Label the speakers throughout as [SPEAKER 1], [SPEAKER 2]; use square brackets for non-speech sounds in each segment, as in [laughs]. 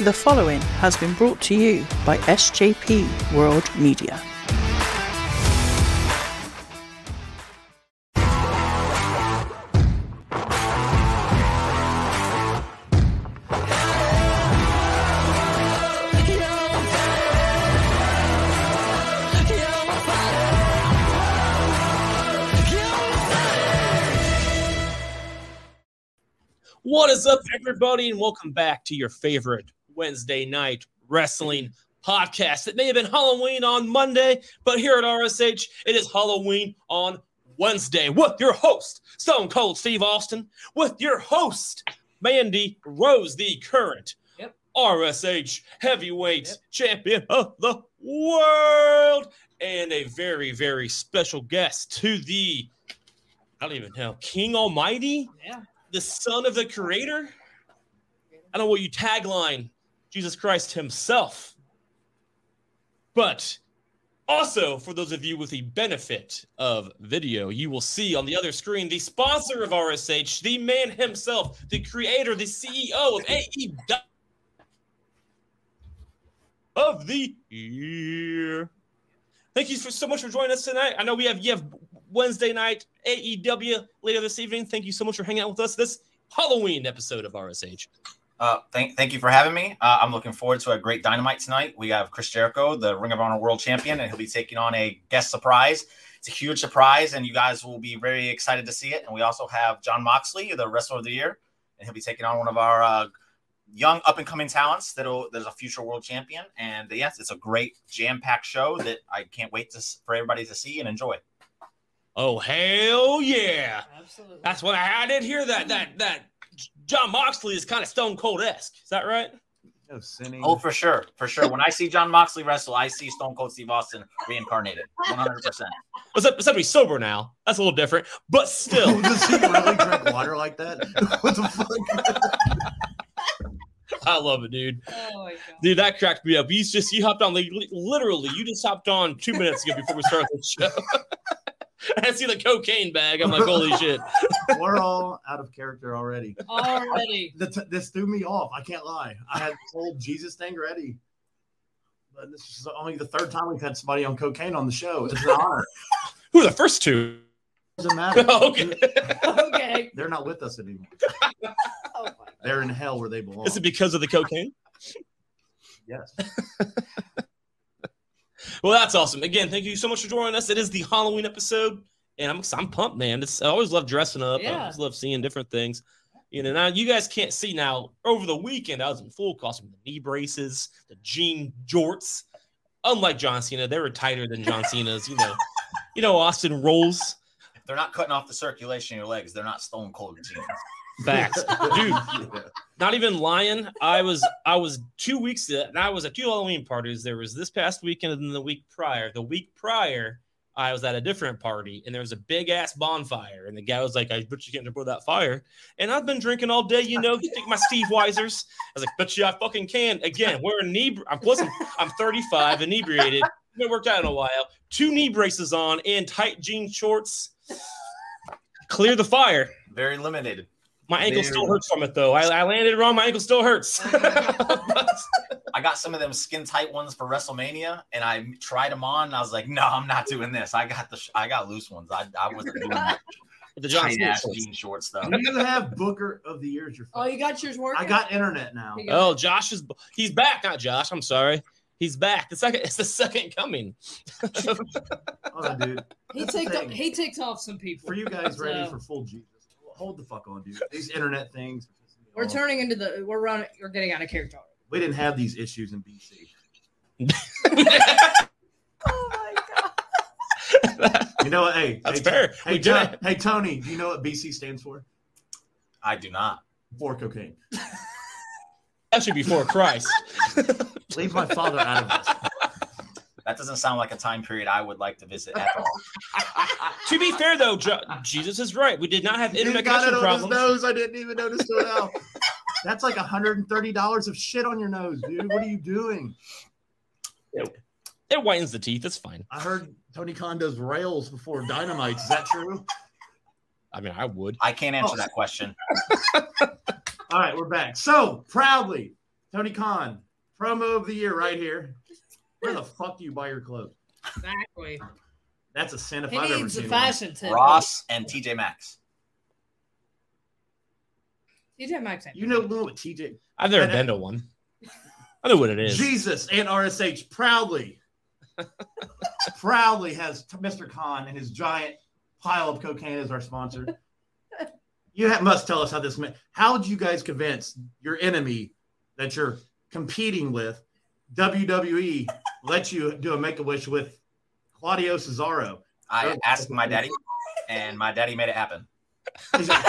[SPEAKER 1] The following has been brought to you by SJP World Media.
[SPEAKER 2] What is up, everybody, and welcome back to your favorite Wednesday night wrestling podcast. It may have been Halloween on Monday, but here at RSH, it is Halloween on Wednesday with your host, Stone Cold Steve Austin, with your host, Mandy Rose, the current
[SPEAKER 3] Yep.
[SPEAKER 2] RSH heavyweight
[SPEAKER 3] Yep.
[SPEAKER 2] champion of the world, and a very, very special guest to the, I don't even know, King Almighty?
[SPEAKER 3] Yeah.
[SPEAKER 2] the son of the creator? I don't know what you tagline Jesus Christ himself. But also, for those of you with the benefit of video, you will see on the other screen the sponsor of RSH, the man himself, the creator, the CEO of E AE of the year. Thank you for so much for joining us tonight. I know we have you have Wednesday night AEW later this evening. Thank you so much for hanging out with us this Halloween episode of RSH.
[SPEAKER 4] Uh, thank, thank you for having me. Uh, I'm looking forward to a great dynamite tonight. We have Chris Jericho, the Ring of Honor World Champion, and he'll be taking on a guest surprise. It's a huge surprise, and you guys will be very excited to see it. And we also have John Moxley, the Wrestler of the Year, and he'll be taking on one of our uh, young up and coming talents that'll there's a future world champion. And uh, yes, it's a great jam packed show that I can't wait to, s- for everybody to see and enjoy.
[SPEAKER 2] Oh hell yeah!
[SPEAKER 3] Absolutely.
[SPEAKER 2] That's what I, I did hear that that that John Moxley is kind of Stone Cold esque. Is that right?
[SPEAKER 5] No sinning.
[SPEAKER 4] Oh, for sure, for sure. When I see John Moxley wrestle, I see Stone Cold Steve Austin reincarnated, 100. percent
[SPEAKER 2] Was that somebody sober now? That's a little different, but
[SPEAKER 5] [laughs]
[SPEAKER 2] still.
[SPEAKER 5] Does he really drink water like that? [laughs] What the fuck?
[SPEAKER 2] I love it, dude.
[SPEAKER 3] oh my god.
[SPEAKER 2] Dude, that cracked me up. You just you hopped on like li- literally. You just hopped on two minutes ago before we started the show. [laughs] I see the cocaine bag. I'm like, holy shit.
[SPEAKER 5] We're all out of character already.
[SPEAKER 3] Already.
[SPEAKER 5] The t- this threw me off. I can't lie. I had this whole Jesus thing ready. But this is only the third time we've had somebody on cocaine on the show. It's an honor.
[SPEAKER 2] Who are the first two?
[SPEAKER 5] It doesn't matter.
[SPEAKER 2] [laughs] okay.
[SPEAKER 3] [laughs] okay.
[SPEAKER 5] They're not with us anymore.
[SPEAKER 3] Oh my god.
[SPEAKER 5] They're in hell where they belong.
[SPEAKER 2] Is it because of the cocaine?
[SPEAKER 5] yes.
[SPEAKER 2] Well, that's awesome. Again, thank you so much for joining us. It is the Halloween episode, and I'm I'm pumped, man. It's, I always love dressing up. I
[SPEAKER 3] Yeah.
[SPEAKER 2] always love seeing different things. You know, now you guys can't see now. Over the weekend, I was in full costume, the knee braces, the jean jorts. Unlike John Cena, they were tighter than John Cena's. You know, you know Austin rolls
[SPEAKER 4] They're not cutting off the circulation in your legs. They're not stone cold jeans.
[SPEAKER 5] [laughs]
[SPEAKER 2] facts, dude.
[SPEAKER 5] Yeah.
[SPEAKER 2] not even lying. I was I was two weeks and I was at two Halloween parties. There was this past weekend and then the week prior. The week prior, I was at a different party and there was a big ass bonfire. And the guy was like, I bet you can't report that fire. And I've been drinking all day, you know. You take my Steve Weisers. I was like, bet you I fucking can. Again, we're inebri- I'm listen, I'm 35, inebriated. Haven't worked out in a while. Two knee braces on and tight jean shorts. Clear the fire.
[SPEAKER 4] Very limited.
[SPEAKER 2] My ankle
[SPEAKER 5] Very
[SPEAKER 2] still hurts from it though. I, I landed wrong. My ankle still hurts.
[SPEAKER 5] [laughs]
[SPEAKER 2] But-
[SPEAKER 4] I got some of them skin tight ones for WrestleMania, and I tried them on, and I was like, "No, I'm not doing this. I got the, sh- I got loose ones. I, I wasn't doing that
[SPEAKER 2] [laughs] the John
[SPEAKER 4] tight
[SPEAKER 2] Cena
[SPEAKER 4] ass
[SPEAKER 2] shorts.
[SPEAKER 4] jean short stuff."
[SPEAKER 5] Do you have Booker of the Years? Your
[SPEAKER 3] Oh, you got yours working.
[SPEAKER 5] I got internet now.
[SPEAKER 3] You
[SPEAKER 2] Oh, Josh is he's back. Not Josh. I'm sorry. He's back. The second [laughs] it's the second coming.
[SPEAKER 5] Oh, dude.
[SPEAKER 3] He
[SPEAKER 5] That's the
[SPEAKER 3] ticked. Off,
[SPEAKER 5] thing.
[SPEAKER 3] he ticked off some people.
[SPEAKER 5] For
[SPEAKER 3] [laughs]
[SPEAKER 5] you guys ready
[SPEAKER 3] So-
[SPEAKER 5] for full Jesus, hold the fuck on, dude. These internet things. Oh,
[SPEAKER 3] We're turning into the. We're running. We're getting out of character. already.
[SPEAKER 5] We didn't have these issues in
[SPEAKER 3] [laughs]
[SPEAKER 5] BC.
[SPEAKER 3] Oh my god.
[SPEAKER 5] You know what? Hey,
[SPEAKER 2] That's
[SPEAKER 5] hey,
[SPEAKER 2] fair.
[SPEAKER 5] Hey,
[SPEAKER 2] we did
[SPEAKER 5] Ton-
[SPEAKER 2] it.
[SPEAKER 5] hey, Tony, do you know what BC stands for?
[SPEAKER 4] I do not.
[SPEAKER 5] For cocaine.
[SPEAKER 2] Actually before Christ.
[SPEAKER 5] Leave my father out of this.
[SPEAKER 4] That doesn't sound like a time period I would like to visit at all.
[SPEAKER 2] to be fair though, Jo- Jesus is right. We did not have [laughs]
[SPEAKER 5] He's
[SPEAKER 2] internet
[SPEAKER 5] got it
[SPEAKER 2] connection
[SPEAKER 5] on his
[SPEAKER 2] problems.
[SPEAKER 5] nose. I didn't even notice till now. That's like $130 of shit on your nose, dude. What are you doing?
[SPEAKER 2] It whitens the teeth. It's fine.
[SPEAKER 5] I heard Tony Khan does rails before dynamite. Is that true?
[SPEAKER 2] I mean, I would.
[SPEAKER 4] I can't answer
[SPEAKER 5] Oh.
[SPEAKER 4] that question.
[SPEAKER 5] All right, we're back. So proudly Tony Khan, promo of the year right here. Where the fuck do you buy your clothes?
[SPEAKER 3] Exactly.
[SPEAKER 5] That's a sin if
[SPEAKER 3] He
[SPEAKER 5] I've ever
[SPEAKER 3] needs a
[SPEAKER 5] seen one.
[SPEAKER 3] fashion
[SPEAKER 6] Oh.
[SPEAKER 3] tip.
[SPEAKER 4] Ross and TJ Maxx.
[SPEAKER 3] TJ Maxx. ain't
[SPEAKER 5] You know, Lou, what TJ,
[SPEAKER 2] I've never
[SPEAKER 5] And-
[SPEAKER 2] been to one. I know what it is.
[SPEAKER 5] Jesus and RSH proudly, proudly has t- Mr. Khan and his giant pile of cocaine as our sponsor. You ha- must tell us how this. Ma- how did you guys convince your enemy that you're competing with WWE? let you do a make a wish with Claudio Cesaro.
[SPEAKER 4] I
[SPEAKER 5] Oh.
[SPEAKER 4] asked my daddy, and my daddy made it happen.
[SPEAKER 3] [laughs]
[SPEAKER 5] He's like,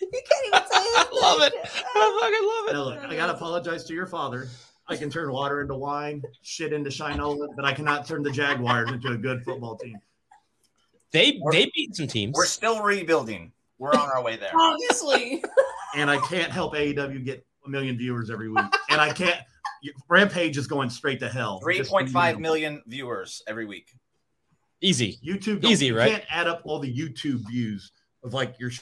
[SPEAKER 6] You can't even say
[SPEAKER 2] [laughs] I love it. I fucking love
[SPEAKER 5] "No, look, I gotta apologize to your father. I can turn water into wine, shit into Shinola, but I cannot turn the Jaguars into a good football team.
[SPEAKER 2] it. They
[SPEAKER 4] We're-
[SPEAKER 2] they beat some teams.
[SPEAKER 4] We're still rebuilding. We're on our
[SPEAKER 6] [laughs]
[SPEAKER 4] way there.
[SPEAKER 5] [laughs]
[SPEAKER 6] Obviously.
[SPEAKER 5] and I can't help AEW get a million viewers every week. And I can't. Rampage is going straight to hell.
[SPEAKER 4] Three
[SPEAKER 5] Just-
[SPEAKER 4] point five million viewers every week.
[SPEAKER 2] Easy.
[SPEAKER 5] YouTube.
[SPEAKER 2] Easy,
[SPEAKER 5] you
[SPEAKER 2] right?
[SPEAKER 5] Can't add up all the YouTube views of like your. sh-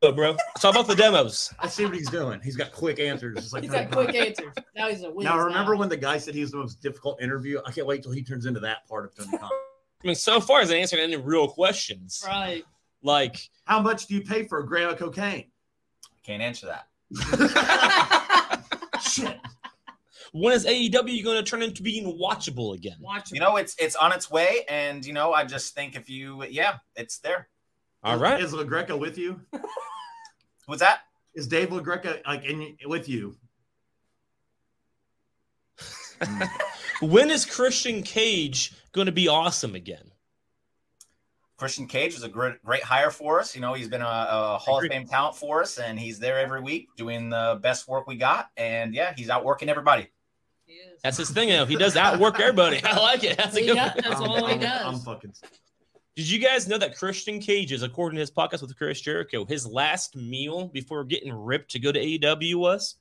[SPEAKER 2] But bro, it's all about the demos.
[SPEAKER 5] I see what he's doing. He's got quick answers. It's like, "Oh,
[SPEAKER 3] He's got quick answers. Now he's a whiz.
[SPEAKER 5] now remember when the guy said he was the most difficult interview? I can't wait till he turns into that part of Tony Khan.
[SPEAKER 2] I mean, so far hasn't answered any real questions.
[SPEAKER 5] [laughs]
[SPEAKER 3] Right.
[SPEAKER 2] Like
[SPEAKER 5] How much do you pay for a gram of cocaine?
[SPEAKER 4] Can't answer that.
[SPEAKER 5] Shit.
[SPEAKER 2] when is AEW going to turn into being watchable again?
[SPEAKER 3] Watch
[SPEAKER 4] You know, it's it's on its way, and you know, I just think if you, yeah, it's there.
[SPEAKER 2] All right.
[SPEAKER 5] Is LaGreca with you?
[SPEAKER 4] Who's that?
[SPEAKER 5] Is Dave LaGreca like in with you?
[SPEAKER 2] When is Christian Cage going to be awesome again?
[SPEAKER 4] Christian Cage was a great, great hire for us. You know, he's been a, a Hall of
[SPEAKER 2] Agreed.
[SPEAKER 4] Fame talent for us, and he's there every week doing the best work we got. And yeah, he's outworking everybody.
[SPEAKER 3] He is.
[SPEAKER 2] [laughs] That's his thing. though. He does outwork everybody. [laughs] I like it. That's a
[SPEAKER 3] He
[SPEAKER 2] good.
[SPEAKER 3] does.
[SPEAKER 2] One.
[SPEAKER 3] That's
[SPEAKER 5] I'm-
[SPEAKER 3] all he
[SPEAKER 5] I'm-
[SPEAKER 3] does.
[SPEAKER 5] I'm fucking.
[SPEAKER 2] Did you guys know that Christian Cage is, according to his podcast with Chris Jericho, his last meal before getting ripped to go to AEW was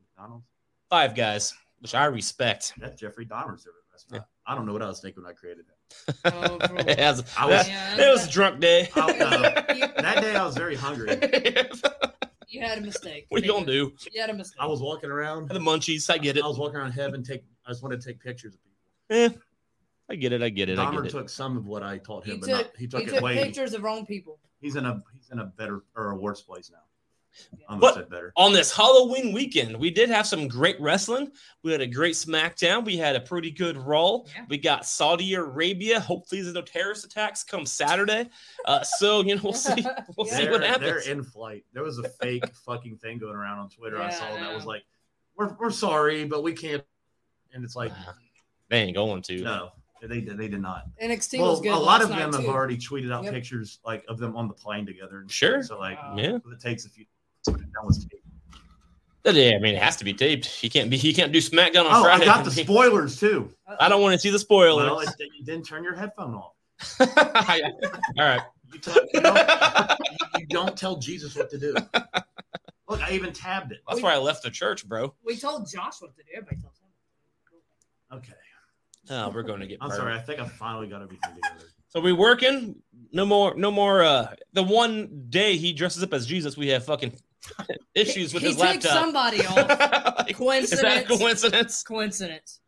[SPEAKER 5] McDonald's.
[SPEAKER 2] Five Guys, which I respect. [laughs]
[SPEAKER 5] That's Jeffrey Dahmer's favorite restaurant. I don't know what I was thinking when I created that.
[SPEAKER 3] Oh, bro.
[SPEAKER 2] [laughs] It, has-
[SPEAKER 5] I was-
[SPEAKER 2] that-
[SPEAKER 3] Yeah,
[SPEAKER 2] it was a drunk day.
[SPEAKER 5] I- uh,
[SPEAKER 3] you,
[SPEAKER 5] That day I was very hungry.
[SPEAKER 3] you had a mistake.
[SPEAKER 2] [laughs] what are you gonna do?
[SPEAKER 3] You had a mistake.
[SPEAKER 5] I was walking around.
[SPEAKER 2] The munchies. I get it.
[SPEAKER 5] I was walking around heaven. Take. I just wanted to take pictures of people.
[SPEAKER 2] I get it. I get it. I
[SPEAKER 5] Dahmer
[SPEAKER 2] get it.
[SPEAKER 5] took some of what I taught him,
[SPEAKER 3] He
[SPEAKER 5] but
[SPEAKER 3] took-
[SPEAKER 5] not, he took
[SPEAKER 3] you
[SPEAKER 5] it
[SPEAKER 3] took
[SPEAKER 5] way.
[SPEAKER 3] pictures of wrong people.
[SPEAKER 5] He's in a he's in a better or a worse place now. I'm
[SPEAKER 2] What?
[SPEAKER 5] upset better.
[SPEAKER 2] on this Halloween weekend, we did have some great wrestling. We had a great SmackDown. We had a pretty good Raw.
[SPEAKER 3] Yeah.
[SPEAKER 2] We got Saudi Arabia. Hopefully, there's no terrorist attacks come Saturday. Uh, so you know, we'll
[SPEAKER 6] [laughs]
[SPEAKER 3] [laughs]
[SPEAKER 2] see. We'll
[SPEAKER 3] Yeah.
[SPEAKER 2] see
[SPEAKER 5] They're,
[SPEAKER 2] what
[SPEAKER 5] they're
[SPEAKER 2] happens.
[SPEAKER 5] in flight. There was a
[SPEAKER 3] [laughs]
[SPEAKER 5] fake fucking thing going around on Twitter. I
[SPEAKER 3] Yeah,
[SPEAKER 5] saw
[SPEAKER 3] I
[SPEAKER 5] that
[SPEAKER 3] know.
[SPEAKER 5] was like, we're, we're sorry, but we can't. And it's like,
[SPEAKER 2] Uh, they ain't going to.
[SPEAKER 5] no, they did they did not.
[SPEAKER 3] NXT
[SPEAKER 5] well,
[SPEAKER 3] was good.
[SPEAKER 5] a lot
[SPEAKER 3] last
[SPEAKER 5] of them
[SPEAKER 3] night,
[SPEAKER 5] have
[SPEAKER 3] too.
[SPEAKER 5] already tweeted out
[SPEAKER 3] Yep.
[SPEAKER 5] pictures like of them on the plane together. And shit.
[SPEAKER 2] Sure.
[SPEAKER 5] So like,
[SPEAKER 3] Wow.
[SPEAKER 2] Yeah.
[SPEAKER 5] [laughs] it takes a few. That was
[SPEAKER 2] Yeah, I mean, it has to be taped. He can't be. He can't do SmackDown on
[SPEAKER 5] Oh, I
[SPEAKER 2] Friday. [laughs]
[SPEAKER 5] got the
[SPEAKER 2] for me.
[SPEAKER 5] spoilers too.
[SPEAKER 2] I don't want to see the spoilers.
[SPEAKER 5] Well, it, you didn't turn your headphone off.
[SPEAKER 2] [laughs] All right.
[SPEAKER 5] You, tell, you, don't, you don't tell Jesus what
[SPEAKER 2] [laughs]
[SPEAKER 5] to do. Look, I even tabbed it.
[SPEAKER 2] That's why I left the church, bro.
[SPEAKER 3] We told Josh what to do. Everybody tells him.
[SPEAKER 5] Okay,
[SPEAKER 2] Oh, we're going to get.
[SPEAKER 5] I'm
[SPEAKER 2] burned.
[SPEAKER 5] sorry. I think I finally got everything together.
[SPEAKER 2] So we working. No more. No more. Uh, the one day he dresses up as Jesus, we have fucking issues with
[SPEAKER 3] he
[SPEAKER 2] his
[SPEAKER 3] he took
[SPEAKER 2] laptop.
[SPEAKER 3] somebody
[SPEAKER 2] [laughs]
[SPEAKER 3] off.
[SPEAKER 2] Like, is that a
[SPEAKER 3] Coincidence.
[SPEAKER 2] coincidence?
[SPEAKER 3] Coincidence.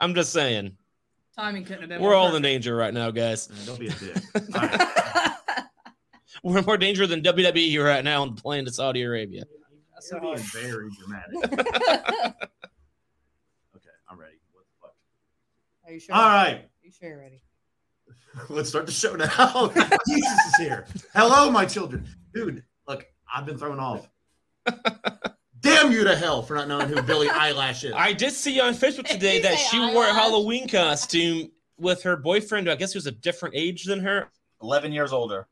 [SPEAKER 2] I'm just saying,
[SPEAKER 3] Timing couldn't have been.
[SPEAKER 2] we're
[SPEAKER 3] more
[SPEAKER 2] all in danger right now, guys.
[SPEAKER 5] Man, Uh, Don't be a
[SPEAKER 3] [laughs]
[SPEAKER 5] dick. All
[SPEAKER 3] perfect.
[SPEAKER 5] right.
[SPEAKER 2] We're more danger than WWE right now on the plane to Saudi Arabia.
[SPEAKER 3] That's so
[SPEAKER 5] You're being
[SPEAKER 3] hard.
[SPEAKER 5] very
[SPEAKER 3] [laughs]
[SPEAKER 5] dramatic. Okay, I'm ready. What the fuck?
[SPEAKER 3] Are you sure?
[SPEAKER 5] All right,
[SPEAKER 3] Are you sure you're [laughs] ready?
[SPEAKER 5] let's start the show now. [laughs] Jesus is here. Hello, my children. Dude, look, I've been thrown off. Damn you to hell for not knowing who Billy Eyelash is.
[SPEAKER 2] I did see
[SPEAKER 3] [laughs]
[SPEAKER 2] on Facebook today
[SPEAKER 6] You
[SPEAKER 2] that
[SPEAKER 6] say
[SPEAKER 2] she wore a
[SPEAKER 6] eyelash.
[SPEAKER 2] Halloween costume with her boyfriend. who I guess he was a different age than her.
[SPEAKER 4] Eleven years older.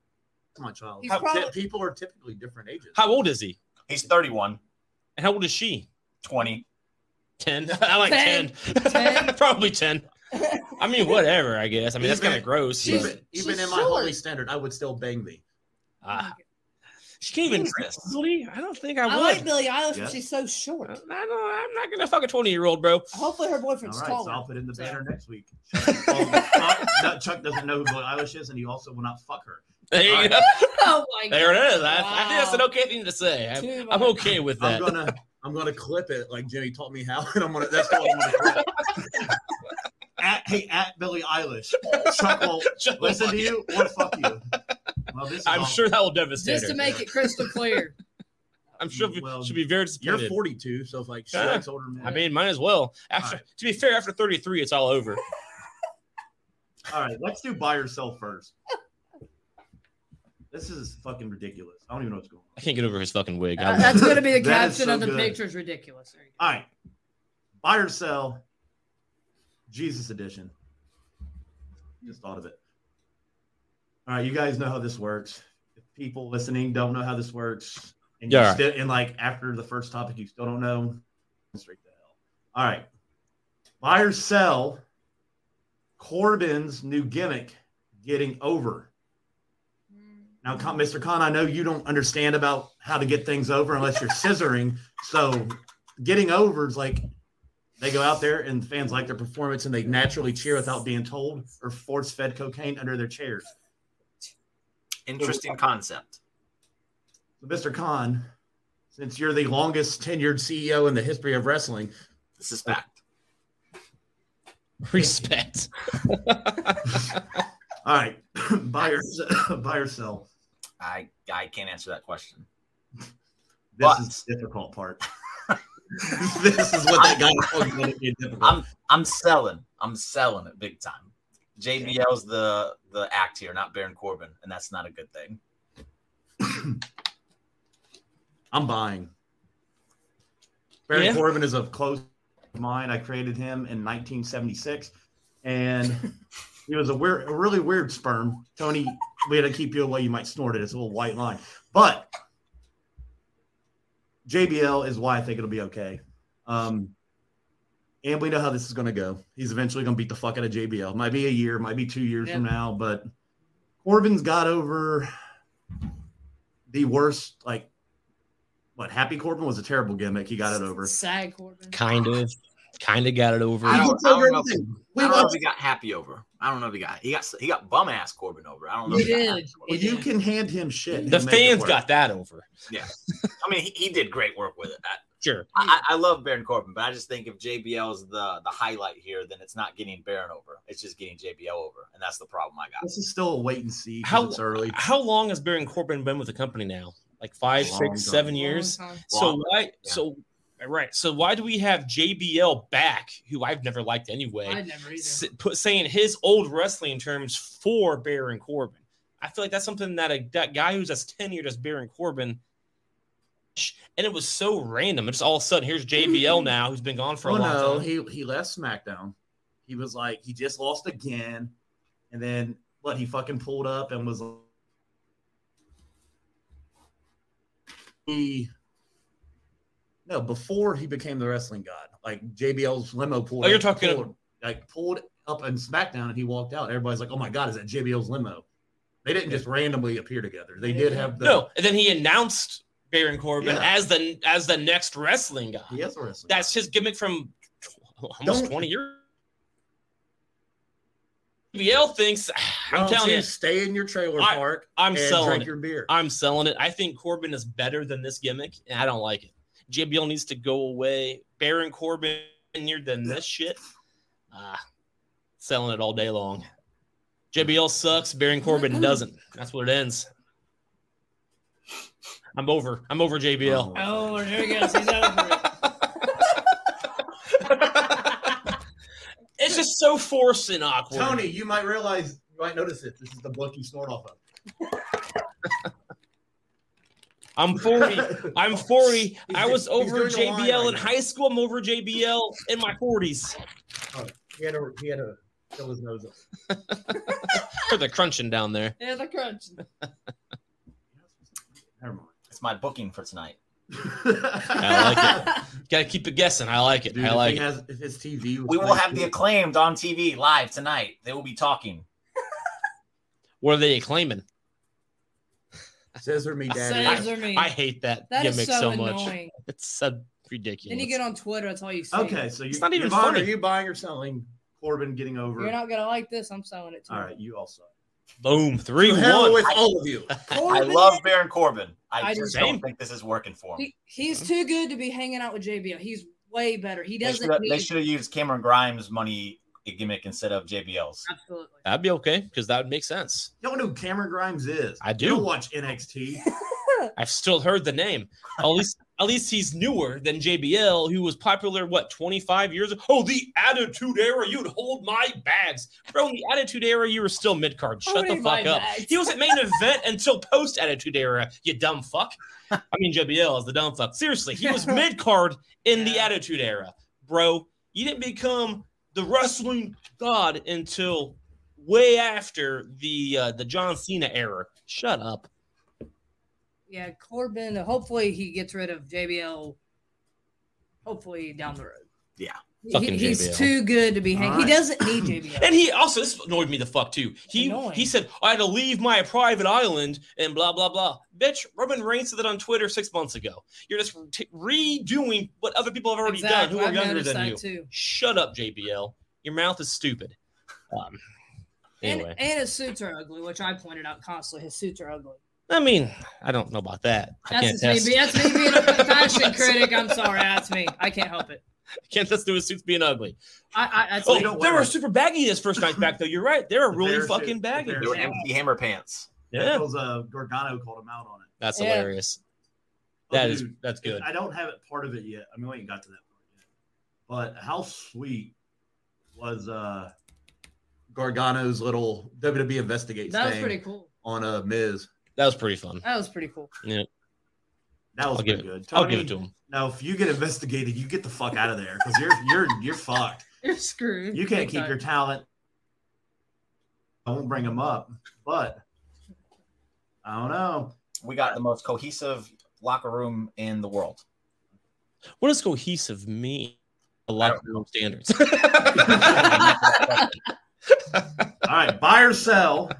[SPEAKER 5] Come on, child.
[SPEAKER 3] He's
[SPEAKER 5] How-
[SPEAKER 3] probably-
[SPEAKER 5] people are typically different ages.
[SPEAKER 2] How old is he?
[SPEAKER 4] He's 31,
[SPEAKER 2] And how old is she?
[SPEAKER 4] 20.
[SPEAKER 2] Ten. [laughs] I like ten.
[SPEAKER 3] Ten. Ten.
[SPEAKER 2] [laughs] Probably ten. I mean, whatever. I guess. I mean, that's
[SPEAKER 5] Even-
[SPEAKER 2] kind of gross.
[SPEAKER 5] even
[SPEAKER 2] but-
[SPEAKER 5] even
[SPEAKER 3] she's
[SPEAKER 5] in my
[SPEAKER 3] short.
[SPEAKER 5] holy standard, I would still bang me.
[SPEAKER 2] ah, she can't even dress. Really? I don't think I,
[SPEAKER 3] I
[SPEAKER 2] would.
[SPEAKER 3] like Billie Eilish,
[SPEAKER 5] Yeah.
[SPEAKER 3] but she's so
[SPEAKER 2] I
[SPEAKER 3] short.
[SPEAKER 2] don't, I'm not gonna fuck a 20 year old, bro.
[SPEAKER 3] Hopefully, her
[SPEAKER 5] All
[SPEAKER 3] boyfriend's
[SPEAKER 5] right, so
[SPEAKER 3] [laughs]
[SPEAKER 5] I'll
[SPEAKER 3] taller.
[SPEAKER 5] put in the
[SPEAKER 3] So- [laughs]
[SPEAKER 5] banner next week. Chuck, oh, Chuck- no, Chuck doesn't know who Billie Eilish is, and he also will not fuck her.
[SPEAKER 2] There you
[SPEAKER 5] All right.
[SPEAKER 2] go.
[SPEAKER 6] oh my god.
[SPEAKER 2] There it is. I, I think that's an
[SPEAKER 6] Wow.
[SPEAKER 2] okay thing to say. I'm,
[SPEAKER 6] Too
[SPEAKER 2] I'm
[SPEAKER 6] much.
[SPEAKER 2] okay with
[SPEAKER 5] I'm
[SPEAKER 2] that.
[SPEAKER 5] gonna I'm gonna clip it like Jimmy taught me how, [laughs] and I'm gonna that's what I'm gonna clip.
[SPEAKER 3] [laughs]
[SPEAKER 5] at, hey, at Billie Eilish, Chuck will
[SPEAKER 2] [laughs] Just-
[SPEAKER 5] listen to you or fuck you. Well, this is
[SPEAKER 2] I'm
[SPEAKER 5] all-
[SPEAKER 2] sure that will devastate
[SPEAKER 3] Just to
[SPEAKER 2] her.
[SPEAKER 3] make it
[SPEAKER 2] [laughs]
[SPEAKER 3] crystal clear.
[SPEAKER 2] I'm sure
[SPEAKER 5] Well,
[SPEAKER 2] she'll be very
[SPEAKER 5] you're
[SPEAKER 2] disappointed.
[SPEAKER 5] 42, so if like she
[SPEAKER 2] Yeah.
[SPEAKER 5] likes older men.
[SPEAKER 2] I mean, might as well. After, to be fair, after 33, it's all over.
[SPEAKER 5] all right, let's do buy yourself first. This is fucking ridiculous. I don't even know what's going on.
[SPEAKER 2] I can't get over his fucking wig.
[SPEAKER 3] Uh,
[SPEAKER 2] I-
[SPEAKER 3] that's going to be the
[SPEAKER 5] That is
[SPEAKER 3] caption
[SPEAKER 5] so
[SPEAKER 3] of the
[SPEAKER 5] good.
[SPEAKER 3] picture. Is ridiculous. There you go.
[SPEAKER 5] All right, buy or sell, Jesus edition. Just thought of it. All right, you guys know how this works. If people listening don't know how this works, and you
[SPEAKER 2] Yeah.
[SPEAKER 5] still, and like after the first topic, you still don't know, straight to hell. All right, buy or sell. Corbin's new gimmick, getting over. Now, Con- Mr. Khan, I know you don't understand about how to get things over unless you're scissoring. So, getting over is like they go out there and fans like their performance and they naturally cheer without being told or force fed cocaine under their chairs.
[SPEAKER 4] Interesting concept.
[SPEAKER 5] So, Mr. Khan, since you're the longest tenured CEO in the history of wrestling,
[SPEAKER 4] This is fact.
[SPEAKER 2] [laughs] Respect.
[SPEAKER 5] all right, [clears throat] buy, or, [clears throat] buy or sell.
[SPEAKER 4] I I can't answer that [laughs] question.
[SPEAKER 5] This
[SPEAKER 4] But-
[SPEAKER 5] is the difficult part. [laughs] this is what that guy told me to be difficult.
[SPEAKER 4] I'm selling. I'm selling it big time. JBL's the the act here, not Baron Corbin, and that's not a good thing.
[SPEAKER 5] I'm buying. Baron
[SPEAKER 2] Yeah.
[SPEAKER 5] Corbin is a close of mine. I created him in 1976, and he was a weird, a really weird sperm. Tony, we had to keep you away. You might snort it. It's a little white line, but JBL is why I think it'll be okay. Um, and we know how this is going to go. He's eventually going to beat the fuck out of JBL. Might be a year, might be two years from now, but Corbin's got over the worst, like, what Happy Corbin was a terrible gimmick. He got it over.
[SPEAKER 3] Sag Corbin.
[SPEAKER 2] kind of. Kind of got it over.
[SPEAKER 4] I don't, I don't know. If, I
[SPEAKER 5] We
[SPEAKER 4] don't know if
[SPEAKER 5] watched-
[SPEAKER 4] he got happy over. I don't know if he got he got he got bum ass Corbin over. I don't know.
[SPEAKER 3] He
[SPEAKER 4] if he got
[SPEAKER 3] did.
[SPEAKER 4] happy
[SPEAKER 5] Well,
[SPEAKER 4] over.
[SPEAKER 5] you can hand him shit.
[SPEAKER 2] The
[SPEAKER 5] He'll make it
[SPEAKER 2] fans
[SPEAKER 5] work.
[SPEAKER 2] got that over.
[SPEAKER 4] I mean, he, he did great work with it. I,
[SPEAKER 2] Sure.
[SPEAKER 4] I, I love Baron Corbin, but I just think if JBL is the the highlight here, then it's not getting Baron over. It's just getting JBL over, and that's the problem I got.
[SPEAKER 5] This is still a wait and see. 'cause
[SPEAKER 2] How-
[SPEAKER 5] it's early?
[SPEAKER 2] How long has Baron Corbin been with the company now? Like five,
[SPEAKER 5] Long
[SPEAKER 2] six,
[SPEAKER 5] time.
[SPEAKER 2] seven
[SPEAKER 3] Long
[SPEAKER 2] years?
[SPEAKER 3] time.
[SPEAKER 2] So
[SPEAKER 4] Long.
[SPEAKER 2] why?
[SPEAKER 4] Yeah.
[SPEAKER 2] So right. So why do we have JBL back, who I've never liked
[SPEAKER 3] I
[SPEAKER 2] anyway,
[SPEAKER 3] never either.
[SPEAKER 2] s- put saying his old wrestling terms for Baron Corbin? I feel like that's something that a that guy who's as tenured as Baron Corbin, sh- and it was so random. It's all of a sudden here's
[SPEAKER 3] [laughs]
[SPEAKER 2] JBL now, who's been gone for a
[SPEAKER 5] Well,
[SPEAKER 2] long
[SPEAKER 5] Oh, no,
[SPEAKER 2] time.
[SPEAKER 5] he he left SmackDown. He was like he just lost again, and then what? He fucking pulled up and was like, he. No, before he became the wrestling god, like JBL's limo pulled.
[SPEAKER 2] Oh, you're
[SPEAKER 5] up-
[SPEAKER 2] talking-
[SPEAKER 5] pulled, like pulled up in SmackDown, and he walked out. Everybody's like, "Oh my god, is that JBL's limo?" They didn't just randomly appear together. They did have the
[SPEAKER 2] no, and then he announced Baron Corbin
[SPEAKER 5] Yeah.
[SPEAKER 2] as the as the next wrestling guy.
[SPEAKER 5] He is a wrestling.
[SPEAKER 2] That's his gimmick from tw- almost
[SPEAKER 5] Don't-
[SPEAKER 2] 20 years. JBL thinks I'm telling you,
[SPEAKER 5] stay in your trailer
[SPEAKER 2] I-
[SPEAKER 5] park.
[SPEAKER 2] I'm
[SPEAKER 5] and
[SPEAKER 2] selling
[SPEAKER 5] drink
[SPEAKER 2] it.
[SPEAKER 5] your beer.
[SPEAKER 2] I'm selling it. I think Corbin is better than this gimmick, and I don't like it. JBL needs to go away. Baron Corbin near than this shit. Ah, selling it all day long. JBL sucks. Baron Corbin doesn't. That's what it ends. I'm over. I'm over JBL.
[SPEAKER 3] Oh, there he goes. He's over it.
[SPEAKER 2] [laughs] It's just so forced and awkward.
[SPEAKER 5] Tony, you might realize, you might notice it. This is the book you snort off of.
[SPEAKER 2] I'm 40.
[SPEAKER 5] [laughs]
[SPEAKER 2] I'm 40. I
[SPEAKER 5] He's-
[SPEAKER 2] was
[SPEAKER 5] he's
[SPEAKER 2] over
[SPEAKER 5] doing a line
[SPEAKER 2] JBL in
[SPEAKER 5] right now.
[SPEAKER 2] high school. I'm over JBL in my 40s.
[SPEAKER 5] he had to, he had to fill his nose up.
[SPEAKER 2] For the crunching down there.
[SPEAKER 3] [laughs] Yeah, the [laughs] crunch.
[SPEAKER 5] Never
[SPEAKER 4] It's my booking for tonight.
[SPEAKER 5] mind. [laughs]
[SPEAKER 2] I Gotta keep it guessing. I like it.
[SPEAKER 5] Dude,
[SPEAKER 2] I
[SPEAKER 5] if
[SPEAKER 2] like
[SPEAKER 5] he
[SPEAKER 2] it.
[SPEAKER 5] has, if his TV. was
[SPEAKER 4] We will
[SPEAKER 5] like
[SPEAKER 4] have the
[SPEAKER 5] this-
[SPEAKER 4] acclaimed on TV live tonight. They will be talking.
[SPEAKER 2] What are they claiming?
[SPEAKER 5] scissor me, daddy.
[SPEAKER 3] Says or me.
[SPEAKER 2] I hate that
[SPEAKER 3] That is
[SPEAKER 2] gimmick
[SPEAKER 3] so,
[SPEAKER 2] so,
[SPEAKER 5] [laughs]
[SPEAKER 2] much.
[SPEAKER 3] annoying.
[SPEAKER 2] It's so ridiculous.
[SPEAKER 3] Then you get on Twitter. That's all you see.
[SPEAKER 5] Okay, so you,
[SPEAKER 2] It's not even
[SPEAKER 5] Yvonne,
[SPEAKER 2] funny.
[SPEAKER 5] Are you buying or selling? Corbin getting over.
[SPEAKER 3] You're not gonna like this. I'm selling it to
[SPEAKER 5] All
[SPEAKER 3] you.
[SPEAKER 5] right, you also.
[SPEAKER 2] Boom, three
[SPEAKER 5] To hell
[SPEAKER 2] one.
[SPEAKER 5] with all of you.
[SPEAKER 4] I
[SPEAKER 3] Corbin,
[SPEAKER 4] love Baron Corbin. I,
[SPEAKER 3] I do
[SPEAKER 4] just
[SPEAKER 2] too.
[SPEAKER 4] don't think this is working for him.
[SPEAKER 3] he- he's too good to be hanging out with JBL. He's way better. He
[SPEAKER 4] They
[SPEAKER 3] doesn't
[SPEAKER 4] shoulda- They
[SPEAKER 3] need
[SPEAKER 4] should have used Cameron Grimes' money gimmick instead of JBL's.
[SPEAKER 3] absolutely.
[SPEAKER 2] [laughs] That'd be okay because that would make sense.
[SPEAKER 5] Y'all know who Cameron Grimes is.
[SPEAKER 2] I do.
[SPEAKER 5] You don't watch NXT.
[SPEAKER 2] I've still heard the name. At
[SPEAKER 5] [laughs]
[SPEAKER 2] least, at least he's newer than JBL, who was popular what 25 years ago. Oh, the Attitude Era, you'd hold my bags, bro. In the Attitude Era, you were still mid card. Shut the
[SPEAKER 6] Holding my
[SPEAKER 2] fuck up.
[SPEAKER 6] bags.
[SPEAKER 2] He was at main event until post Attitude Era. You dumb fuck. I mean, JBL is the dumb fuck. Seriously,
[SPEAKER 3] [laughs]
[SPEAKER 2] he was mid card in the
[SPEAKER 3] Yeah.
[SPEAKER 2] Attitude Era, bro. You didn't become the wrestling god until way after the uh, the John Cena era. Shut up.
[SPEAKER 3] Yeah, Corbin. Hopefully he gets rid of JBL. Hopefully down the road.
[SPEAKER 4] Yeah.
[SPEAKER 3] He-
[SPEAKER 2] Fucking JBL.
[SPEAKER 3] he's too good to be hanging. He
[SPEAKER 5] Alright.
[SPEAKER 3] doesn't need JBL.
[SPEAKER 2] [clears throat] And he also this annoyed me the fuck too. He
[SPEAKER 3] Annoying.
[SPEAKER 2] he said I had to leave my private island and blah blah blah. Bitch, Roman Reigns said that on Twitter six months ago. You're just t- redoing what other people have already done who are
[SPEAKER 3] I've
[SPEAKER 2] younger
[SPEAKER 3] noticed that
[SPEAKER 2] than you.
[SPEAKER 3] too.
[SPEAKER 2] Shut up, JBL. Your mouth is stupid. Um, anyway,
[SPEAKER 3] And, and his suits are ugly, which I pointed out constantly. His suits are ugly.
[SPEAKER 2] I mean, I don't know about that. [laughs] I
[SPEAKER 3] That's
[SPEAKER 2] can't
[SPEAKER 3] just me.
[SPEAKER 2] test.
[SPEAKER 3] be- That's me being a fashion critic. I'm sorry. That's me. I can't help it.
[SPEAKER 2] can't test through his suits being ugly.
[SPEAKER 3] I, I that's
[SPEAKER 5] So
[SPEAKER 2] Oh,
[SPEAKER 5] you
[SPEAKER 3] me.
[SPEAKER 5] don't
[SPEAKER 2] they
[SPEAKER 5] wear
[SPEAKER 2] were
[SPEAKER 5] them.
[SPEAKER 2] super baggy this first night back though. You're right. They were
[SPEAKER 5] The
[SPEAKER 2] really
[SPEAKER 5] bear suit,
[SPEAKER 2] fucking
[SPEAKER 5] the
[SPEAKER 2] baggy.
[SPEAKER 5] bear
[SPEAKER 4] They were
[SPEAKER 3] Yeah.
[SPEAKER 4] empty hammer pants.
[SPEAKER 5] Yeah.
[SPEAKER 2] Yeah,
[SPEAKER 5] Because uh, Gargano called him out on it.
[SPEAKER 2] that's
[SPEAKER 3] Yeah.
[SPEAKER 2] hilarious.
[SPEAKER 5] Oh,
[SPEAKER 2] That is
[SPEAKER 5] dude,
[SPEAKER 2] that's good.
[SPEAKER 5] I don't have it part of it yet. I mean, we ain't got to that part yet. But how sweet was uh Gargano's little WWE investigates
[SPEAKER 3] That was
[SPEAKER 5] thing
[SPEAKER 3] pretty cool.
[SPEAKER 5] on a uh, Miz?
[SPEAKER 2] That was pretty fun.
[SPEAKER 3] That was pretty cool. [laughs]
[SPEAKER 5] That was
[SPEAKER 2] I'll give
[SPEAKER 5] pretty good.
[SPEAKER 2] I'll give it to
[SPEAKER 5] Tony,
[SPEAKER 2] him.
[SPEAKER 5] Now, if you get investigated, you get the fuck out of there because you're you're you're fucked.
[SPEAKER 3] You're screwed. [laughs]
[SPEAKER 5] You can't
[SPEAKER 3] Big
[SPEAKER 5] keep
[SPEAKER 3] time.
[SPEAKER 5] your talent. I won't bring him up, but I don't know.
[SPEAKER 4] We got the most cohesive locker room in the world.
[SPEAKER 2] What does cohesive mean? A lot of room standards. [laughs]
[SPEAKER 5] All right, buy or sell.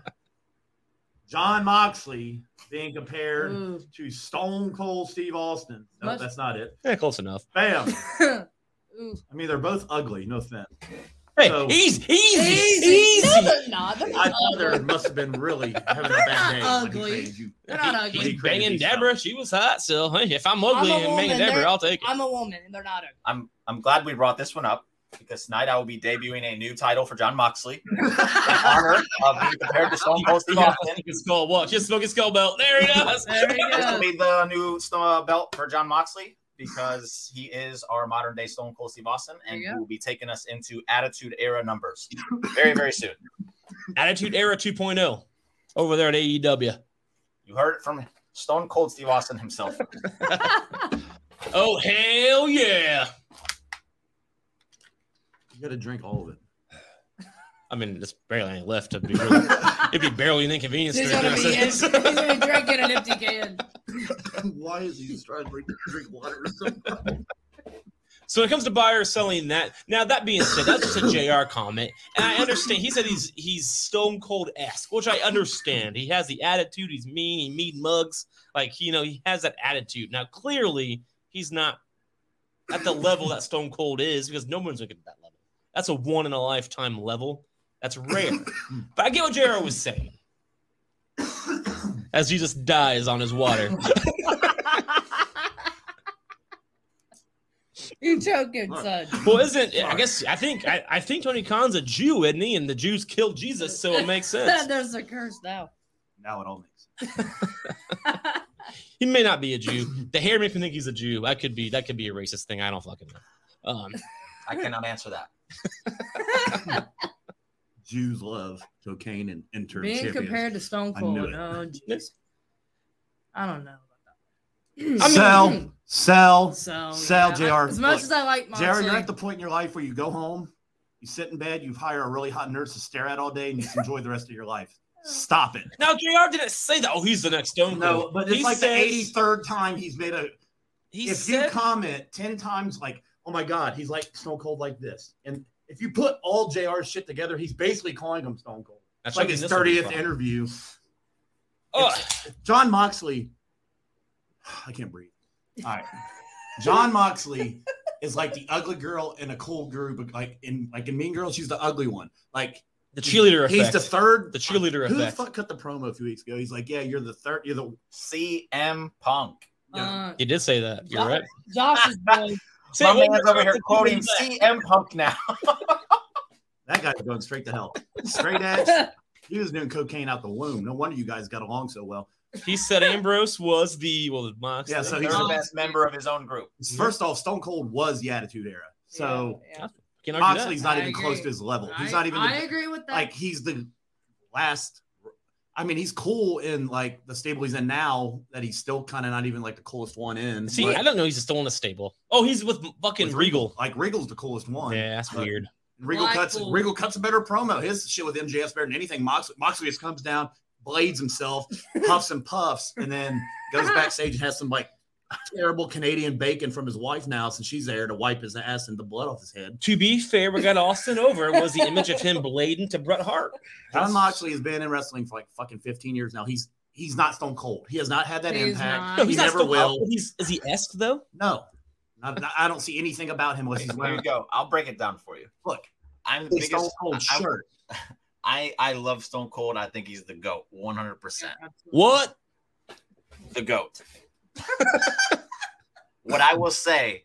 [SPEAKER 5] John Moxley being compared
[SPEAKER 3] Ooh. [laughs]
[SPEAKER 5] to Stone Cold Steve Austin. No,
[SPEAKER 3] Must-
[SPEAKER 5] that's not it.
[SPEAKER 2] yeah, close enough.
[SPEAKER 5] Bam.
[SPEAKER 3] Ooh.
[SPEAKER 5] I mean, they're both ugly. No offense.
[SPEAKER 2] Hey,
[SPEAKER 5] So-
[SPEAKER 2] easy, easy,
[SPEAKER 3] Easy.
[SPEAKER 2] easy.
[SPEAKER 6] No, they're not. They're
[SPEAKER 5] I
[SPEAKER 6] not
[SPEAKER 5] thought
[SPEAKER 6] ugly.
[SPEAKER 5] they must have been really having a
[SPEAKER 3] They're
[SPEAKER 5] bad day.
[SPEAKER 3] not
[SPEAKER 5] when he
[SPEAKER 3] ugly. [laughs]
[SPEAKER 5] created you.
[SPEAKER 3] They're not
[SPEAKER 2] He-
[SPEAKER 3] ugly.
[SPEAKER 2] He's banging Deborah. She was hot, so hey, if I'm ugly
[SPEAKER 6] a
[SPEAKER 2] and banging
[SPEAKER 6] woman,
[SPEAKER 2] Deborah,
[SPEAKER 6] they're-
[SPEAKER 2] I'll take it.
[SPEAKER 6] I'm a woman and they're not
[SPEAKER 5] [laughs]
[SPEAKER 6] ugly.
[SPEAKER 4] I'm I'm glad we brought this one up because tonight I will be debuting a new title for John Moxley
[SPEAKER 3] [laughs]
[SPEAKER 4] in honor of being compared to Stone Cold Steve Austin.
[SPEAKER 2] Smoking skull, watch. Just smoking skull belt. There it is.
[SPEAKER 3] There you
[SPEAKER 4] This will
[SPEAKER 3] go.
[SPEAKER 4] be the new uh, belt for John Moxley because he is our modern day Stone Cold Steve Austin, and he
[SPEAKER 3] There you go.
[SPEAKER 4] will be taking us into Attitude Era numbers very very soon.
[SPEAKER 2] Attitude Era 2.0 over there at E AEW.
[SPEAKER 4] You heard it from Stone Cold Steve Austin himself.
[SPEAKER 2] Oh hell yeah!
[SPEAKER 5] You got to drink all of it.
[SPEAKER 2] I mean, there's barely any left. It'd be, really, it'd be barely an inconvenience.
[SPEAKER 3] He's
[SPEAKER 2] to me. [laughs]
[SPEAKER 3] gonna be in, he's gonna be drinking an empty can.
[SPEAKER 5] Why is he just trying to drink, drink water or something?
[SPEAKER 2] So when it comes to buyers selling that, now that being said, that's just a JR comment, and I understand. He said he's he's stone cold esque, which I understand. He has the attitude. He's mean. He mean mugs. Like you know, he has that attitude. Now clearly, he's not at the level that Stone Cold is because no one's gonna get to that level. That's a one in a lifetime level. That's rare. but I get what JR was saying. As Jesus dies on his water.
[SPEAKER 3] You're joking, son.
[SPEAKER 2] Well, isn't I guess I think I, I think Tony Khan's a Jew, isn't he? And the Jews killed Jesus, so it makes
[SPEAKER 6] [laughs]
[SPEAKER 3] [laughs]
[SPEAKER 2] sense.
[SPEAKER 3] There's a curse now. [laughs]
[SPEAKER 5] Now it all makes sense.
[SPEAKER 2] He may not be a Jew. The hair makes me think he's a Jew. I could be. That could be a racist thing. I don't fucking know. Um,
[SPEAKER 4] I cannot answer that.
[SPEAKER 5] Jews love cocaine and intern
[SPEAKER 3] Being
[SPEAKER 5] champions.
[SPEAKER 3] compared to Stone
[SPEAKER 5] I knew
[SPEAKER 3] Cold.
[SPEAKER 5] it.
[SPEAKER 3] Oh,
[SPEAKER 2] [laughs]
[SPEAKER 3] jeez. I don't know.
[SPEAKER 5] [clears throat]
[SPEAKER 2] I mean-
[SPEAKER 5] sell, sell,
[SPEAKER 3] So,
[SPEAKER 5] Sell,
[SPEAKER 3] yeah,
[SPEAKER 5] JR.
[SPEAKER 3] I- as much
[SPEAKER 5] Look,
[SPEAKER 3] as I like uh, Moxley,
[SPEAKER 5] Jared, you're at the point in your life where you go home, you sit in bed, you hire a really hot nurse to stare at all day, and you just enjoy the rest of your life. Stop it.
[SPEAKER 2] now Jr. didn't say that. Oh, he's the next Stone Cold.
[SPEAKER 5] No, but it's
[SPEAKER 2] he
[SPEAKER 5] like
[SPEAKER 2] says,
[SPEAKER 5] the 83rd time he's made a.
[SPEAKER 2] He
[SPEAKER 5] if you
[SPEAKER 2] said,
[SPEAKER 5] comment 10 times, like, oh my God, he's like Stone Cold like this. And if you put all JR's shit together, he's basically calling him Stone Cold.
[SPEAKER 2] That's
[SPEAKER 5] It's like
[SPEAKER 2] fucking
[SPEAKER 5] his
[SPEAKER 2] this one's
[SPEAKER 5] 30th
[SPEAKER 2] wrong.
[SPEAKER 5] interview.
[SPEAKER 2] Ugh.
[SPEAKER 5] John Moxley. [sighs] I can't breathe. All
[SPEAKER 2] [laughs]
[SPEAKER 5] right. John Moxley is like the ugly girl in a cool group, like in like in Mean Girls, she's the ugly one. Like
[SPEAKER 2] The cheerleader
[SPEAKER 5] He's
[SPEAKER 2] effect.
[SPEAKER 5] the third.
[SPEAKER 2] The cheerleader
[SPEAKER 5] Who the
[SPEAKER 2] effect.
[SPEAKER 5] fuck cut the promo a few weeks ago? He's like, yeah, you're the third. You're the.
[SPEAKER 4] CM Punk.
[SPEAKER 3] Uh,
[SPEAKER 2] He did say that. You're
[SPEAKER 6] Yeah.
[SPEAKER 2] right.
[SPEAKER 6] Josh is going.
[SPEAKER 2] Say
[SPEAKER 4] My
[SPEAKER 2] one
[SPEAKER 4] man's
[SPEAKER 2] more
[SPEAKER 4] over here
[SPEAKER 2] time.
[SPEAKER 4] quoting CM Punk now.
[SPEAKER 5] That guy's going straight to hell. Straight ass. He was doing cocaine out the womb. No wonder you guys got along so well.
[SPEAKER 2] He said Ambrose was the well, Mox.
[SPEAKER 5] Yeah, so
[SPEAKER 4] He's
[SPEAKER 5] He's-
[SPEAKER 4] the best member of his own group.
[SPEAKER 5] First off, Stone Cold was the Attitude Era, so
[SPEAKER 3] yeah,
[SPEAKER 2] Can argue that.
[SPEAKER 5] Moxley's not
[SPEAKER 3] I
[SPEAKER 5] even close
[SPEAKER 3] agree.
[SPEAKER 5] to his level.
[SPEAKER 3] yeah.
[SPEAKER 5] He's
[SPEAKER 3] I,
[SPEAKER 5] not even the-
[SPEAKER 3] I agree with that.
[SPEAKER 5] like he's the last. I mean, he's cool in like the stable he's in now. That he's still kind of not even like the coolest one in.
[SPEAKER 2] See,
[SPEAKER 5] but
[SPEAKER 2] I don't know. He's still in a stable. Oh, he's with fucking
[SPEAKER 5] With
[SPEAKER 2] Regal.
[SPEAKER 5] like Regal's the coolest one.
[SPEAKER 2] Yeah, that's
[SPEAKER 5] But
[SPEAKER 2] weird.
[SPEAKER 5] Regal
[SPEAKER 3] Blackpool.
[SPEAKER 5] cuts Regal cuts a better promo. His shit with MJF better than anything. Moxley, Moxley just comes down, blades himself, puffs and puffs, and then goes backstage and has some like terrible Canadian bacon from his wife now since she's there to wipe his ass and the blood off his head.
[SPEAKER 2] To be fair, what got Austin over was the image of him blading to Bret Hart.
[SPEAKER 5] John Moxley has been in wrestling for like fucking 15 years now. He's he's not stone cold. He has not had that
[SPEAKER 3] He's
[SPEAKER 5] impact.
[SPEAKER 3] not.
[SPEAKER 2] No,
[SPEAKER 5] he
[SPEAKER 2] he's not
[SPEAKER 5] never
[SPEAKER 2] still
[SPEAKER 5] will.
[SPEAKER 2] He's is he esque though?
[SPEAKER 5] No. Not, not- I don't see anything about him unless he's
[SPEAKER 4] Here
[SPEAKER 5] wearing
[SPEAKER 4] you go. I'll break it down for you.
[SPEAKER 5] look,
[SPEAKER 4] I'm the
[SPEAKER 5] a stone
[SPEAKER 4] biggest.
[SPEAKER 5] cold
[SPEAKER 4] I- I'm-
[SPEAKER 5] shirt.
[SPEAKER 4] I I love Stone Cold. I think he's the goat. 100. percent
[SPEAKER 2] What?
[SPEAKER 4] the goat.
[SPEAKER 5] [laughs]
[SPEAKER 4] what I will say,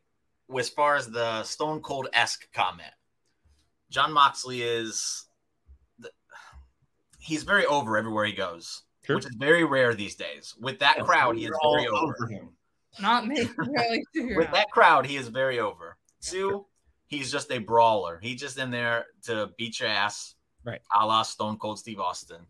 [SPEAKER 4] as far as the Stone Cold esque comment, John Moxley is, the, he's very over everywhere he goes,
[SPEAKER 2] Sure.
[SPEAKER 4] which is very rare these days. With that crowd, he is
[SPEAKER 5] You're all
[SPEAKER 4] very over.
[SPEAKER 5] over him.
[SPEAKER 3] Not me. [laughs] Really, you're
[SPEAKER 4] With
[SPEAKER 3] not.
[SPEAKER 4] that crowd, he is very over. Two, he's just a brawler. He's just in there to beat your ass,
[SPEAKER 2] Right.
[SPEAKER 4] A la Stone Cold Steve Austin.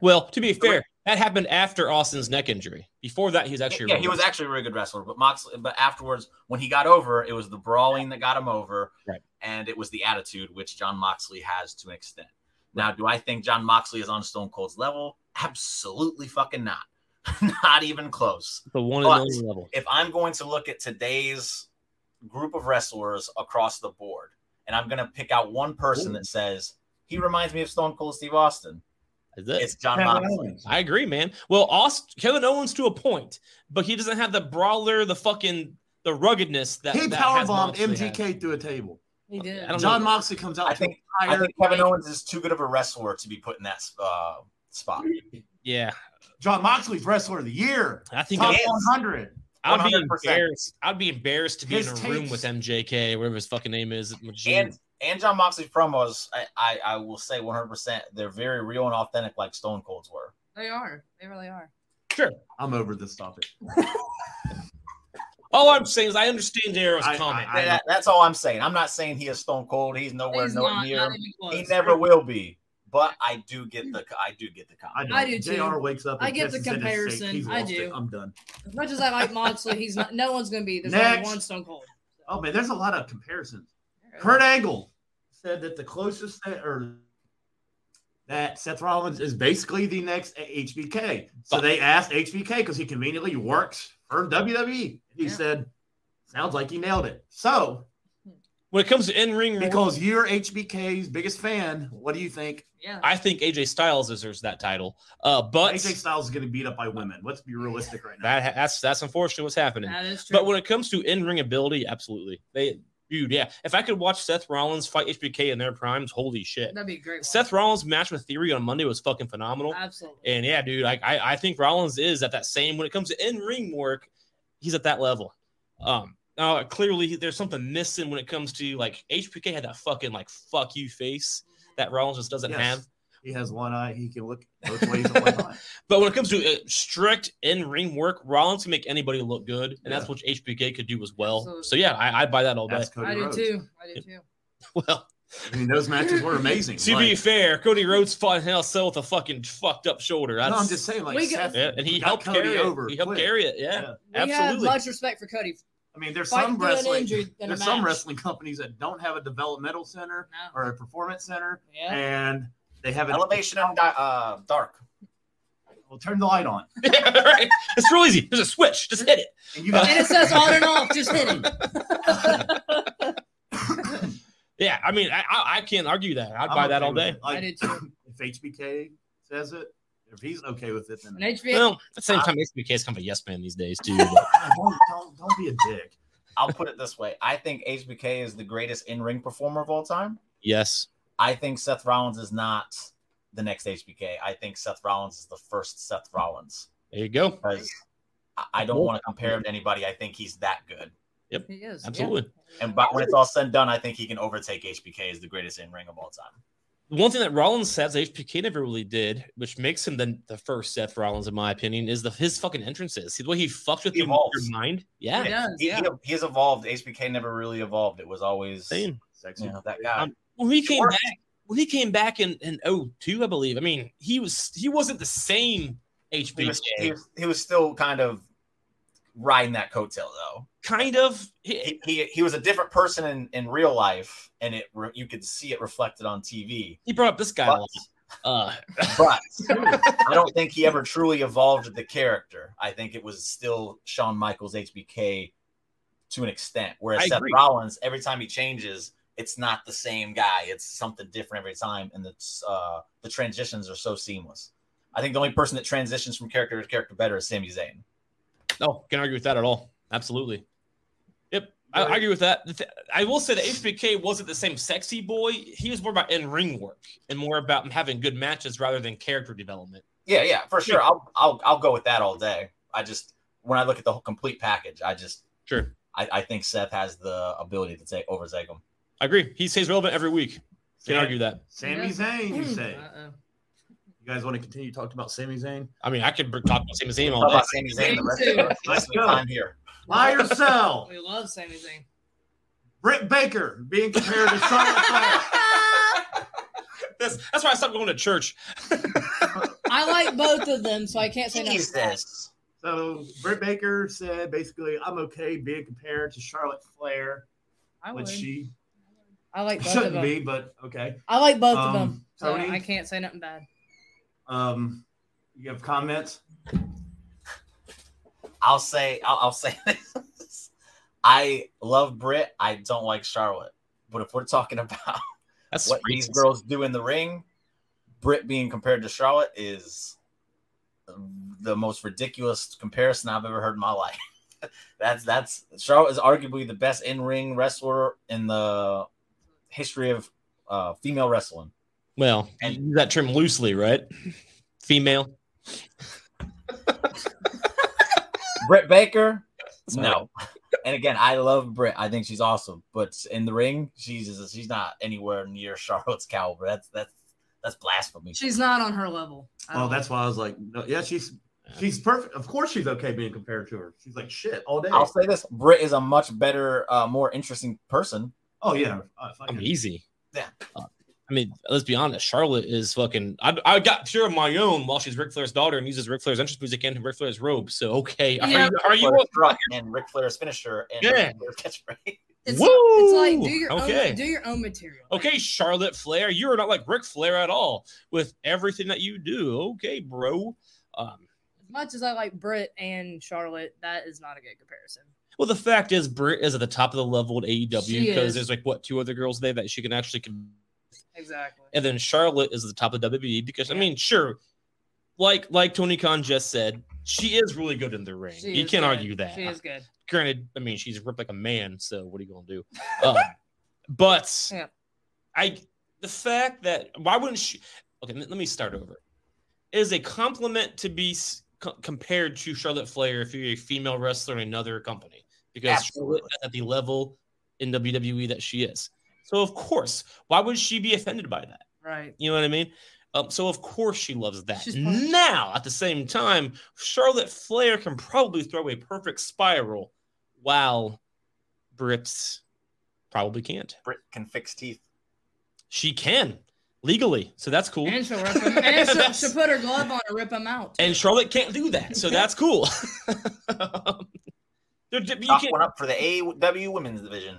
[SPEAKER 2] Well, to be fair, that happened after Austin's neck injury. Before that, he was actually
[SPEAKER 4] yeah, he was actually a really good wrestler, but Moxley. But afterwards, when he got over, it was the brawling that got him over,
[SPEAKER 2] Right.
[SPEAKER 4] and it was the attitude which John Moxley has to an extent. Now, do I think John Moxley is on Stone Cold's level? Absolutely fucking not, [laughs] not even close.
[SPEAKER 2] the one and
[SPEAKER 4] But-
[SPEAKER 2] only level.
[SPEAKER 4] If I'm going to look at today's group of wrestlers across the board, and I'm going to pick out one person
[SPEAKER 5] Ooh.
[SPEAKER 4] that says he reminds me of Stone Cold Steve Austin,
[SPEAKER 2] Is it?
[SPEAKER 4] it's John
[SPEAKER 5] Kevin
[SPEAKER 4] Moxley.
[SPEAKER 5] Owens.
[SPEAKER 2] I agree, man. Well, Aust- Kevin Owens to a point, but he doesn't have the brawler, the fucking the ruggedness that
[SPEAKER 5] He
[SPEAKER 2] that
[SPEAKER 5] power
[SPEAKER 2] has
[SPEAKER 5] bombed
[SPEAKER 2] Moxley had.
[SPEAKER 5] MGK through a table.
[SPEAKER 3] He did.
[SPEAKER 2] I don't
[SPEAKER 5] John
[SPEAKER 2] know.
[SPEAKER 5] Moxley comes out.
[SPEAKER 4] I
[SPEAKER 5] to
[SPEAKER 4] think-
[SPEAKER 5] a
[SPEAKER 4] I
[SPEAKER 5] fire.
[SPEAKER 4] think Kevin Owens is too good of a wrestler to be put in that uh, spot.
[SPEAKER 2] Yeah,
[SPEAKER 5] John Moxley's wrestler of the year.
[SPEAKER 2] I think
[SPEAKER 5] Top
[SPEAKER 4] it is.
[SPEAKER 5] 100.
[SPEAKER 2] I'd be
[SPEAKER 4] 100%.
[SPEAKER 2] embarrassed. I'd be embarrassed to be
[SPEAKER 5] His
[SPEAKER 2] in a room
[SPEAKER 5] tapes.
[SPEAKER 2] with MJK, whatever his fucking name is.
[SPEAKER 4] and and John Moxley's promos, I, I, I will say 100%, they're very real and authentic, like Stone Cold's were.
[SPEAKER 3] They are. They really are.
[SPEAKER 5] I'm over this topic.
[SPEAKER 2] all I'm saying is I understand Darrow's
[SPEAKER 5] I-
[SPEAKER 2] comment.
[SPEAKER 5] I-
[SPEAKER 4] That- that's all I'm saying. I'm not saying he is Stone Cold. He's nowhere
[SPEAKER 3] He's
[SPEAKER 4] nowhere
[SPEAKER 3] not,
[SPEAKER 4] near.
[SPEAKER 3] not
[SPEAKER 4] him.
[SPEAKER 3] even
[SPEAKER 4] he
[SPEAKER 3] close.
[SPEAKER 4] never will be. But I do get the I do get the
[SPEAKER 5] I,
[SPEAKER 4] comment.
[SPEAKER 5] know.
[SPEAKER 3] I do too.
[SPEAKER 5] JR wakes up. and
[SPEAKER 3] I get the
[SPEAKER 5] pisses in his seat.
[SPEAKER 3] comparison.
[SPEAKER 5] He's
[SPEAKER 3] I
[SPEAKER 5] lost it.
[SPEAKER 3] do.
[SPEAKER 5] I'm done.
[SPEAKER 3] As much as I like Moxley, he's not. No one's gonna be. There's
[SPEAKER 5] Next.
[SPEAKER 3] only one Stone Cold.
[SPEAKER 5] Oh man, there's a lot of comparisons. Kurt Angle said that the closest that, or that Seth Rollins is basically the next HBK. So
[SPEAKER 2] But-
[SPEAKER 5] they asked HBK because he conveniently works for WWE. He
[SPEAKER 3] Yeah.
[SPEAKER 5] said, "Sounds like he nailed it." So
[SPEAKER 2] when it comes to in ring,
[SPEAKER 5] because you're HBK's biggest fan, what do you think?
[SPEAKER 3] Yeah.
[SPEAKER 2] I think AJ Styles deserves that title. Uh, but
[SPEAKER 5] AJ Styles is going to beat up by women. Let's be realistic right now.
[SPEAKER 2] that ha- that's that's unfortunate what's happening.
[SPEAKER 3] That is true.
[SPEAKER 2] But when it comes to in ring ability, absolutely. They dude, yeah. If I could watch Seth Rollins fight HBK in their primes, holy shit.
[SPEAKER 3] That'd be a great. one.
[SPEAKER 2] Seth Rollins match with Theory on Monday was fucking phenomenal.
[SPEAKER 3] Absolutely.
[SPEAKER 2] And yeah, dude, I, I I think Rollins is at that same when it comes to in ring work, he's at that level. Um, now clearly there's something missing when it comes to like HBK had that fucking like fuck you face that Rollins just doesn't
[SPEAKER 5] Yes.
[SPEAKER 2] have.
[SPEAKER 5] He has one eye. He can look both ways
[SPEAKER 2] [laughs]
[SPEAKER 5] at one time.
[SPEAKER 2] But when it comes to uh, strict in ring work, Rollins can make anybody look good, and that's
[SPEAKER 5] Yeah.
[SPEAKER 2] what HBK could do as well.
[SPEAKER 3] Absolutely.
[SPEAKER 2] So yeah, I, I buy that all day.
[SPEAKER 5] That's Cody
[SPEAKER 3] I do
[SPEAKER 5] Rhodes.
[SPEAKER 3] too. I do too.
[SPEAKER 2] well,
[SPEAKER 5] I mean, those matches were amazing.
[SPEAKER 2] To be
[SPEAKER 5] Like,
[SPEAKER 2] fair, Cody Rhodes fought Hell Cell with a fucking fucked up shoulder.
[SPEAKER 5] no,
[SPEAKER 2] That's,
[SPEAKER 5] I'm just saying, like,
[SPEAKER 3] We got-
[SPEAKER 5] Seth
[SPEAKER 2] yeah, and he
[SPEAKER 5] got
[SPEAKER 2] helped
[SPEAKER 5] Cody
[SPEAKER 2] carry
[SPEAKER 5] over
[SPEAKER 2] it. He helped
[SPEAKER 5] quick.
[SPEAKER 2] carry it. Yeah,
[SPEAKER 5] Yeah.
[SPEAKER 3] We have
[SPEAKER 2] absolutely.
[SPEAKER 3] much respect for Cody.
[SPEAKER 5] I mean, there's
[SPEAKER 3] Fight
[SPEAKER 5] some
[SPEAKER 3] through an
[SPEAKER 5] wrestling.
[SPEAKER 3] injury in a
[SPEAKER 5] There's some
[SPEAKER 3] match.
[SPEAKER 5] wrestling companies that don't have a developmental center
[SPEAKER 3] No.
[SPEAKER 5] or a performance center,
[SPEAKER 3] Yeah.
[SPEAKER 5] and they have an
[SPEAKER 4] Elevation and uh, dark.
[SPEAKER 5] Well, turn the light on,
[SPEAKER 2] [laughs] Yeah, right. It's real easy. There's a switch. Just hit it. [laughs]
[SPEAKER 5] and you
[SPEAKER 3] And
[SPEAKER 5] got.
[SPEAKER 3] it says on and off. Just hit
[SPEAKER 5] [laughs]
[SPEAKER 3] him.
[SPEAKER 2] Yeah, I mean, I, I, I can't argue that. I'd
[SPEAKER 5] I'm
[SPEAKER 2] buy that
[SPEAKER 5] okay
[SPEAKER 2] all
[SPEAKER 5] with
[SPEAKER 2] day.
[SPEAKER 5] it. Like,
[SPEAKER 3] I did too.
[SPEAKER 5] If HBK says it, if he's okay with it, then
[SPEAKER 3] And HBK.
[SPEAKER 2] Well, at the same time, HBK is kind of a yes man these days, too.
[SPEAKER 5] [laughs] Ah, don't, don't, don't be a dick.
[SPEAKER 4] I'll put it this way: I think HBK is the greatest in ring performer of all time,
[SPEAKER 2] yes.
[SPEAKER 4] I think Seth Rollins is not the next HBK. I think Seth Rollins is the first Seth Rollins
[SPEAKER 2] There you go.
[SPEAKER 4] because I- I don't want to compare him to anybody. I think he's that good.
[SPEAKER 3] He is. yeah.
[SPEAKER 2] Absolutely.
[SPEAKER 4] And but when it's all said and done, I think he can overtake HBK as the greatest in ring of all time.
[SPEAKER 2] The one thing that Rollins has HPK never really did, which makes him the, the first Seth Rollins, in my opinion, is the his fucking entrances. The way he fucked with
[SPEAKER 4] He
[SPEAKER 2] you in
[SPEAKER 4] evolves.
[SPEAKER 2] your mind.
[SPEAKER 3] He
[SPEAKER 2] Yeah.
[SPEAKER 3] does,
[SPEAKER 4] He,
[SPEAKER 3] yeah.
[SPEAKER 4] he, he has evolved. HBK never really evolved. It was always you
[SPEAKER 2] Same.
[SPEAKER 5] Sexy.
[SPEAKER 4] know, that guy.
[SPEAKER 2] Um, When he came
[SPEAKER 4] Sure.
[SPEAKER 2] back, when he came back in, in 02, I believe. I mean, he was he wasn't the same HBK.
[SPEAKER 4] He was, he, was, he was still kind of riding that coattail though.
[SPEAKER 2] kind of
[SPEAKER 4] He, he, he was a different person in, in real life, and it re- you could see it reflected on TV.
[SPEAKER 2] he brought up this guy a
[SPEAKER 4] But,
[SPEAKER 2] lot. Uh, [laughs]
[SPEAKER 4] but I don't think he ever truly evolved the character. I think it was still Shawn Michaels HBK to an extent. Whereas
[SPEAKER 2] I
[SPEAKER 4] Seth
[SPEAKER 2] agree.
[SPEAKER 4] Rollins, every time he changes, it's not the same guy. It's something different every time, and it's uh, the transitions are so seamless. I think the only person that transitions from character to character better is Sami Zayn.
[SPEAKER 2] no, can't argue with that at all. Absolutely. Yep, I, I agree with that. The th- I will say that HBK wasn't the same sexy boy. He was more about in ring work and more about having good matches rather than character development.
[SPEAKER 4] Yeah, yeah, for sure. I'll I'll I'll go with that all day. I just when I look at the whole complete package, I just
[SPEAKER 2] Sure,
[SPEAKER 4] I, I think Seth has the ability to take overtake him.
[SPEAKER 2] I agree. He stays relevant every week. Can't argue that.
[SPEAKER 5] Sami Zayn,
[SPEAKER 3] [clears throat]
[SPEAKER 5] you say.
[SPEAKER 3] Uh-uh.
[SPEAKER 5] You guys want to continue talking about Sami Zayn?
[SPEAKER 2] I mean, I could br- talk about Sami Zayn all
[SPEAKER 4] Talk
[SPEAKER 2] day.
[SPEAKER 4] about Sami Zayn the rest of
[SPEAKER 3] Let's
[SPEAKER 4] the rest of the
[SPEAKER 5] go.
[SPEAKER 4] time here.
[SPEAKER 5] Buy or sell?
[SPEAKER 3] We love Sami Zayn.
[SPEAKER 5] Britt Baker being compared to Charlotte
[SPEAKER 2] [laughs]
[SPEAKER 5] Flair.
[SPEAKER 2] That's, that's why I stopped going to church.
[SPEAKER 6] I like both of them, so I can't say no.
[SPEAKER 4] Jesus.
[SPEAKER 5] So Britt Baker said basically, I'm okay being compared to Charlotte Flair,
[SPEAKER 3] I would.
[SPEAKER 5] which she
[SPEAKER 3] I like both of
[SPEAKER 5] shouldn't
[SPEAKER 3] them.
[SPEAKER 5] be, but okay.
[SPEAKER 6] I like both of
[SPEAKER 5] Um,
[SPEAKER 6] them.
[SPEAKER 3] So
[SPEAKER 5] Tony,
[SPEAKER 3] I can't say nothing bad.
[SPEAKER 5] um, you have comments?
[SPEAKER 4] I'll say I'll, I'll say [laughs] this. I love Brit. I don't like Charlotte. But if we're talking about
[SPEAKER 2] That's
[SPEAKER 4] what these
[SPEAKER 2] racist.
[SPEAKER 4] girls do in the ring, Brit being compared to Charlotte is the most ridiculous comparison I've ever heard in my life. [laughs] that's that's Charlotte is arguably the best in-ring wrestler in the history of uh, female wrestling.
[SPEAKER 2] Well,
[SPEAKER 4] And-
[SPEAKER 2] you use that term loosely, right? Female.
[SPEAKER 4] Britt Baker, no. [laughs] And again, I love Britt. I think she's awesome, but in the ring, she's she's not anywhere near [laughs] Charlotte's caliber. That's that's that's blasphemy.
[SPEAKER 3] She's not on her level. I
[SPEAKER 5] Well,
[SPEAKER 3] don't-
[SPEAKER 5] Oh, that's why I was like, no, yeah, she's she's perfect. Of course, she's okay being compared to her. She's like shit all day.
[SPEAKER 4] I'll say this: Britt is a much better, uh, more interesting person.
[SPEAKER 5] oh yeah, uh, fuck
[SPEAKER 2] I mean,
[SPEAKER 5] it.
[SPEAKER 2] easy.
[SPEAKER 4] Yeah.
[SPEAKER 2] Uh, I mean, let's be honest. Charlotte is fucking. I, I got pure of my own while she's Ric Flair's daughter and uses Ric Flair's entrance music and Ric Flair's robe. So okay, are
[SPEAKER 3] Yeah.
[SPEAKER 2] you? Are you
[SPEAKER 4] Flair's truck and Ric Flair's finisher and
[SPEAKER 2] Yeah.
[SPEAKER 4] Ric Flair's [laughs] catchphrase.
[SPEAKER 3] it's,
[SPEAKER 2] Woo!
[SPEAKER 3] it's like do your
[SPEAKER 2] Okay.
[SPEAKER 3] own do your own material.
[SPEAKER 2] okay, Charlotte Flair? You are not like Ric Flair at all with everything that you do. Okay, bro. Um,
[SPEAKER 3] As much as I like Britt and Charlotte, that is not a good comparison.
[SPEAKER 2] well, the fact is, Britt is at the top of the level at AEW
[SPEAKER 3] She
[SPEAKER 2] because
[SPEAKER 3] is.
[SPEAKER 2] there's like what two other girls there that she can actually con-
[SPEAKER 3] Exactly.
[SPEAKER 2] and then Charlotte is at the top of WWE because I mean, sure, like like Tony Khan just said, she is really good in the ring.
[SPEAKER 3] She
[SPEAKER 2] you
[SPEAKER 3] is
[SPEAKER 2] can't
[SPEAKER 3] good.
[SPEAKER 2] argue that.
[SPEAKER 3] She is good.
[SPEAKER 2] Granted, I mean, she's ripped like a man, so what are you gonna do? Um, [laughs] but
[SPEAKER 3] Yeah.
[SPEAKER 2] I the fact that why wouldn't she? Okay, let let me start over. It is a compliment to be s- co- compared to Charlotte Flair if you're a female wrestler in another company because Charlotte
[SPEAKER 4] Absolutely.
[SPEAKER 2] is at the level in WWE that she is. So of course, why would she be offended by that?
[SPEAKER 3] Right.
[SPEAKER 2] You know what I mean? Um, so of course she loves that.
[SPEAKER 3] She's fine.
[SPEAKER 2] now, at the same time, Charlotte Flair can probably throw a perfect spiral, while Britt probably can't.
[SPEAKER 4] Britt can fix teeth.
[SPEAKER 2] She can legally, so that's cool.
[SPEAKER 3] And she'll rip them.
[SPEAKER 2] [laughs]
[SPEAKER 3] And she'll,
[SPEAKER 2] That's-
[SPEAKER 3] she'll put her glove on and rip them out.
[SPEAKER 2] And Charlotte can't do that, so that's cool. [laughs] Um, there- you
[SPEAKER 4] Knock
[SPEAKER 2] can't-
[SPEAKER 4] one up for the AW Women's Division.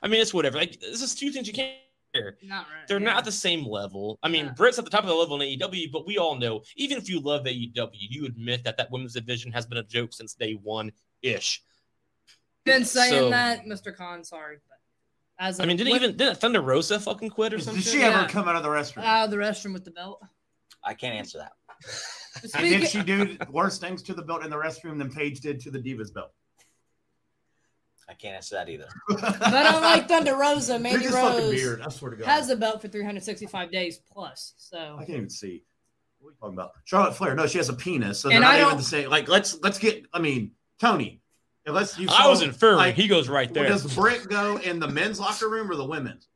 [SPEAKER 2] I mean, it's whatever. Like, this is two things you can't. compare.
[SPEAKER 3] not right.
[SPEAKER 2] They're
[SPEAKER 3] yeah.
[SPEAKER 2] not the same level. I mean,
[SPEAKER 3] Yeah.
[SPEAKER 2] Britt's at the top of the level in AEW, but we all know, even if you love AEW, you admit that that women's division has been a joke since day one ish.
[SPEAKER 3] been saying
[SPEAKER 2] so-
[SPEAKER 3] that, Mr. Khan. Sorry, but as
[SPEAKER 2] I
[SPEAKER 3] a-
[SPEAKER 2] mean, didn't
[SPEAKER 3] what-
[SPEAKER 2] even didn't Thunder Rosa fucking quit or something?
[SPEAKER 5] Did she
[SPEAKER 3] have-
[SPEAKER 5] ever
[SPEAKER 3] Yeah. Uh,
[SPEAKER 5] come out of the restroom?
[SPEAKER 3] out of the restroom with the belt.
[SPEAKER 4] I can't answer that.
[SPEAKER 5] and
[SPEAKER 3] Speaking,
[SPEAKER 5] did she do worse things to the belt in the restroom than Paige did to the Divas belt?
[SPEAKER 4] I can't answer that either.
[SPEAKER 6] But
[SPEAKER 5] [laughs]
[SPEAKER 6] unlike Thunder Rosa,
[SPEAKER 5] You're
[SPEAKER 6] Mandy
[SPEAKER 5] just fucking
[SPEAKER 6] Rose
[SPEAKER 5] weird. I swear to God.
[SPEAKER 6] has the belt for 365 days plus.
[SPEAKER 5] I
[SPEAKER 6] So
[SPEAKER 5] can't even see. What are you talking about? Charlotte Flair. No, she has a penis. So they're
[SPEAKER 3] And
[SPEAKER 5] not
[SPEAKER 3] I
[SPEAKER 5] even
[SPEAKER 3] don't-
[SPEAKER 5] the same. Like, let's let's get. I mean, Tony. Unless you.
[SPEAKER 2] I was inferring.
[SPEAKER 5] like,
[SPEAKER 2] he goes right there.
[SPEAKER 5] Does Britt go in the men's locker room or the women's?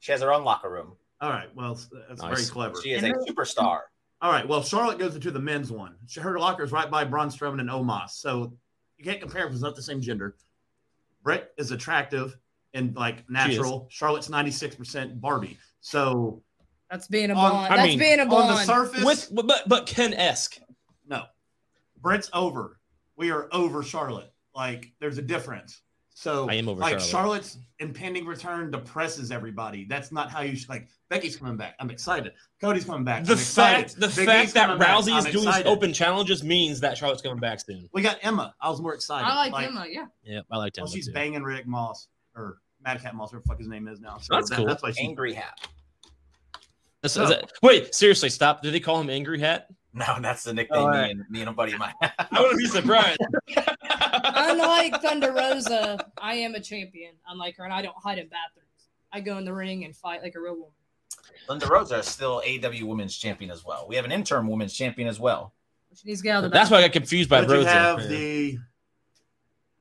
[SPEAKER 4] She has her own locker room.
[SPEAKER 5] All right. Well, that's very
[SPEAKER 2] Nice.
[SPEAKER 5] clever.
[SPEAKER 4] She is a
[SPEAKER 3] And her-
[SPEAKER 4] superstar.
[SPEAKER 5] All right. Well, Charlotte goes into the men's one. She, her locker is right by Braun Strowman and Omos. So you can't compare because it's not the same gender. Britt is attractive and like natural. Charlotte's 96% Barbie. So
[SPEAKER 3] That's being a
[SPEAKER 5] On-
[SPEAKER 3] blonde.
[SPEAKER 2] I
[SPEAKER 3] That's
[SPEAKER 2] mean,
[SPEAKER 3] being a
[SPEAKER 5] on the
[SPEAKER 3] blonde.
[SPEAKER 5] surface,
[SPEAKER 2] With but but Ken esque.
[SPEAKER 5] no. Britt's over. We are over Charlotte. Like there's a difference. So
[SPEAKER 2] I am over
[SPEAKER 5] like
[SPEAKER 2] Charlotte.
[SPEAKER 5] Charlotte's impending return depresses everybody. That's not how you should like Becky's coming back. I'm excited. Cody's coming back.
[SPEAKER 2] The
[SPEAKER 5] I'm excited.
[SPEAKER 2] fact the
[SPEAKER 5] Big E's
[SPEAKER 2] fact that
[SPEAKER 5] coming back.
[SPEAKER 2] Rousey is
[SPEAKER 5] I'm
[SPEAKER 2] doing these
[SPEAKER 5] excited.
[SPEAKER 2] open challenges means that Charlotte's coming back soon.
[SPEAKER 5] We got Emma. I was more excited.
[SPEAKER 6] I like Emma, yeah.
[SPEAKER 2] Yeah, I like
[SPEAKER 5] Well,
[SPEAKER 2] that.
[SPEAKER 5] Oh, she's
[SPEAKER 2] too.
[SPEAKER 5] banging Rick Moss or Mad Cat Moss, whatever the fuck his name is now. So
[SPEAKER 2] That's
[SPEAKER 5] that-
[SPEAKER 2] cool.
[SPEAKER 5] That's why she.
[SPEAKER 4] Angry hat.
[SPEAKER 2] That's- is that- wait, seriously, stop. Did they call him Angry
[SPEAKER 5] [laughs]
[SPEAKER 2] Hat?
[SPEAKER 4] No, that's the nickname
[SPEAKER 2] All
[SPEAKER 4] me,
[SPEAKER 2] right.
[SPEAKER 4] and, me and a buddy of mine.
[SPEAKER 2] [laughs] I wouldn't be surprised.
[SPEAKER 6] unlike Thunder Rosa, I am a champion. Unlike her, and I don't hide in bathrooms. I go in the ring and fight like a real woman.
[SPEAKER 4] [laughs] Linda Rosa is still AW Women's Champion as well. We have an interim Women's Champion as well.
[SPEAKER 6] She needs to get out of the
[SPEAKER 2] That's why I got confused by
[SPEAKER 5] But you
[SPEAKER 2] Rosa.
[SPEAKER 5] have the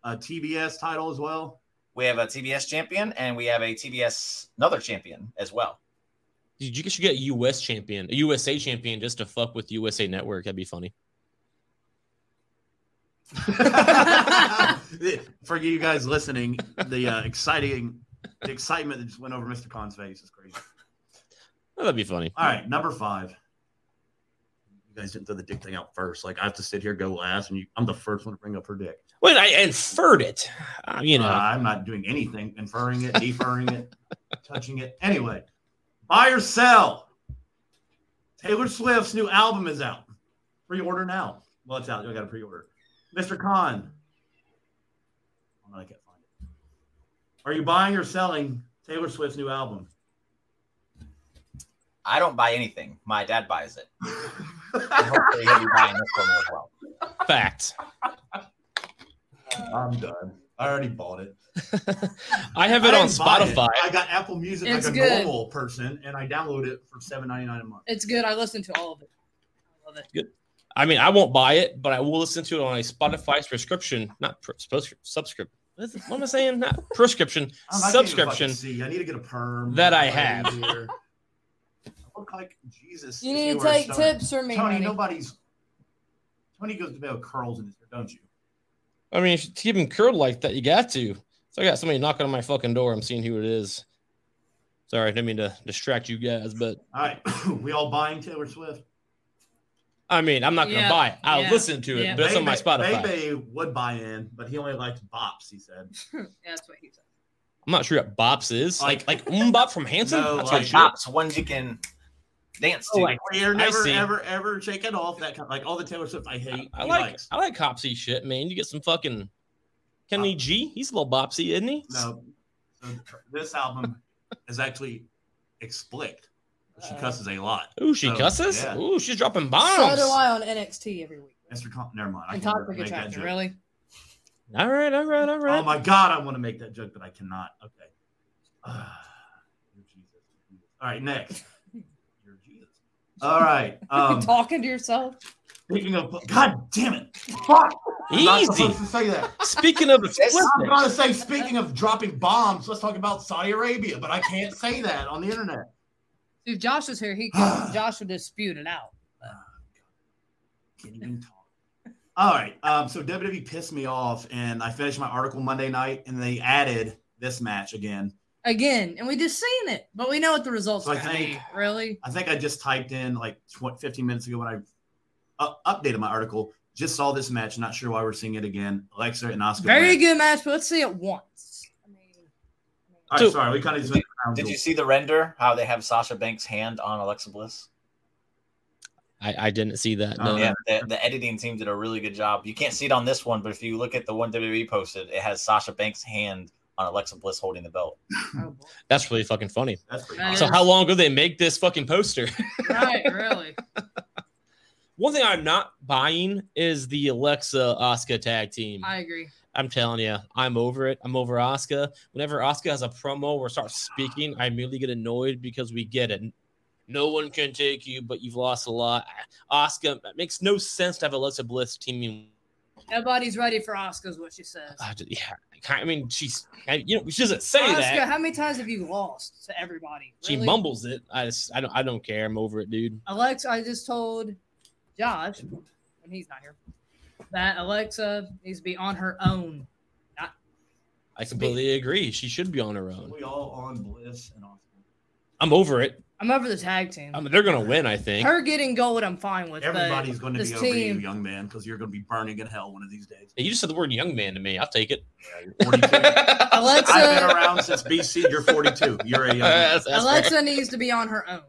[SPEAKER 5] uh, TBS title as well.
[SPEAKER 4] We have a TBS champion, and we have a TBS another champion as well.
[SPEAKER 2] Did you should get a US champion, a USA champion, just to fuck with USA Network? That'd be funny.
[SPEAKER 5] [laughs] For you guys listening, the uh, exciting, the excitement that just went over Mr. Khan's face is crazy.
[SPEAKER 2] That'd be funny.
[SPEAKER 5] All right, number five. You guys didn't throw the dick thing out first. Like I have to sit here go last, and you, I'm the first one to bring up her dick.
[SPEAKER 2] Wait, I inferred it. Uh, you know,
[SPEAKER 5] Uh, I'm not doing anything, inferring it,
[SPEAKER 2] [laughs]
[SPEAKER 5] deferring it, touching it. Anyway, buy or sell. Taylor Swift's new album is out. Pre-order now. Well, it's out. You got to pre-order. Mr. Khan. Oh, no, I can't find it. Are you buying or selling Taylor Swift's new album?
[SPEAKER 4] I don't buy anything. My dad
[SPEAKER 2] [laughs]
[SPEAKER 4] buys it. And hopefully he'll be buying this one as well.
[SPEAKER 2] Uh. fact. [laughs]
[SPEAKER 5] I'm done. I already bought it.
[SPEAKER 2] I have it on Spotify.
[SPEAKER 5] I got Apple Music
[SPEAKER 6] It's
[SPEAKER 5] like a
[SPEAKER 6] good.
[SPEAKER 5] normal person, and I download it for seven ninety nine a month.
[SPEAKER 6] It's good. I listen to all of it. I love it.
[SPEAKER 2] I mean, I won't buy it, but I will listen to it on a Spotify subscription, not pr- subscri- subscription. What is it- what am I saying? Not [laughs] prescription,
[SPEAKER 5] I'm- I can't even fucking
[SPEAKER 2] subscription.
[SPEAKER 5] See, I need to get a perm
[SPEAKER 2] that I
[SPEAKER 5] Right
[SPEAKER 2] have.
[SPEAKER 5] here. I look like Jesus.
[SPEAKER 6] You
[SPEAKER 5] if
[SPEAKER 6] need to
[SPEAKER 5] were a
[SPEAKER 6] take
[SPEAKER 5] stoner.
[SPEAKER 6] tips from me,
[SPEAKER 5] Tony.
[SPEAKER 6] honey.
[SPEAKER 5] Nobody's. Tony goes to bed with curls in his hair, don't you?
[SPEAKER 2] I mean, if you keep him curled like that, you got to. So I got somebody knocking on my fucking door. I'm seeing who it is. Sorry, I didn't mean to distract you guys, but
[SPEAKER 5] All right, [coughs] we all buying Taylor Swift.
[SPEAKER 2] I mean, I'm not gonna
[SPEAKER 6] Yeah,
[SPEAKER 2] buy it. I'll
[SPEAKER 6] yeah,
[SPEAKER 2] listen to it,
[SPEAKER 6] yeah.
[SPEAKER 2] but it's on my Spotify.
[SPEAKER 5] Bebe would buy in, but he only likes bops. He said.
[SPEAKER 6] [laughs]
[SPEAKER 2] [laughs]
[SPEAKER 6] Yeah, that's what he said.
[SPEAKER 2] I'm not sure what bops is. Like
[SPEAKER 5] Like-
[SPEAKER 2] like umbop from Hanson.
[SPEAKER 5] No,
[SPEAKER 2] That's
[SPEAKER 5] like-
[SPEAKER 2] what shit.
[SPEAKER 4] Tops, ones you can dance to.
[SPEAKER 5] We are never,
[SPEAKER 2] see.
[SPEAKER 5] ever, ever shake it off. That kind like all the Taylor Swift I hate.
[SPEAKER 2] I
[SPEAKER 5] he
[SPEAKER 2] like
[SPEAKER 5] likes.
[SPEAKER 2] I like Hopsy shit, man. You get some fucking Kenny G. He's a little bopsy, isn't he?
[SPEAKER 5] Uh, No, so this
[SPEAKER 2] [laughs]
[SPEAKER 5] album is actually explicit. She
[SPEAKER 6] Uh,
[SPEAKER 5] cusses a lot.
[SPEAKER 2] Ooh, she
[SPEAKER 5] Oh,
[SPEAKER 2] cusses.
[SPEAKER 5] yeah.
[SPEAKER 2] Ooh, she's dropping
[SPEAKER 6] So
[SPEAKER 2] bombs.
[SPEAKER 6] do I on NXT every week.
[SPEAKER 5] Mr. Con- never mind. I
[SPEAKER 6] And
[SPEAKER 5] can't
[SPEAKER 6] toxic
[SPEAKER 5] make that
[SPEAKER 6] attraction,
[SPEAKER 5] joke.
[SPEAKER 6] really? [laughs]
[SPEAKER 2] All right, all right, all right.
[SPEAKER 5] Oh my god, I want to make that joke, but I cannot. Okay. [sighs] You're Jesus. All right, next. You're Jesus. All right. Um,
[SPEAKER 6] you talking to yourself?
[SPEAKER 5] speaking of, God damn it! Fuck. I'm not
[SPEAKER 2] Easy.
[SPEAKER 5] [laughs] supposed to say that.
[SPEAKER 2] Speaking of explicit,
[SPEAKER 5] I'm gonna say. Speaking of dropping bombs, let's talk about Saudi Arabia, but I can't say that on the internet.
[SPEAKER 6] If Josh was
[SPEAKER 5] [sighs]
[SPEAKER 6] here, he could, Josh would dispute it out.
[SPEAKER 5] Can't even talk. All right. Um, so WWE pissed me off, and I finished my article Monday night, and they added this match again.
[SPEAKER 6] Again, and we just seen it, but we know what the results
[SPEAKER 5] So I
[SPEAKER 6] are gonna
[SPEAKER 5] think-
[SPEAKER 6] be. Really?
[SPEAKER 5] I think I just typed in like tw- 15 minutes ago when I uh, updated my article. Just saw this match. Not sure why we're seeing it again. Alexa and Oscar.
[SPEAKER 6] Very good match, but let's see it once. I mean,
[SPEAKER 5] All right,
[SPEAKER 2] So-
[SPEAKER 5] sorry, we kind of just went around.
[SPEAKER 4] Did you see the render? How they have Sasha Banks' hand on Alexa Bliss?
[SPEAKER 2] I, I didn't see that. No.
[SPEAKER 5] Oh,
[SPEAKER 4] Yeah, the, the editing team did a really good job. You can't see it on this one, but if you look at the one WWE posted, it has Sasha Banks' hand on Alexa Bliss holding the belt.
[SPEAKER 6] oh boy.
[SPEAKER 2] That's really fucking funny.
[SPEAKER 5] That's pretty
[SPEAKER 6] That
[SPEAKER 5] awesome.
[SPEAKER 2] So
[SPEAKER 6] is-
[SPEAKER 2] how long ago they make this fucking poster?
[SPEAKER 6] [laughs]
[SPEAKER 2] [laughs]
[SPEAKER 6] right? Really?
[SPEAKER 2] One thing I'm not buying is the Alexa Oscar tag team.
[SPEAKER 6] I agree.
[SPEAKER 2] I'm telling you, I'm over it. I'm over Oscar. Whenever Oscar has a promo or starts speaking, I immediately get annoyed because we get it. No one can take you, but you've lost a lot. Oscar it makes no sense to have Alexa Bliss teaming.
[SPEAKER 6] Nobody's ready for Oscar's what she says.
[SPEAKER 2] Uh, yeah, I can't- I mean, she's I, you know she doesn't say
[SPEAKER 6] Oscar,
[SPEAKER 2] that.
[SPEAKER 6] how many times have you lost to everybody?
[SPEAKER 2] She
[SPEAKER 6] Really?
[SPEAKER 2] mumbles it. I just I don't I don't care. I'm over it, dude.
[SPEAKER 6] Alexa, I just told Josh, and he's not here, that Alexa needs to be on her own.
[SPEAKER 2] I completely agree. She should be on her own.
[SPEAKER 5] We all on Bliss and Oscar.
[SPEAKER 2] I'm over it.
[SPEAKER 6] I'm over the tag team.
[SPEAKER 2] I mean, they're gonna win. I think.
[SPEAKER 6] her getting gold, I'm fine with. but
[SPEAKER 5] Everybody's going to
[SPEAKER 6] this
[SPEAKER 5] be over you,
[SPEAKER 6] team-
[SPEAKER 5] young man, because you're going to be burning in hell one of these days.
[SPEAKER 2] You just said the word "young man" to me. I'll take it.
[SPEAKER 5] Yeah, you're 42.
[SPEAKER 6] [laughs] Alexa,
[SPEAKER 5] [laughs] I've been around since BC. You're 42. You're a
[SPEAKER 2] [laughs]
[SPEAKER 5] young man.
[SPEAKER 2] That's- that's fair.
[SPEAKER 6] Alexa needs to be on her own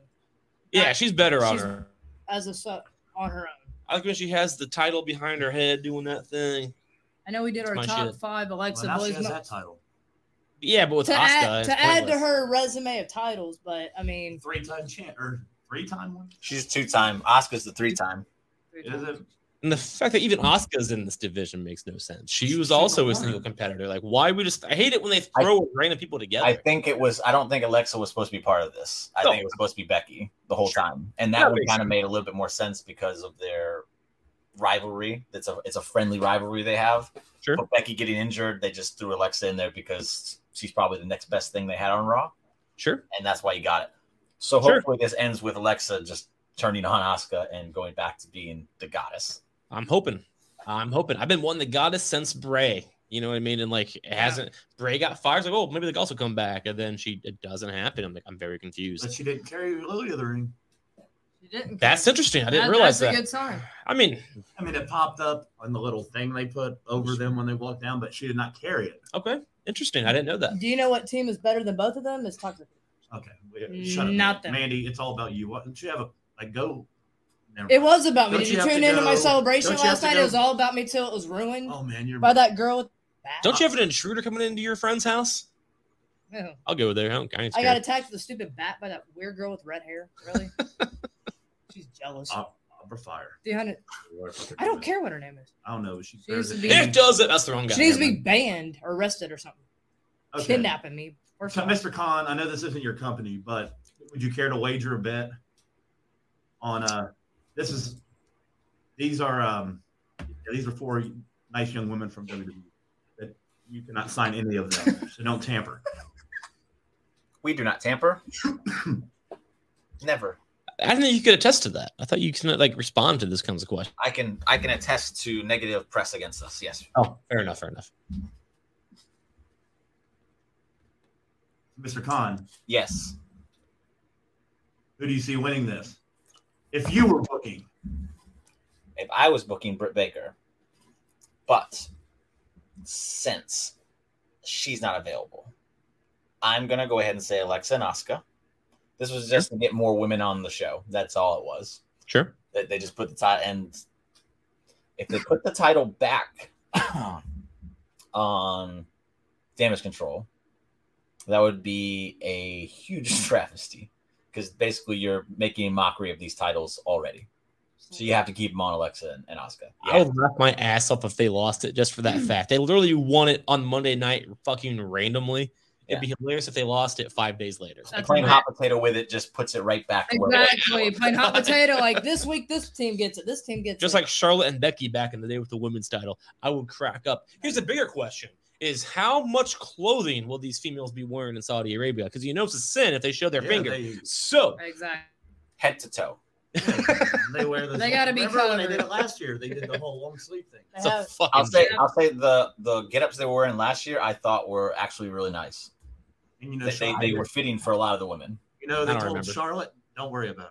[SPEAKER 2] Yeah, she's better on
[SPEAKER 6] She's-
[SPEAKER 2] her.
[SPEAKER 6] as a sub on her own.
[SPEAKER 2] I like when she has the title behind her head doing that thing.
[SPEAKER 6] I know we did our
[SPEAKER 2] my
[SPEAKER 6] top
[SPEAKER 2] shit.
[SPEAKER 6] five Alexa
[SPEAKER 5] Well, now she
[SPEAKER 6] boys.
[SPEAKER 5] has
[SPEAKER 6] mo-
[SPEAKER 5] that title.
[SPEAKER 2] Yeah, but with
[SPEAKER 6] To,
[SPEAKER 2] Asuka,
[SPEAKER 6] add,
[SPEAKER 2] it's
[SPEAKER 6] to add to
[SPEAKER 2] pointless.
[SPEAKER 6] her resume of titles, but I mean,
[SPEAKER 5] Three-time champ or three-time one?
[SPEAKER 4] She's two time. Oscar's the three time.
[SPEAKER 5] Is it?
[SPEAKER 2] and the fact that even Asuka's in this division makes no sense. She
[SPEAKER 5] She's
[SPEAKER 2] was also a
[SPEAKER 5] number one.
[SPEAKER 2] single competitor. Like, why we just? I hate it when they
[SPEAKER 4] I-
[SPEAKER 2] throw random people together.
[SPEAKER 4] I think it was. I don't think Alexa was supposed to be part of this. I
[SPEAKER 2] No.
[SPEAKER 4] think it was supposed to be Becky the whole time, and
[SPEAKER 2] That
[SPEAKER 4] that would
[SPEAKER 2] makes
[SPEAKER 4] kind of made a little bit more sense because of their rivalry. It's a it's a friendly rivalry they have.
[SPEAKER 2] Sure.
[SPEAKER 4] But Becky getting injured, they just threw Alexa in there because she's probably the next best thing they had on Raw,
[SPEAKER 2] sure.
[SPEAKER 4] and that's why you got it. So
[SPEAKER 2] Sure.
[SPEAKER 4] hopefully this ends with Alexa just turning on Asuka and going back to being the goddess.
[SPEAKER 2] I'm hoping. I'm hoping. I've been wanting the goddess since Bray. You know what I mean? And like, it hasn't. Bray got fired. It's like, oh, maybe the gods will come back, and then she it doesn't happen. I'm like, I'm very
[SPEAKER 5] But
[SPEAKER 2] confused.
[SPEAKER 5] she didn't carry Lily to the ring.
[SPEAKER 6] she didn't.
[SPEAKER 2] That's interesting. I didn't realize
[SPEAKER 6] that's
[SPEAKER 2] that.
[SPEAKER 6] a good sign.
[SPEAKER 2] I mean,
[SPEAKER 5] I mean, it popped up on the little thing they put over them when they walked down, but she did not carry it.
[SPEAKER 2] okay, interesting. I didn't know that.
[SPEAKER 6] Do you know what team is better than both of them? Is Tucker.
[SPEAKER 5] Okay, we- shut up,
[SPEAKER 6] Nothing.
[SPEAKER 5] Mandy. It's all about you. What? Don't you have a like go? Never
[SPEAKER 6] It
[SPEAKER 5] mind.
[SPEAKER 6] was about me.
[SPEAKER 5] Don't
[SPEAKER 6] Did
[SPEAKER 5] you
[SPEAKER 6] you
[SPEAKER 5] have
[SPEAKER 6] tune
[SPEAKER 5] to
[SPEAKER 6] into my
[SPEAKER 5] go-
[SPEAKER 6] celebration
[SPEAKER 5] don't you have
[SPEAKER 6] last
[SPEAKER 5] to
[SPEAKER 6] night?
[SPEAKER 5] go-
[SPEAKER 6] It was all about me till it was ruined
[SPEAKER 5] Oh man, you're
[SPEAKER 6] by that girl. With
[SPEAKER 2] Don't you have an intruder coming into your friend's house?
[SPEAKER 6] [laughs] Ew.
[SPEAKER 2] I'll go there. I don't I ain't
[SPEAKER 6] I got
[SPEAKER 2] scared.
[SPEAKER 6] attacked with a stupid bat by that weird girl with red hair.
[SPEAKER 5] [laughs]
[SPEAKER 6] Really? She's jealous.
[SPEAKER 5] Uh, opera fire.
[SPEAKER 6] Three hundred. I don't care what her name is.
[SPEAKER 5] I don't know. She's
[SPEAKER 6] She needs to be-
[SPEAKER 5] better than-
[SPEAKER 2] It does it. That's the wrong guy.
[SPEAKER 6] she needs to
[SPEAKER 2] Never
[SPEAKER 6] be
[SPEAKER 2] mind.
[SPEAKER 6] banned or arrested or something.
[SPEAKER 5] Okay.
[SPEAKER 6] Kidnapping me. Or
[SPEAKER 5] So,
[SPEAKER 6] something.
[SPEAKER 5] Mr. Khan, I know this isn't your company, but would you care to wager a bet on uh this is these are um yeah, these are four nice young women from WWE that you cannot sign any of them. so don't tamper.
[SPEAKER 4] We do not tamper. Never.
[SPEAKER 2] I didn't think you could attest to that. I thought you could like respond to this kinds of questions.
[SPEAKER 4] I can I can attest to negative press against us. Yes.
[SPEAKER 2] Oh, fair enough. Fair enough.
[SPEAKER 5] Mr. Khan,
[SPEAKER 4] Yes.
[SPEAKER 5] who do you see winning this? If you were booking,
[SPEAKER 4] if I was booking Britt Baker, but since she's not available, I'm gonna go ahead and say Alexa and Asuka. This was just to get more women on the show. That's all it was.
[SPEAKER 2] Sure.
[SPEAKER 4] They, they just put the title and if they put the title back [clears throat] on damage control, that would be a huge [laughs] travesty. Because basically you're making a mockery of these titles already. So you have to keep them on Alexa and, and Asuka.
[SPEAKER 2] I would laugh my ass off if they lost it just for
[SPEAKER 6] Hmm.
[SPEAKER 2] that fact. They literally won it on Monday night, fucking randomly. It'd be hilarious if they lost it five days later.
[SPEAKER 6] That's
[SPEAKER 4] playing
[SPEAKER 6] right.
[SPEAKER 4] hot potato with it just puts it right back to where it
[SPEAKER 6] Exactly. Playing hot potato. Like this week, this team gets it. This team gets
[SPEAKER 2] Just
[SPEAKER 6] it.
[SPEAKER 2] like Charlotte and Becky back in the day with the women's title, I would crack up. Here's a bigger question: Is how much clothing will these females be wearing in Saudi Arabia? Because you know it's a sin if they show their
[SPEAKER 5] yeah,
[SPEAKER 2] finger.
[SPEAKER 5] They,
[SPEAKER 2] So
[SPEAKER 6] [laughs]
[SPEAKER 5] [laughs]
[SPEAKER 6] Exactly.
[SPEAKER 4] head to toe.
[SPEAKER 6] [laughs]
[SPEAKER 5] they wear the
[SPEAKER 6] They gotta be
[SPEAKER 5] remember when they
[SPEAKER 6] covered.
[SPEAKER 5] did it last year. They did the whole long sleeve thing.
[SPEAKER 6] They
[SPEAKER 2] it's a
[SPEAKER 6] have-
[SPEAKER 2] fucking.
[SPEAKER 4] I'll say
[SPEAKER 2] joke.
[SPEAKER 4] I'll say the the get ups they were in last year I thought were actually really nice.
[SPEAKER 5] [laughs] And you know,
[SPEAKER 4] They, they, they were fitting for a lot of the women.
[SPEAKER 5] you know,
[SPEAKER 2] I
[SPEAKER 5] they
[SPEAKER 2] don't
[SPEAKER 5] told
[SPEAKER 2] remember.
[SPEAKER 5] Charlotte, don't worry about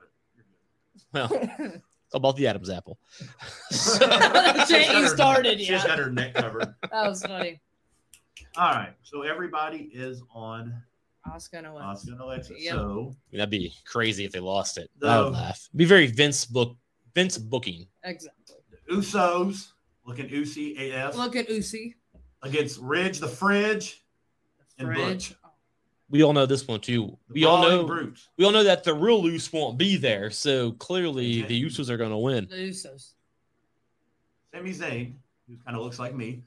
[SPEAKER 6] [laughs]
[SPEAKER 5] it. You're good."
[SPEAKER 2] Well,
[SPEAKER 5] [laughs]
[SPEAKER 2] it's about the Adam's apple.
[SPEAKER 6] [laughs] Jay,
[SPEAKER 5] She's got
[SPEAKER 6] you
[SPEAKER 5] her- [laughs]
[SPEAKER 6] started,
[SPEAKER 5] She's
[SPEAKER 6] yeah.
[SPEAKER 5] got her neck covered.
[SPEAKER 6] that was funny.
[SPEAKER 5] [laughs] All right. So everybody is on
[SPEAKER 6] Oscar and Alexa.
[SPEAKER 5] Oscar and Alexa.
[SPEAKER 6] Yep.
[SPEAKER 5] So
[SPEAKER 2] That'd be crazy if they lost it. I
[SPEAKER 5] No.
[SPEAKER 2] would laugh. It'd be very Vince book Vince booking.
[SPEAKER 6] Exactly.
[SPEAKER 5] the Usos looking Usi AF
[SPEAKER 6] Look at Usi.
[SPEAKER 5] against Ridge the Fridge.
[SPEAKER 6] The
[SPEAKER 5] And
[SPEAKER 6] fridge. Oh,
[SPEAKER 2] We all know this one too.
[SPEAKER 5] the
[SPEAKER 2] We all
[SPEAKER 5] Brawling
[SPEAKER 2] know
[SPEAKER 5] Brutes.
[SPEAKER 2] we all know that the real loose won't be there. So clearly the Usos are gonna win.
[SPEAKER 6] The Usos.
[SPEAKER 5] Sami Zayn, who kind of looks like me,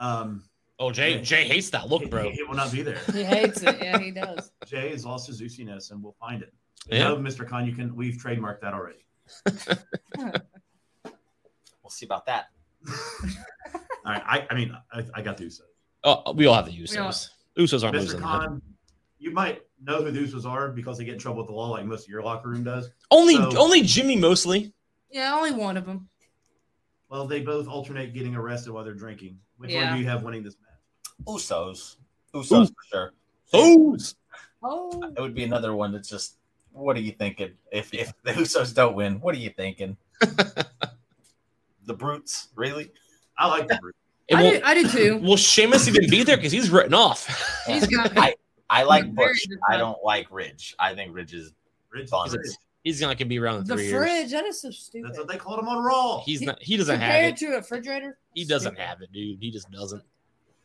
[SPEAKER 5] Um,
[SPEAKER 2] Oh, Jay, Jay hates that look,
[SPEAKER 5] it-
[SPEAKER 2] bro.
[SPEAKER 5] It, will not be there.
[SPEAKER 6] He hates it. Yeah, he does.
[SPEAKER 5] Jay is all Suzuki-ness, and we'll find it.
[SPEAKER 2] Yeah.
[SPEAKER 5] No, Mr. Khan, you can. We've trademarked that already.
[SPEAKER 4] We'll see about that.
[SPEAKER 5] All right. I, I mean, I, I got the Usos.
[SPEAKER 2] Oh, we all have the
[SPEAKER 3] We all-
[SPEAKER 2] Usos. Usos aren't
[SPEAKER 5] Mr.
[SPEAKER 2] losing. that.
[SPEAKER 5] Khan, you might know who the Usos are because they get in trouble with the law, like most of your locker room does.
[SPEAKER 2] Only,
[SPEAKER 5] So-
[SPEAKER 2] only Jimmy mostly.
[SPEAKER 3] Yeah, only one of them.
[SPEAKER 5] Well, they both alternate getting arrested while they're drinking. Which
[SPEAKER 3] Yeah.
[SPEAKER 5] one do you have winning this match?
[SPEAKER 4] Usos. Usos for sure.
[SPEAKER 2] Usos.
[SPEAKER 6] Oh,
[SPEAKER 4] It would be another one that's just, what are you thinking? If if the Usos don't win, what are you thinking? the brutes, really?
[SPEAKER 5] I like the Brute.
[SPEAKER 2] And
[SPEAKER 3] I,
[SPEAKER 2] will,
[SPEAKER 3] do, I do
[SPEAKER 5] [laughs]
[SPEAKER 3] too.
[SPEAKER 2] will Sheamus even be there? Because he's written off. [laughs]
[SPEAKER 3] He's got
[SPEAKER 4] I, I like
[SPEAKER 3] You're very
[SPEAKER 4] Bush. I don't like Ridge. I think Ridge is
[SPEAKER 5] Ridge.
[SPEAKER 4] Bonds.
[SPEAKER 5] Ridge.
[SPEAKER 2] He's not gonna be around in
[SPEAKER 6] the
[SPEAKER 2] three years.
[SPEAKER 6] fridge. That is so stupid.
[SPEAKER 5] That's what they called him on Raw.
[SPEAKER 2] He's not. He doesn't have
[SPEAKER 6] Compared
[SPEAKER 2] it.
[SPEAKER 6] to a refrigerator,
[SPEAKER 2] He doesn't
[SPEAKER 6] Stupid.
[SPEAKER 2] have it, dude. He just doesn't.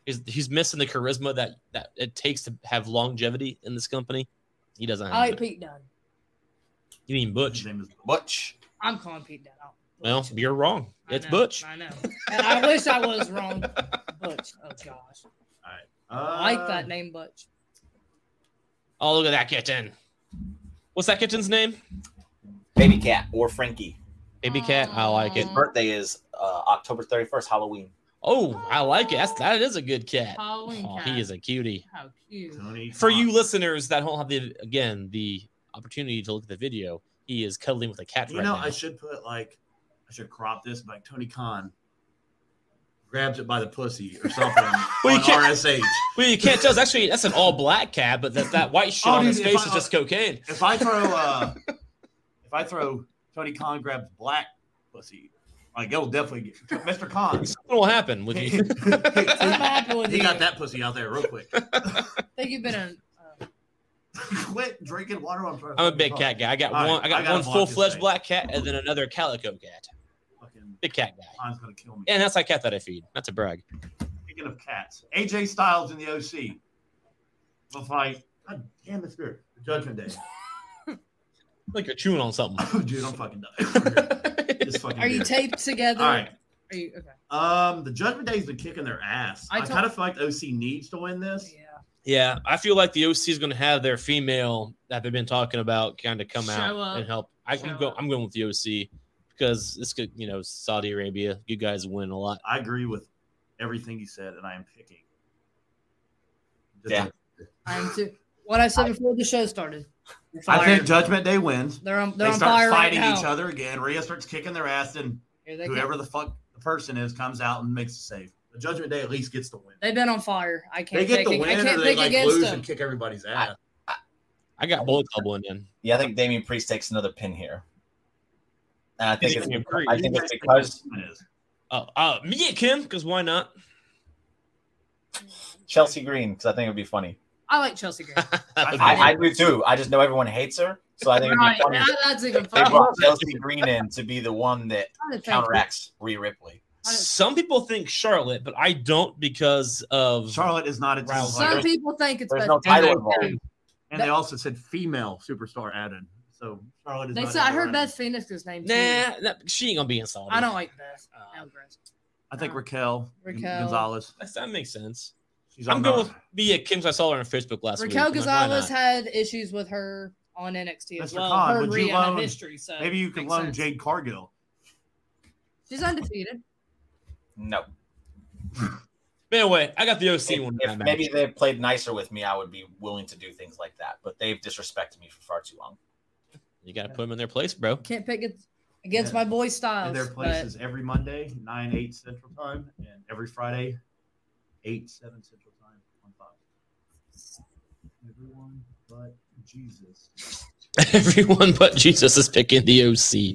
[SPEAKER 2] He's he's missing the charisma that that it takes to have longevity in this company. He doesn't have
[SPEAKER 6] I like
[SPEAKER 2] it.
[SPEAKER 6] Pete Dunne.
[SPEAKER 2] You mean
[SPEAKER 5] His
[SPEAKER 2] Butch?
[SPEAKER 5] name is
[SPEAKER 4] Butch.
[SPEAKER 6] I'm calling Pete Dunne. out.
[SPEAKER 2] Well, you're wrong.
[SPEAKER 3] I
[SPEAKER 2] It's
[SPEAKER 3] know,
[SPEAKER 2] Butch.
[SPEAKER 3] I know.
[SPEAKER 6] [laughs] And I wish I was
[SPEAKER 5] [laughs]
[SPEAKER 6] wrong. Butch. Oh gosh, I like
[SPEAKER 5] uh,
[SPEAKER 3] Uh,
[SPEAKER 6] that name, Butch.
[SPEAKER 2] Oh, look at that kitten. What's that kitten's name?
[SPEAKER 4] Baby Cat or Frankie.
[SPEAKER 2] Baby cat. I like it.
[SPEAKER 4] His birthday is uh, October 31st, Halloween.
[SPEAKER 2] Oh, I like it. That's that is a good cat.
[SPEAKER 3] Halloween
[SPEAKER 2] Oh,
[SPEAKER 3] cat.
[SPEAKER 2] he is a cutie.
[SPEAKER 3] How cute.
[SPEAKER 5] Tony
[SPEAKER 2] For
[SPEAKER 5] Khan.
[SPEAKER 2] you listeners that don't have the again the opportunity to look at the video, he is cuddling with a cat
[SPEAKER 5] You
[SPEAKER 2] right
[SPEAKER 5] know,
[SPEAKER 2] now.
[SPEAKER 5] I should put like, I should crop this, but like Tony Khan grabs it by the pussy
[SPEAKER 2] [laughs]
[SPEAKER 5] or something
[SPEAKER 2] Well, you
[SPEAKER 5] on
[SPEAKER 2] can't-
[SPEAKER 5] RSH.
[SPEAKER 2] well, you can't tell. It's actually that's an all black cat, but that, that white shit
[SPEAKER 5] Oh,
[SPEAKER 2] on
[SPEAKER 5] dude,
[SPEAKER 2] his
[SPEAKER 5] if
[SPEAKER 2] face
[SPEAKER 5] I-
[SPEAKER 2] is just cocaine.
[SPEAKER 5] If I throw, uh, if I throw Tony Khan grabs black pussy, like it'll definitely get
[SPEAKER 2] [laughs]
[SPEAKER 5] Mr. Khan.
[SPEAKER 2] What will happen with
[SPEAKER 5] he
[SPEAKER 2] you?
[SPEAKER 6] I'm
[SPEAKER 5] [laughs]
[SPEAKER 6] happy with you.
[SPEAKER 5] got that pussy out there real quick.
[SPEAKER 6] I think you've been
[SPEAKER 5] [laughs]
[SPEAKER 6] in. Uh,
[SPEAKER 5] Quit drinking water. while I'm trying. to
[SPEAKER 2] I'm a
[SPEAKER 5] fucking
[SPEAKER 2] big
[SPEAKER 5] talk.
[SPEAKER 2] cat guy. I got
[SPEAKER 5] All right,
[SPEAKER 2] one. I
[SPEAKER 5] I
[SPEAKER 2] got
[SPEAKER 5] gotta
[SPEAKER 2] one
[SPEAKER 5] block
[SPEAKER 2] full
[SPEAKER 5] this
[SPEAKER 2] fledged
[SPEAKER 5] thing.
[SPEAKER 2] black cat, and then another calico cat.
[SPEAKER 5] Fucking
[SPEAKER 2] Big cat guy.
[SPEAKER 5] Khan's gonna kill me.
[SPEAKER 2] And that's like cat that I feed. That's a brag.
[SPEAKER 5] Speaking of cats, AJ Styles in the OC. The fight. God damn the spirit. The Judgment Day.
[SPEAKER 2] Like you're chewing on something.
[SPEAKER 5] Oh, [laughs] dude, I'm fucking done. Just fucking
[SPEAKER 6] are you
[SPEAKER 5] done.
[SPEAKER 6] taped together?
[SPEAKER 5] All right.
[SPEAKER 6] Are you okay?
[SPEAKER 5] Um, the Judgment Day's been kicking their ass.
[SPEAKER 6] I
[SPEAKER 5] I,
[SPEAKER 6] told-
[SPEAKER 5] kind of feel like OC needs to win this.
[SPEAKER 6] Yeah.
[SPEAKER 2] yeah, I feel like the OC is going to have their female that they've been talking about kind of come out
[SPEAKER 3] Show up.
[SPEAKER 2] and help. I
[SPEAKER 3] Show
[SPEAKER 2] can go.
[SPEAKER 3] up.
[SPEAKER 2] I'm going with the OC because this could, you know, Saudi Arabia. You guys win a lot.
[SPEAKER 5] I agree with everything you said, and I am picking.
[SPEAKER 4] Yeah.
[SPEAKER 6] I'm too. What I said before the show started. They're
[SPEAKER 5] I think
[SPEAKER 6] fired.
[SPEAKER 5] Judgment Day wins.
[SPEAKER 6] they're on,
[SPEAKER 5] They
[SPEAKER 6] they're on
[SPEAKER 5] start
[SPEAKER 6] fire
[SPEAKER 5] fighting
[SPEAKER 6] right now.
[SPEAKER 5] each other again. Rhea starts kicking their ass, and
[SPEAKER 6] Here they come.
[SPEAKER 5] whoever the fuck the person is comes out and makes the save. The Judgment Day at least gets the win.
[SPEAKER 6] They've been on fire. I
[SPEAKER 5] They
[SPEAKER 6] can't
[SPEAKER 5] get
[SPEAKER 6] take
[SPEAKER 5] the
[SPEAKER 6] it. I
[SPEAKER 5] win,
[SPEAKER 6] can't
[SPEAKER 5] or they
[SPEAKER 6] pick
[SPEAKER 5] like
[SPEAKER 6] against
[SPEAKER 5] lose
[SPEAKER 6] them.
[SPEAKER 5] and kick everybody's ass.
[SPEAKER 2] I got Bullet Club winning.
[SPEAKER 4] Yeah, I think Damien Priest takes another pin here. And I think it's,
[SPEAKER 2] Damian
[SPEAKER 4] I
[SPEAKER 2] Priest.
[SPEAKER 4] think
[SPEAKER 5] You
[SPEAKER 4] it's
[SPEAKER 5] guys
[SPEAKER 4] because
[SPEAKER 5] think this win is.
[SPEAKER 2] Oh, uh, me and Kim, because why not?
[SPEAKER 4] Chelsea Green, because I think it would be funny.
[SPEAKER 6] I like Chelsea Green.
[SPEAKER 4] I, I do too. I just know everyone hates her, so [laughs] I think it'd
[SPEAKER 6] right.
[SPEAKER 4] be funny.
[SPEAKER 6] Now that's even
[SPEAKER 4] They
[SPEAKER 6] funny.
[SPEAKER 4] brought Chelsea Green in to be the one that
[SPEAKER 6] I think-
[SPEAKER 4] counteracts Rhea Ripley.
[SPEAKER 2] Some people think Charlotte, but I don't because of
[SPEAKER 5] Charlotte is not a team
[SPEAKER 2] Rousey.
[SPEAKER 5] player.
[SPEAKER 6] Some people think it's
[SPEAKER 4] There's
[SPEAKER 6] better.
[SPEAKER 4] no title involved.
[SPEAKER 5] and they also said female superstar added. So Charlotte is.
[SPEAKER 6] They
[SPEAKER 5] not
[SPEAKER 6] said I heard
[SPEAKER 5] overrated.
[SPEAKER 6] Beth Phoenix's name. too.
[SPEAKER 2] nah. that- she ain't gonna be in Saudi.
[SPEAKER 6] I don't like Beth.
[SPEAKER 2] Uh,
[SPEAKER 6] Alvarez.
[SPEAKER 5] I think Raquel,
[SPEAKER 6] Raquel.
[SPEAKER 5] Gonzalez.
[SPEAKER 2] That's- that makes sense.
[SPEAKER 5] She's
[SPEAKER 2] I'm
[SPEAKER 5] on
[SPEAKER 2] going
[SPEAKER 5] Raw.
[SPEAKER 2] with Mia Kim. 'cause I saw her on Facebook last week.
[SPEAKER 6] Raquel
[SPEAKER 2] I'm like, why
[SPEAKER 6] Gonzalez
[SPEAKER 2] not?
[SPEAKER 6] had issues with her on NXT as
[SPEAKER 5] Mr.
[SPEAKER 6] well.
[SPEAKER 5] Khan,
[SPEAKER 6] her and
[SPEAKER 5] would you
[SPEAKER 6] Rhea have
[SPEAKER 5] loan-
[SPEAKER 6] history, so
[SPEAKER 5] Maybe you can
[SPEAKER 6] makes
[SPEAKER 5] loan
[SPEAKER 6] sense.
[SPEAKER 5] Jade Cargill.
[SPEAKER 6] She's undefeated.
[SPEAKER 4] No.
[SPEAKER 2] But anyway, I got the OC
[SPEAKER 4] If,
[SPEAKER 2] one.
[SPEAKER 4] if
[SPEAKER 2] time,
[SPEAKER 4] maybe
[SPEAKER 2] actually.
[SPEAKER 4] they played nicer with me, I would be willing to do things like that. But they've disrespected me for far too long.
[SPEAKER 2] you gotta put them in their place, bro. [laughs]
[SPEAKER 6] Can't pick it against
[SPEAKER 5] Yeah.
[SPEAKER 6] my boy Styles.
[SPEAKER 5] And their place is every Monday, 9, 8 Central Time, and every Friday, 8, 7 Central Time on Fox. Everyone but Jesus.
[SPEAKER 2] Everyone but Jesus is picking the OC.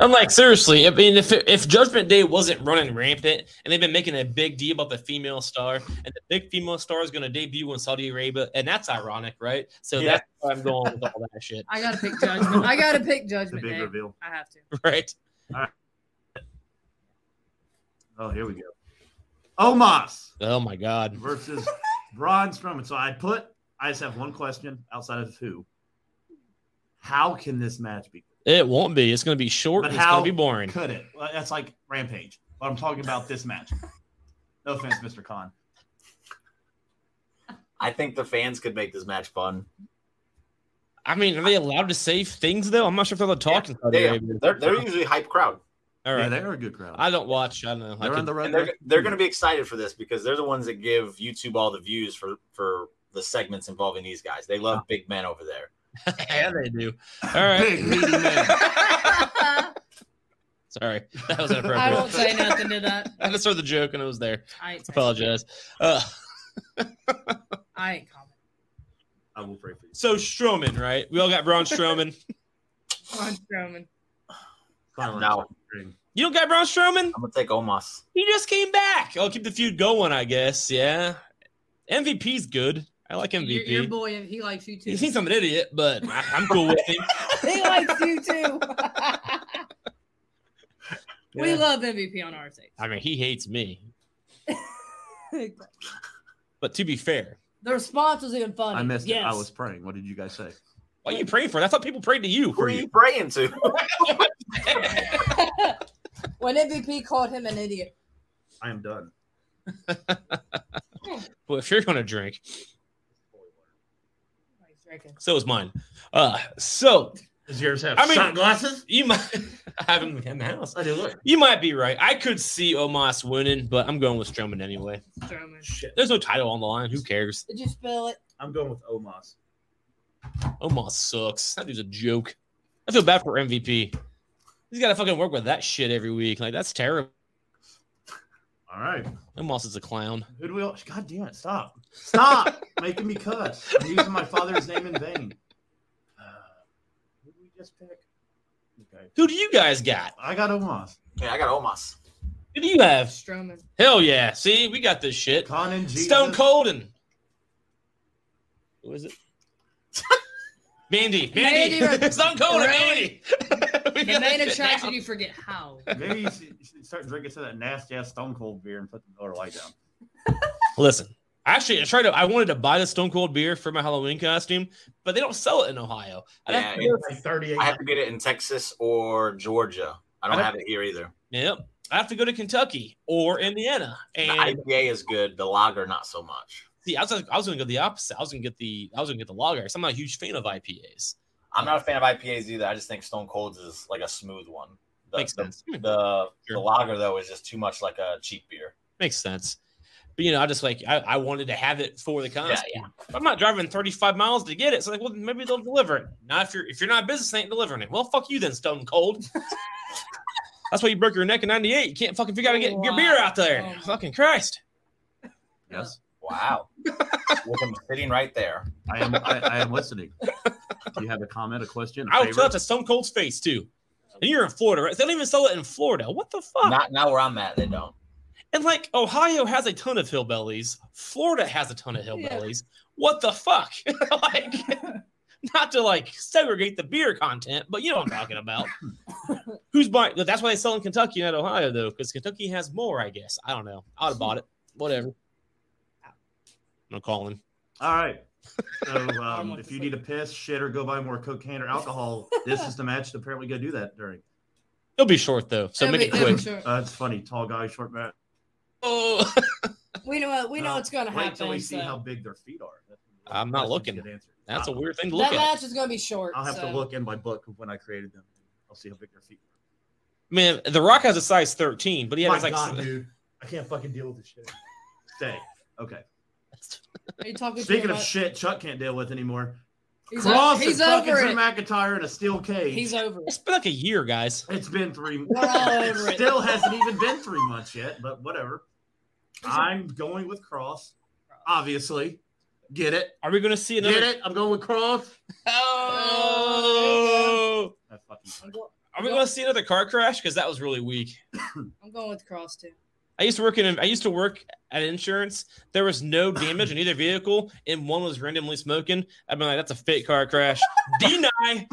[SPEAKER 2] I'm like, seriously. I mean, if if Judgment Day wasn't running rampant and they've been making a big deal about the female star, and the big female star is gonna debut in Saudi Arabia, and that's ironic, right? So
[SPEAKER 4] Yeah.
[SPEAKER 2] that's where I'm going with all that shit, [laughs]
[SPEAKER 6] I gotta pick judgment. I gotta
[SPEAKER 5] [laughs]
[SPEAKER 6] pick
[SPEAKER 5] The
[SPEAKER 6] judgment.
[SPEAKER 5] big
[SPEAKER 6] Day.
[SPEAKER 5] reveal.
[SPEAKER 6] I have to. [laughs]
[SPEAKER 2] right?
[SPEAKER 5] Oh, here we go. Omos
[SPEAKER 2] Oh my god.
[SPEAKER 5] versus Braun Strowman. So I put, I just have one question outside of who. How can this match be?
[SPEAKER 2] It won't be. It's gonna be short.
[SPEAKER 5] But
[SPEAKER 2] and it's
[SPEAKER 5] how
[SPEAKER 2] gonna be boring.
[SPEAKER 5] Could it? Well, that's like Rampage. But I'm talking about this match. No offense, Mr. Khan.
[SPEAKER 4] I think the fans could make this match fun.
[SPEAKER 2] I mean, are they allowed to say things though? I'm not sure if they're allowed to talk in Saudi
[SPEAKER 4] They,
[SPEAKER 2] Arabia.
[SPEAKER 4] they're, they're usually a hype crowd.
[SPEAKER 2] All
[SPEAKER 5] Yeah,
[SPEAKER 2] right.
[SPEAKER 5] they are a good crowd.
[SPEAKER 2] I don't watch. I don't know. I
[SPEAKER 5] they're on
[SPEAKER 2] could-
[SPEAKER 5] the right.
[SPEAKER 4] And they're, they're going to be excited for this because they're the ones that give YouTube all the views for, for the segments involving these guys. They love big men over there.
[SPEAKER 2] [laughs] yeah, they do. All right.
[SPEAKER 5] big meaty men.
[SPEAKER 2] Sorry, that was
[SPEAKER 6] I won't
[SPEAKER 2] inappropriate.
[SPEAKER 6] say nothing to that.
[SPEAKER 2] I just heard the joke and it was there. I
[SPEAKER 6] I ain't, saying-
[SPEAKER 2] apologize. Uh,
[SPEAKER 6] I ain't comment.
[SPEAKER 5] I will pray for you.
[SPEAKER 2] so Strowman, right? We all got Braun Strowman.
[SPEAKER 6] Braun Strowman.
[SPEAKER 5] Silence.
[SPEAKER 4] No.
[SPEAKER 2] You don't got Braun Strowman?
[SPEAKER 4] I'm going to take Omos.
[SPEAKER 2] He just came back. I'll keep the feud going, I guess. Yeah. MVP's good. I like
[SPEAKER 6] Your,
[SPEAKER 2] MVP.
[SPEAKER 6] your boy, he likes you too.
[SPEAKER 2] he
[SPEAKER 6] [laughs]
[SPEAKER 2] seems like an idiot, but I, I'm cool with him.
[SPEAKER 6] he likes you [laughs] too. We
[SPEAKER 2] Yeah.
[SPEAKER 6] love MVP on our stage.
[SPEAKER 2] I
[SPEAKER 6] [laughs]
[SPEAKER 2] mean, he hates me. But to be fair,
[SPEAKER 6] The response was even funny.
[SPEAKER 5] I missed
[SPEAKER 6] yes.
[SPEAKER 5] it. I was praying. What did you guys say?
[SPEAKER 2] why are you praying for? it? I thought people prayed to you.
[SPEAKER 4] Who are you praying to?
[SPEAKER 6] [laughs]
[SPEAKER 4] [laughs]
[SPEAKER 6] when MVP called him an idiot.
[SPEAKER 5] I am done.
[SPEAKER 2] Well, if you're going to drink,
[SPEAKER 6] He's drinking.
[SPEAKER 2] so is mine. Uh, so
[SPEAKER 5] Does yours have
[SPEAKER 2] I mean-
[SPEAKER 5] sunglasses?
[SPEAKER 2] you might [laughs] I haven't in the house.
[SPEAKER 5] I do look.
[SPEAKER 2] You might be right. I could see Omos winning, but I'm going with Strowman anyway.
[SPEAKER 6] Strowman.
[SPEAKER 2] Shit, there's no title on the line. Who cares?
[SPEAKER 6] Did you spell it?
[SPEAKER 5] I'm going with Omos.
[SPEAKER 2] Omos sucks. That dude's a joke. I feel bad for MVP. He's got to fucking work with that shit every week. Like that's terrible.
[SPEAKER 5] All right.
[SPEAKER 2] Omos is a clown.
[SPEAKER 5] Who do we all? God damn it! Stop! Stop [laughs] making me cuss. I'm using my father's name in vain. Uh, who did we just pick? Okay.
[SPEAKER 2] Who do you guys got?
[SPEAKER 5] I got Omos.
[SPEAKER 4] Yeah, I got Omos.
[SPEAKER 2] Who do you have?
[SPEAKER 6] Strowman.
[SPEAKER 2] Hell yeah! See, we got this shit.
[SPEAKER 5] Con and Jesus.
[SPEAKER 2] Stone Cold and who is it? [laughs] Mandy. Mandy. [laughs]
[SPEAKER 6] Mandy.
[SPEAKER 2] Stone Cold and
[SPEAKER 6] Really?
[SPEAKER 2] Mandy. [laughs]
[SPEAKER 5] [laughs]
[SPEAKER 2] We
[SPEAKER 6] The
[SPEAKER 2] got
[SPEAKER 6] main
[SPEAKER 2] this shit
[SPEAKER 6] attraction,
[SPEAKER 2] now.
[SPEAKER 6] you forget how.
[SPEAKER 5] Maybe you should, you should start drinking some of that nasty ass Stone Cold beer and put the Miller Lite down.
[SPEAKER 2] Listen, actually, I tried to. I wanted to buy the Stone Cold beer for my Halloween costume, but they don't sell it in Ohio. I'd have to
[SPEAKER 4] Yeah,
[SPEAKER 2] go-
[SPEAKER 5] Like 38.
[SPEAKER 4] I have to get it in Texas or Georgia. I don't have it here either.
[SPEAKER 2] yep, I have to go to Kentucky or Indiana.
[SPEAKER 4] The
[SPEAKER 2] And
[SPEAKER 4] IPA is good. The lager, not so much.
[SPEAKER 2] see, I was I was gonna go the opposite. I was gonna get the I was gonna get the lager. 'cause I'm not a huge fan of IPAs.
[SPEAKER 4] I'm not a fan of IPAs either. I just think Stone Cold's is like a smooth one. The,
[SPEAKER 2] Makes
[SPEAKER 4] the,
[SPEAKER 2] sense.
[SPEAKER 4] The,
[SPEAKER 2] Sure.
[SPEAKER 4] the lager though is just too much like a cheap beer.
[SPEAKER 2] Makes sense. But you know, I just like I, I wanted to have it for the costume.
[SPEAKER 4] Uh, yeah.
[SPEAKER 2] But I'm not driving 35 miles to get it. So like, well, maybe they'll deliver it. Not if you're if you're not a business, they ain't delivering it. Well, fuck you then, Stone Cold. That's why you broke your neck in '98. You can't fucking figure out how to get your beer out there.
[SPEAKER 6] Wow.
[SPEAKER 2] Fucking Christ.
[SPEAKER 5] Yes,
[SPEAKER 4] [laughs] Wow. With him sitting right there.
[SPEAKER 5] I am. I, I am listening. Do you have a comment, a question? a
[SPEAKER 2] I would
[SPEAKER 5] favor?
[SPEAKER 2] tell that to Stone Cold's face too. And you're in Florida, right? They don't even sell it in Florida. What the fuck?
[SPEAKER 4] Not now where I'm at, they don't.
[SPEAKER 2] and like Ohio has a ton of hillbillies. Florida has a ton of hillbillies. What the fuck? [laughs] like not to like segregate the beer content, but you know what I'm talking about.
[SPEAKER 6] [laughs]
[SPEAKER 2] Who's buying that's why they sell in Kentucky, not Ohio, though, because Kentucky has more, I guess. I don't know. I'd have bought it. Whatever. No calling.
[SPEAKER 5] All right. So um,
[SPEAKER 6] Almost
[SPEAKER 5] if you
[SPEAKER 6] asleep.
[SPEAKER 5] need a piss, shit, or go buy more cocaine or alcohol, this is the match to apparently go do that during.
[SPEAKER 2] It'll be short though, so
[SPEAKER 6] It'll
[SPEAKER 2] make
[SPEAKER 6] be-
[SPEAKER 2] it
[SPEAKER 6] it'll be
[SPEAKER 2] quick.
[SPEAKER 6] short.
[SPEAKER 5] Uh, it's funny, tall guy, short man.
[SPEAKER 2] Oh,
[SPEAKER 6] We know we know what's going to
[SPEAKER 5] Uh, Wait till we
[SPEAKER 6] happen.
[SPEAKER 5] see
[SPEAKER 6] so.
[SPEAKER 5] how big their feet are. That's-
[SPEAKER 2] I'm not
[SPEAKER 5] that's a
[SPEAKER 2] looking.
[SPEAKER 5] good answer.
[SPEAKER 2] [laughs] that's a
[SPEAKER 5] I'll-
[SPEAKER 2] weird thing to
[SPEAKER 6] that
[SPEAKER 2] look at.
[SPEAKER 6] match is going to be short.
[SPEAKER 5] I'll have
[SPEAKER 6] so.
[SPEAKER 5] to look in my book of when I created them. I'll see how big their feet. Are.
[SPEAKER 2] Man, The Rock has a size 13, but he
[SPEAKER 5] my
[SPEAKER 2] has like
[SPEAKER 5] God, dude, I can't fucking deal with this shit. Stay. Okay.
[SPEAKER 6] Are you talking
[SPEAKER 5] Speaking
[SPEAKER 6] to
[SPEAKER 5] of
[SPEAKER 6] him?
[SPEAKER 5] shit, Chuck can't deal with anymore.
[SPEAKER 6] he's,
[SPEAKER 5] Cross
[SPEAKER 6] he's
[SPEAKER 5] and fucking
[SPEAKER 6] over
[SPEAKER 5] Drew
[SPEAKER 6] it.
[SPEAKER 5] McIntyre in a steel cage.
[SPEAKER 6] He's over it.
[SPEAKER 2] it's been like a year, guys.
[SPEAKER 5] It's been three.
[SPEAKER 6] We're all
[SPEAKER 5] it [laughs]
[SPEAKER 6] over it.
[SPEAKER 5] still hasn't even been three months yet, but whatever. I'm going with Cross, obviously. Get it?
[SPEAKER 2] Are we gonna see another?
[SPEAKER 5] Get it? I'm going with
[SPEAKER 6] [laughs]
[SPEAKER 5] Cross.
[SPEAKER 2] Oh!
[SPEAKER 5] That fucking sucks.
[SPEAKER 6] I'm, go-
[SPEAKER 2] Are we gonna see another car crash? Because that was really weak.
[SPEAKER 6] I'm going with Cross too.
[SPEAKER 2] I used to work in. I used to work at insurance. There was no damage in either vehicle, and one was randomly smoking. I've been like, that's a fake car crash. Deny.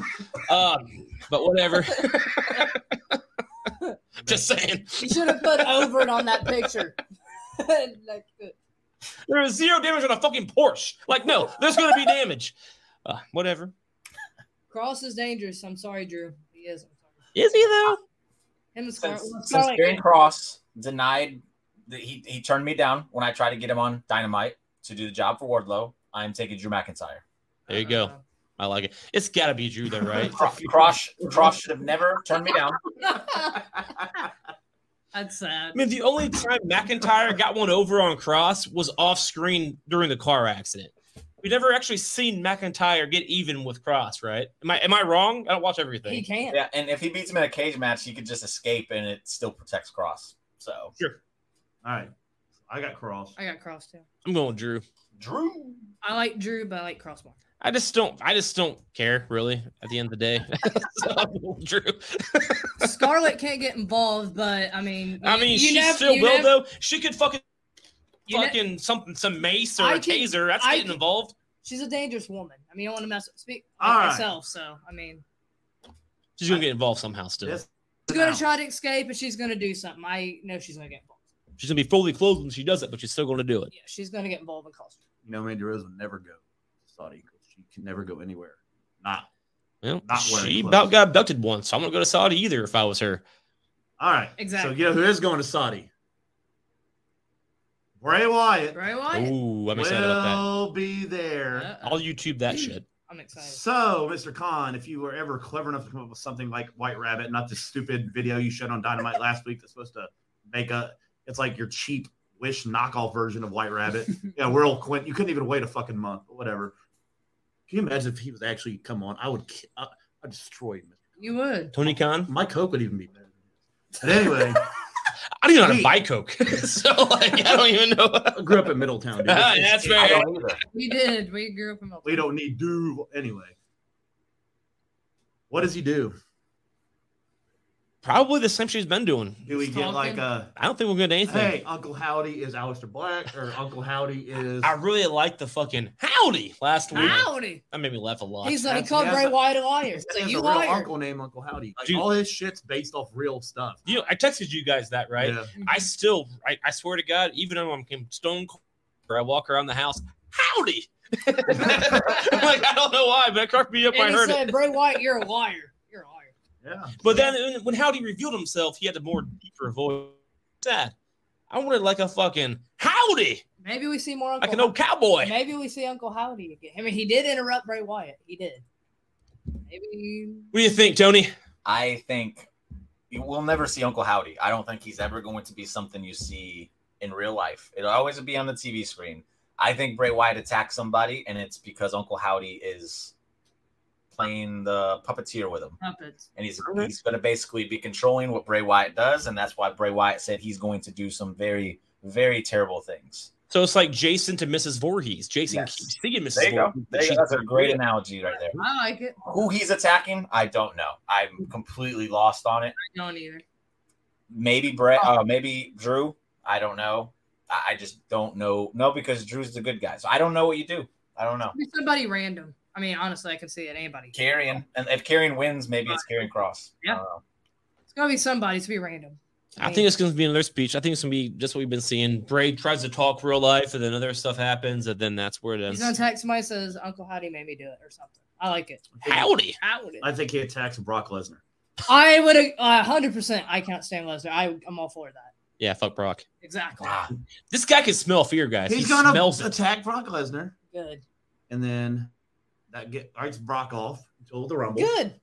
[SPEAKER 2] Um, but whatever. [laughs] Just saying,
[SPEAKER 6] You should have put over it on that picture. [laughs] like, uh,
[SPEAKER 2] there was zero damage on a fucking Porsche. Like, no, there's gonna be damage. Uh, whatever.
[SPEAKER 6] Cross is dangerous. I'm sorry, Drew. He is. I'm sorry.
[SPEAKER 2] Is he though?
[SPEAKER 6] Him and Scar-
[SPEAKER 4] Since,
[SPEAKER 6] well,
[SPEAKER 4] since
[SPEAKER 6] Scarlett-
[SPEAKER 4] Karen Cross denied the, he he turned me down when I tried to get him on Dynamite to do the job for Wardlow. I'm taking Drew McIntyre.
[SPEAKER 2] There you go. I like it. It's got to be Drew, though, right?
[SPEAKER 4] Cro- Cross Cross should have never turned me down.
[SPEAKER 6] That's
[SPEAKER 2] I
[SPEAKER 6] sad.
[SPEAKER 2] mean, the only time McIntyre got one over on Cross was off screen during the car accident. We never actually seen McIntyre get even with Cross, right? Am I am I wrong? I don't watch
[SPEAKER 6] He
[SPEAKER 2] everything.
[SPEAKER 6] can't.
[SPEAKER 4] Yeah, and if he beats him in a cage match, he could just escape and it still protects Cross. So
[SPEAKER 5] All right. I got cross.
[SPEAKER 6] I got cross too.
[SPEAKER 2] I'm going with Drew.
[SPEAKER 4] Drew.
[SPEAKER 6] I like Drew, but I like cross more.
[SPEAKER 2] I just don't. I just don't care really. At the end of the day, [laughs] so I'm going with Drew.
[SPEAKER 6] Scarlett can't get involved, but I mean,
[SPEAKER 2] I
[SPEAKER 6] you-
[SPEAKER 2] mean,
[SPEAKER 6] you
[SPEAKER 2] she
[SPEAKER 6] nev-
[SPEAKER 2] still
[SPEAKER 6] you
[SPEAKER 2] will
[SPEAKER 6] nev-
[SPEAKER 2] though. She could fucking
[SPEAKER 6] you ne-
[SPEAKER 2] fucking something, some mace or
[SPEAKER 6] I
[SPEAKER 2] a
[SPEAKER 6] can-
[SPEAKER 2] taser. That's
[SPEAKER 6] I
[SPEAKER 2] getting
[SPEAKER 6] can-
[SPEAKER 2] involved.
[SPEAKER 6] she's a dangerous woman. I mean, I don't want to mess up speak
[SPEAKER 5] All
[SPEAKER 6] like
[SPEAKER 5] right.
[SPEAKER 6] myself. So I mean,
[SPEAKER 2] She's gonna get involved somehow. Still,
[SPEAKER 5] This
[SPEAKER 6] she's gonna try to escape and she's gonna do something. I know she's gonna get involved.
[SPEAKER 2] she's gonna be fully clothed when she does it, but she's still gonna do it.
[SPEAKER 6] Yeah, she's gonna get involved in cross.
[SPEAKER 5] you know, Mandy Rose would never go to Saudi because she can never go anywhere. Not.
[SPEAKER 2] Well,
[SPEAKER 5] Not wearing
[SPEAKER 2] she
[SPEAKER 5] clothes.
[SPEAKER 2] about got abducted once. So I'm gonna go to Saudi either if I was her.
[SPEAKER 5] All right.
[SPEAKER 6] Exactly.
[SPEAKER 5] So, you know who is going to Saudi? Bray Wyatt
[SPEAKER 6] Right? Wyatt?
[SPEAKER 2] Ooh, I'm
[SPEAKER 5] will
[SPEAKER 2] excited about
[SPEAKER 5] be there.
[SPEAKER 2] that. I'll YouTube that shit.
[SPEAKER 6] Uh-uh. I'm excited.
[SPEAKER 5] So, Mr. Khan, if you were ever clever enough to come up with something like White Rabbit, not this stupid video you showed on Dynamite last week that's supposed to make a, it's like your cheap Wish knockoff version of
[SPEAKER 6] [laughs]
[SPEAKER 5] White Rabbit. yeah, we're all Quint. You couldn't even wait a fucking month, but whatever. Can you imagine if he was actually come on? I would, ki- I, I'd destroy him.
[SPEAKER 6] You would.
[SPEAKER 2] Tony Khan,
[SPEAKER 5] My Coke would even be better. But anyway,
[SPEAKER 2] I don't even know how
[SPEAKER 5] Wait.
[SPEAKER 2] to buy Coke, [laughs] so like I don't even [laughs] know.
[SPEAKER 5] I grew up in Middletown.
[SPEAKER 6] [laughs]
[SPEAKER 5] Dude. It's- it's-
[SPEAKER 2] That's
[SPEAKER 4] I
[SPEAKER 2] right.
[SPEAKER 4] don't either.
[SPEAKER 6] We did. We grew up in Milton.
[SPEAKER 5] We don't need do anyway. What does he do?
[SPEAKER 2] Probably the same she's been doing.
[SPEAKER 5] Do we
[SPEAKER 6] He's
[SPEAKER 5] get like
[SPEAKER 6] talking.
[SPEAKER 5] a
[SPEAKER 2] I don't think we're good at anything.
[SPEAKER 5] hey, Uncle Howdy is Alistair Black or
[SPEAKER 2] [laughs]
[SPEAKER 5] Uncle Howdy is
[SPEAKER 2] I really liked the fucking howdy last week.
[SPEAKER 6] Howdy.
[SPEAKER 2] That made me laugh a lot.
[SPEAKER 6] He's like, he
[SPEAKER 5] That's-
[SPEAKER 6] called
[SPEAKER 5] yeah,
[SPEAKER 6] Bray
[SPEAKER 5] that's-
[SPEAKER 6] Wyatt a liar.
[SPEAKER 5] He
[SPEAKER 6] So
[SPEAKER 5] has
[SPEAKER 6] you
[SPEAKER 5] a real
[SPEAKER 6] liar.
[SPEAKER 5] uncle named Uncle Howdy. Like,
[SPEAKER 2] Dude.
[SPEAKER 5] all his shit's based off real stuff.
[SPEAKER 2] you know, I texted you guys that right.
[SPEAKER 5] Yeah.
[SPEAKER 2] I still, I, I swear to God, even though I'm stone cold, or I walk around the house, howdy. [laughs] like I don't know why, but it cracked me up. when I
[SPEAKER 6] And he
[SPEAKER 2] heard it.
[SPEAKER 6] said, Bray Wyatt, you're a liar. You're a liar.
[SPEAKER 5] Yeah.
[SPEAKER 2] But then when- when Howdy revealed himself, he had a more deeper voice. Sad. I wanted like a fucking howdy,
[SPEAKER 6] Maybe we see more Uncle
[SPEAKER 2] like an old cowboy.
[SPEAKER 6] Maybe we see Uncle Howdy again. I mean, he did interrupt Bray Wyatt. He did. Maybe.
[SPEAKER 2] What do you think, Tony?
[SPEAKER 4] I think you will never see Uncle Howdy. I don't think he's ever going to be something you see in real life. It'll always be on the TV screen. I think Bray Wyatt attacks somebody, and it's because Uncle Howdy is playing the puppeteer with him,
[SPEAKER 6] Puppets.
[SPEAKER 4] and he's
[SPEAKER 2] Okay.
[SPEAKER 4] he's going to basically be controlling what Bray Wyatt does, and that's why Bray Wyatt said he's going to do some very very terrible things.
[SPEAKER 2] So it's like Jason to Mrs. Voorhees. Jason
[SPEAKER 4] Yes.
[SPEAKER 2] keeps seeing Mrs.
[SPEAKER 4] There you go.
[SPEAKER 2] Voorhees.
[SPEAKER 4] There you go.
[SPEAKER 2] She's-
[SPEAKER 4] That's a great analogy right there.
[SPEAKER 6] I like it.
[SPEAKER 4] Who he's attacking, I don't know. I'm completely lost on it.
[SPEAKER 6] I don't either.
[SPEAKER 4] maybe Brett, uh, maybe Drew. I don't know. I, I just don't know. No, because Drew's the good guy. So I don't know what you do. I don't know.
[SPEAKER 6] Be somebody random. I mean, honestly, I can see it. Anybody.
[SPEAKER 4] Carrion, and if Carrion wins, maybe it's Carrion Cross. I don't know.
[SPEAKER 6] It's gonna be somebody. It's gonna be random.
[SPEAKER 2] I think it's going to be another speech. I think it's going to be just what we've been seeing. Bray tries to talk real life, and then other stuff happens, and then that's where it
[SPEAKER 6] He's gonna
[SPEAKER 2] ends.
[SPEAKER 6] text somebody says Uncle Howdy made me do it or something. I like it.
[SPEAKER 2] Howdy.
[SPEAKER 6] Howdy.
[SPEAKER 5] I think he attacks Brock Lesnar.
[SPEAKER 6] I would uh, a hundred percent. I can't stand Lesnar. I I'm all for that.
[SPEAKER 2] Yeah, fuck Brock.
[SPEAKER 6] Exactly.
[SPEAKER 4] Ah,
[SPEAKER 2] This guy can smell fear, guys.
[SPEAKER 5] He's
[SPEAKER 2] he
[SPEAKER 5] gonna
[SPEAKER 2] smells it.
[SPEAKER 5] attack Brock Lesnar,
[SPEAKER 6] Good.
[SPEAKER 5] and then that get writes Brock off until the Rumble.
[SPEAKER 6] Good.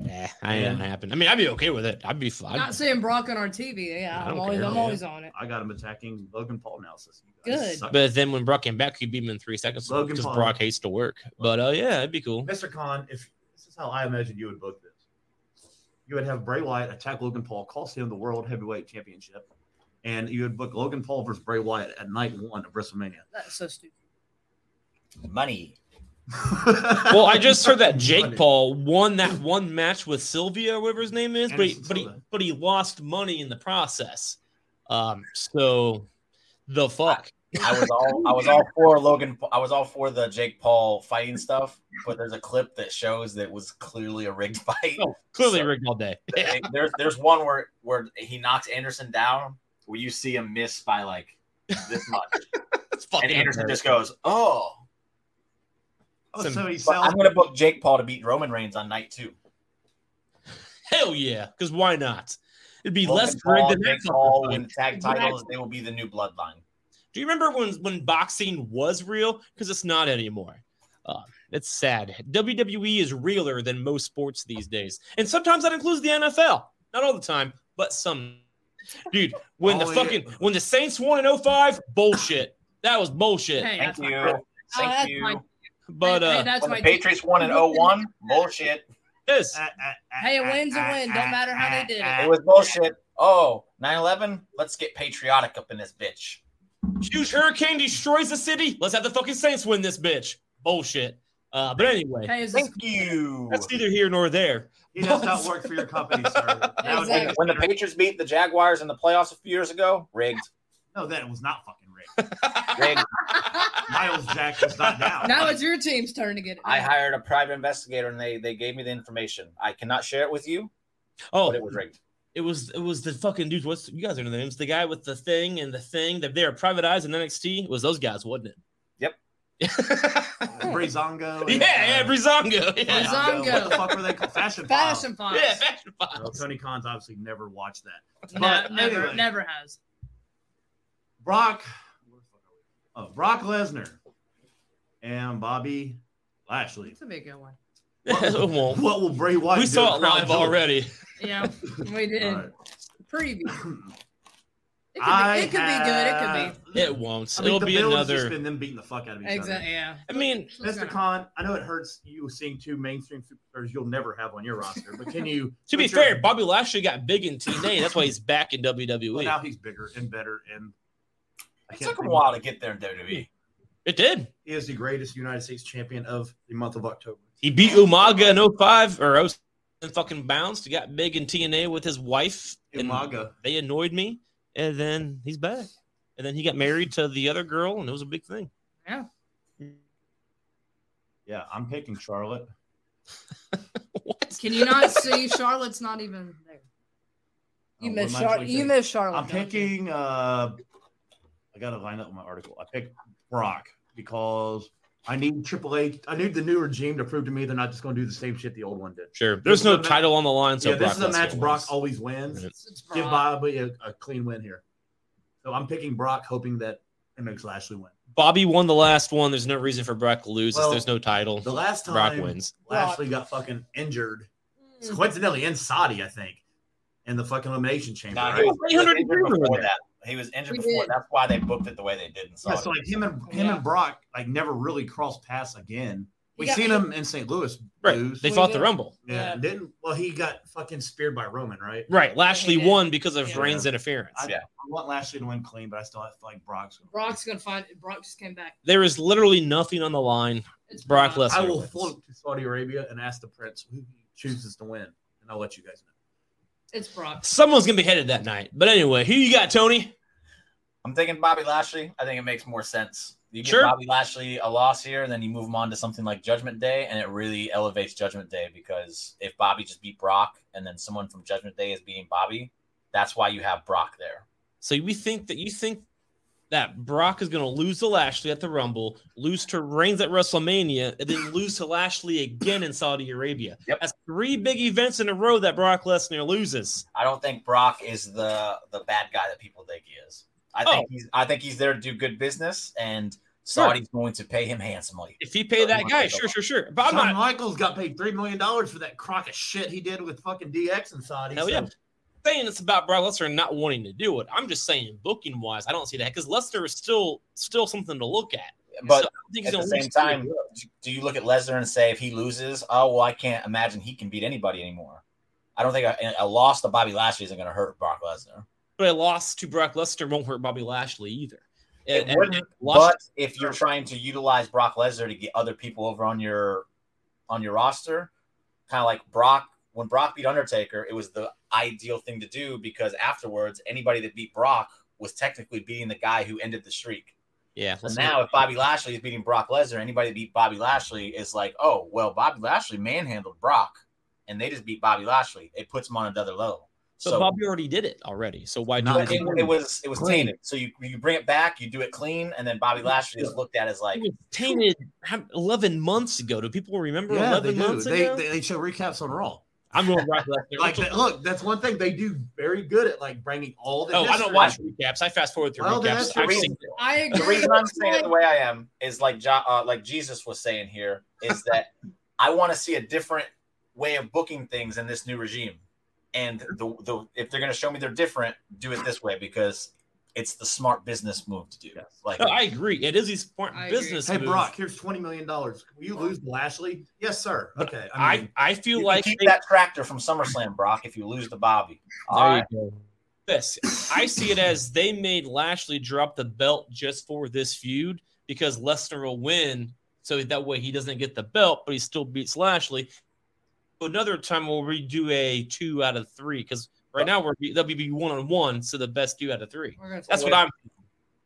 [SPEAKER 2] Nah, I ain't gonna happen. I mean, I'd be okay with it. I'd be fine.
[SPEAKER 6] Not seeing Brock on our TV. Yeah,
[SPEAKER 2] I
[SPEAKER 6] I'm
[SPEAKER 2] don't
[SPEAKER 6] always
[SPEAKER 2] care,
[SPEAKER 6] I'm
[SPEAKER 2] man.
[SPEAKER 6] always on it.
[SPEAKER 5] I got him attacking Logan Paul now. So you guys
[SPEAKER 6] Good.
[SPEAKER 5] suck.
[SPEAKER 2] But then when Brock came back, he beat him in three seconds
[SPEAKER 5] Logan
[SPEAKER 2] because
[SPEAKER 5] Paul.
[SPEAKER 2] Brock hates to work. But uh, yeah, it'd be
[SPEAKER 5] [laughs]
[SPEAKER 2] cool.
[SPEAKER 5] Mr. Khan, if this is how I imagine you would book this, you would have Bray Wyatt attack Logan Paul, cost him the World Heavyweight Championship, and you would book Logan Paul versus Bray Wyatt at night one of WrestleMania.
[SPEAKER 6] That's so stupid.
[SPEAKER 4] money.
[SPEAKER 2] [laughs] Well, I just heard that Jake
[SPEAKER 5] Money.
[SPEAKER 2] Paul won that one match with Sylvia, whatever his name is, but he,
[SPEAKER 5] Anderson
[SPEAKER 2] but he
[SPEAKER 5] Silva.
[SPEAKER 2] but he lost money in the process. Um, so the fuck.
[SPEAKER 4] I was all I was all for Logan. I was all for the Jake Paul fighting stuff, but there's a clip that shows that was clearly a rigged [laughs] fight.
[SPEAKER 2] Oh, clearly
[SPEAKER 4] So-
[SPEAKER 2] rigged all day.
[SPEAKER 4] They- There's there's one where where he knocks Anderson down, where you see him miss by like this much,
[SPEAKER 2] That's
[SPEAKER 4] and
[SPEAKER 2] fucking
[SPEAKER 4] Anderson
[SPEAKER 2] embarrassing.
[SPEAKER 4] just goes, "Oh."
[SPEAKER 5] Oh, so he
[SPEAKER 4] But I'm
[SPEAKER 5] sounds
[SPEAKER 4] going to book Jake Paul to beat Roman Reigns on night two.
[SPEAKER 2] hell yeah, because why not? It'd be
[SPEAKER 4] Logan
[SPEAKER 2] less grid
[SPEAKER 4] Paul,
[SPEAKER 2] than
[SPEAKER 4] Jake
[SPEAKER 2] that.
[SPEAKER 4] Paul win tag titles. They will be the new bloodline.
[SPEAKER 2] Do you remember when when boxing was real? Because it's not anymore. Uh, it's sad. WWE is realer than most sports these days, and sometimes that includes the NFL. Not all the time, but some. Dude, when the
[SPEAKER 5] Oh, yeah.
[SPEAKER 2] fucking when the Saints won in 05, bullshit. That was bullshit.
[SPEAKER 6] Hey,
[SPEAKER 4] Thank
[SPEAKER 6] that's
[SPEAKER 4] you.
[SPEAKER 6] my- hey,
[SPEAKER 4] Thank
[SPEAKER 6] that's
[SPEAKER 4] you.
[SPEAKER 6] my-
[SPEAKER 2] But
[SPEAKER 6] hey,
[SPEAKER 2] uh,
[SPEAKER 6] that's
[SPEAKER 4] When
[SPEAKER 6] my
[SPEAKER 4] the Patriots won
[SPEAKER 6] [laughs]
[SPEAKER 4] in 01, bullshit.
[SPEAKER 2] this
[SPEAKER 5] Ah, ah, ah,
[SPEAKER 6] Hey, a
[SPEAKER 5] ah,
[SPEAKER 6] win's a
[SPEAKER 5] ah,
[SPEAKER 6] win. Don't
[SPEAKER 5] ah,
[SPEAKER 6] matter how they
[SPEAKER 5] ah,
[SPEAKER 6] did it.
[SPEAKER 5] ah.
[SPEAKER 4] It was bullshit. Oh, 9 11? Let's get patriotic up in this bitch.
[SPEAKER 2] huge hurricane destroys the city. Let's have the fucking Saints win this bitch. Bullshit. Uh, but anyway,
[SPEAKER 6] Hey, is this
[SPEAKER 4] Thank you.
[SPEAKER 2] that's neither here nor there.
[SPEAKER 5] He does not work for your company, sir. That would be
[SPEAKER 6] [laughs] Exactly.
[SPEAKER 4] When the Patriots beat the Jaguars in the playoffs a few years ago, rigged.
[SPEAKER 5] No, that was not fucking rigged.
[SPEAKER 4] Rigged.
[SPEAKER 5] Miles Jack was not down.
[SPEAKER 6] [laughs] now it's your team's turn to get it.
[SPEAKER 4] I hired a private investigator and they, they gave me the information. I cannot share it with you,
[SPEAKER 2] Oh,
[SPEAKER 4] but it was rigged.
[SPEAKER 2] It was it was the fucking dudes. What's you guys are the names? The guy with the thing and the thing that they are private eyes in NXT it was those guys, wasn't it?
[SPEAKER 4] Yep.
[SPEAKER 2] yeah,
[SPEAKER 5] Brizongo.
[SPEAKER 2] [laughs]
[SPEAKER 5] and,
[SPEAKER 2] yeah,
[SPEAKER 5] uh,
[SPEAKER 2] Brizongo. Yeah,
[SPEAKER 6] Brizongo.
[SPEAKER 5] What the fuck were they called? Fashion. File.
[SPEAKER 6] Fashion Fox.
[SPEAKER 2] [laughs] yeah, Fashion
[SPEAKER 5] Well,
[SPEAKER 2] Files.
[SPEAKER 5] Tony Khan's obviously never watched that.
[SPEAKER 6] No,
[SPEAKER 5] But
[SPEAKER 6] never,
[SPEAKER 5] anyway.
[SPEAKER 6] never has.
[SPEAKER 5] Brock, oh, Brock Lesnar, and Bobby Lashley.
[SPEAKER 6] It's a big good one.
[SPEAKER 2] [laughs] It won't.
[SPEAKER 5] What will Bray Wyatt?
[SPEAKER 2] We
[SPEAKER 5] do
[SPEAKER 2] saw
[SPEAKER 5] to
[SPEAKER 2] it
[SPEAKER 5] Crown
[SPEAKER 2] live
[SPEAKER 5] Jewel?
[SPEAKER 2] already.
[SPEAKER 6] Yeah, we did.
[SPEAKER 5] All right. [clears throat]
[SPEAKER 6] Preview. It could,
[SPEAKER 5] I
[SPEAKER 6] be, it could be good. It
[SPEAKER 5] have-
[SPEAKER 6] could
[SPEAKER 2] It won't.
[SPEAKER 5] I mean,
[SPEAKER 2] It'll
[SPEAKER 5] the
[SPEAKER 2] be
[SPEAKER 5] build has
[SPEAKER 2] another.
[SPEAKER 5] Just been them beating the fuck out of each
[SPEAKER 6] be. Exactly. Yeah.
[SPEAKER 2] I mean,
[SPEAKER 5] other. Mr. Khan, I know it hurts you seeing two mainstream superstars you'll never have on your roster, but can you?
[SPEAKER 2] [laughs] to be
[SPEAKER 5] but you're-
[SPEAKER 2] fair, Bobby Lashley got big in
[SPEAKER 5] [laughs]
[SPEAKER 2] TNA. That's why he's back in E.
[SPEAKER 5] well, now
[SPEAKER 2] WWE.
[SPEAKER 5] he's bigger and better, and I
[SPEAKER 4] It
[SPEAKER 5] can't
[SPEAKER 4] took him
[SPEAKER 5] think-
[SPEAKER 4] a while to get there in E, WWE.
[SPEAKER 2] It did.
[SPEAKER 5] He is the greatest United States champion of the month of October.
[SPEAKER 2] He beat Umaga in 05 or 07 and fucking bounced. He got big in TNA with his wife. and-
[SPEAKER 5] Umaga.
[SPEAKER 2] they annoyed me, and then he's back. And then he got married to the other girl, and it was a big thing.
[SPEAKER 5] Yeah, I'm picking Charlotte.
[SPEAKER 2] What?
[SPEAKER 6] Can you not see? Charlotte's not even
[SPEAKER 2] Oh,
[SPEAKER 6] there. You
[SPEAKER 5] Uh, what
[SPEAKER 6] miss
[SPEAKER 5] am I
[SPEAKER 6] Charlotte.
[SPEAKER 5] picking?
[SPEAKER 6] You miss Charlotte.
[SPEAKER 5] I'm
[SPEAKER 6] don't Oh, you?
[SPEAKER 5] picking. Uh, I got to line up my article. I picked Brock because I need Triple H. I need the new regime to prove to me they're not just going to do the same shit the old one did.
[SPEAKER 2] Sure. There's no
[SPEAKER 5] This is a
[SPEAKER 2] title on the line, so
[SPEAKER 5] yeah, this
[SPEAKER 2] Brock
[SPEAKER 5] is
[SPEAKER 2] Lesnar
[SPEAKER 5] a match
[SPEAKER 2] wins.
[SPEAKER 5] Brock always wins.
[SPEAKER 2] Yeah.
[SPEAKER 6] It's
[SPEAKER 5] Give
[SPEAKER 6] Brock.
[SPEAKER 5] Bobby a, a clean win here. So I'm picking Brock, hoping that it makes Lashley win.
[SPEAKER 2] Bobby won the last one. There's no reason for Brock to lose.
[SPEAKER 5] Well,
[SPEAKER 2] There's no title.
[SPEAKER 5] The last time
[SPEAKER 2] Brock wins.
[SPEAKER 5] Lashley got fucking injured, it's
[SPEAKER 6] Mm.
[SPEAKER 5] coincidentally in Saudi, I think, in the fucking elimination chamber.
[SPEAKER 4] Nah,
[SPEAKER 5] right?
[SPEAKER 4] he was, he was
[SPEAKER 2] 300
[SPEAKER 4] injured before
[SPEAKER 2] there.
[SPEAKER 4] that. He was
[SPEAKER 6] We
[SPEAKER 4] injured before.
[SPEAKER 6] did.
[SPEAKER 4] That's why they booked it the way they did. And
[SPEAKER 5] Yeah, so like him and him
[SPEAKER 6] Yeah.
[SPEAKER 5] and Brock like never really crossed paths again. We
[SPEAKER 6] got-
[SPEAKER 5] seen him in St. Louis,
[SPEAKER 2] Right.
[SPEAKER 5] Blues.
[SPEAKER 2] They
[SPEAKER 6] We
[SPEAKER 2] fought the
[SPEAKER 6] did.
[SPEAKER 2] Rumble.
[SPEAKER 5] yeah,
[SPEAKER 6] Yeah.
[SPEAKER 5] and didn't. Well, he got fucking speared by Roman, right?
[SPEAKER 2] Right. Lashley
[SPEAKER 6] They did.
[SPEAKER 2] won because of
[SPEAKER 6] Yeah.
[SPEAKER 2] Reigns' interference.
[SPEAKER 5] I,
[SPEAKER 4] Yeah.
[SPEAKER 5] I want Lashley to win clean, but I still have to like Brock's. Gonna
[SPEAKER 6] Brock's gonna find. Brock just came back.
[SPEAKER 2] There is literally nothing on the line.
[SPEAKER 6] It's
[SPEAKER 2] Brock Lesnar.
[SPEAKER 5] I will
[SPEAKER 2] wins.
[SPEAKER 5] float to Saudi Arabia and ask the prince who he chooses to win, and I'll let you guys know.
[SPEAKER 6] It's Brock.
[SPEAKER 2] Someone's gonna be headed that night. But anyway, who you got, Tony?
[SPEAKER 4] I'm thinking Bobby Lashley. I think it makes more sense. You give
[SPEAKER 2] Sure.
[SPEAKER 4] Bobby Lashley a loss here, and then you move him on to something like Judgment Day, and it really elevates Judgment Day because if Bobby just beat Brock, and then someone from Judgment Day is beating Bobby, that's why you have Brock there.
[SPEAKER 2] So we think that you think that Brock is going to lose to Lashley at the Rumble, lose to Reigns at WrestleMania, and then lose to Lashley again in Saudi Arabia.
[SPEAKER 4] Yep.
[SPEAKER 2] That's three big events in a row that Brock Lesnar loses.
[SPEAKER 4] I don't think Brock is the the bad guy that people think he is. I think he's I think he's there to do good business, and Saudi's going to pay him handsomely.
[SPEAKER 2] If he pay that
[SPEAKER 4] Someone
[SPEAKER 2] guy,
[SPEAKER 4] pick
[SPEAKER 2] sure,
[SPEAKER 4] up.
[SPEAKER 2] sure, sure. But I'm
[SPEAKER 5] Shawn
[SPEAKER 2] not.
[SPEAKER 5] Michaels got paid three million dollars for that crock of shit he did with fucking DX in Saudi.
[SPEAKER 2] Hell
[SPEAKER 5] so-
[SPEAKER 2] yeah. Saying it's about Brock Lesnar not wanting to do it. I'm just saying booking wise, I don't see that because Lesnar is still still something to look at. So I
[SPEAKER 4] But
[SPEAKER 2] don't think
[SPEAKER 4] at the
[SPEAKER 2] gonna
[SPEAKER 4] same
[SPEAKER 2] lose to
[SPEAKER 4] time,
[SPEAKER 2] him.
[SPEAKER 4] do you look at Lesnar and say if he loses, oh well, I can't imagine he can beat anybody anymore. I don't think a, a loss to Bobby Lashley isn't going to hurt Brock Lesnar.
[SPEAKER 2] but a loss to Brock Lesnar won't hurt Bobby Lashley either.
[SPEAKER 4] It
[SPEAKER 2] And- and
[SPEAKER 4] wouldn't,
[SPEAKER 2] loss-
[SPEAKER 4] but if you're trying to utilize Brock Lesnar to get other people over on your on your roster, kind of like Brock when Brock beat Undertaker, it was the ideal thing to do because afterwards, anybody that beat Brock was technically beating the guy who ended the streak.
[SPEAKER 2] yeah,
[SPEAKER 4] So
[SPEAKER 2] Lesnar-
[SPEAKER 4] now, if Bobby Lashley is beating Brock Lesnar, anybody that beat Bobby Lashley is like, oh, well, Bobby Lashley manhandled Brock, and they just beat Bobby Lashley. It puts him on another level.
[SPEAKER 2] But
[SPEAKER 4] So
[SPEAKER 2] Bobby already did it already. So why do
[SPEAKER 5] Not
[SPEAKER 2] it
[SPEAKER 4] but it,
[SPEAKER 2] again?
[SPEAKER 4] it was it was
[SPEAKER 5] Clean.
[SPEAKER 4] tainted. So you, you bring it back, you do it clean, and then Bobby Lashley is looked at as like,
[SPEAKER 2] It was tainted how- 11 months ago. Do people remember
[SPEAKER 5] Yeah,
[SPEAKER 2] 11
[SPEAKER 5] they do.
[SPEAKER 2] months
[SPEAKER 5] They,
[SPEAKER 2] ago?
[SPEAKER 5] they they show recaps on Raw.
[SPEAKER 2] I'm going Brock
[SPEAKER 5] [laughs]
[SPEAKER 2] Lesnar.
[SPEAKER 5] Like,
[SPEAKER 2] Which-
[SPEAKER 5] that, look, that's one thing they do very good at, like bringing all the.
[SPEAKER 2] oh, I don't
[SPEAKER 5] history.
[SPEAKER 2] watch recaps. I fast forward through
[SPEAKER 5] Well, then
[SPEAKER 2] recaps.
[SPEAKER 5] that's the
[SPEAKER 2] I've
[SPEAKER 5] reason.
[SPEAKER 2] seen it.
[SPEAKER 6] I agree.
[SPEAKER 4] The reason
[SPEAKER 6] [laughs]
[SPEAKER 4] I'm saying it the way I am is like Jo- uh, like Jesus was saying here is that I want to see a different way of booking things in this new regime, and the, the if they're going to show me they're different, do it this way because it's the smart business move to do.
[SPEAKER 5] Yes.
[SPEAKER 4] Like
[SPEAKER 2] No, I agree. It is a smart
[SPEAKER 3] I agree.
[SPEAKER 2] business.
[SPEAKER 5] Hey
[SPEAKER 2] move.
[SPEAKER 5] Brock, here's twenty million dollars. Will you lose to Lashley? Yes, sir. Okay. I,
[SPEAKER 2] I,
[SPEAKER 5] mean,
[SPEAKER 2] I feel
[SPEAKER 4] you can
[SPEAKER 2] like
[SPEAKER 4] keep
[SPEAKER 2] they-
[SPEAKER 4] that tractor from SummerSlam, Brock. If you lose the Bobby, all right.
[SPEAKER 2] this. I see it as they made Lashley drop the belt just for this feud because Lesnar will win, so that way he doesn't get the belt, but he still beats Lashley. Another time we'll redo a two out of three because right now we're that'll be one on one, so the best two out of three.
[SPEAKER 3] We're gonna
[SPEAKER 2] That's
[SPEAKER 3] talk
[SPEAKER 2] what I'm.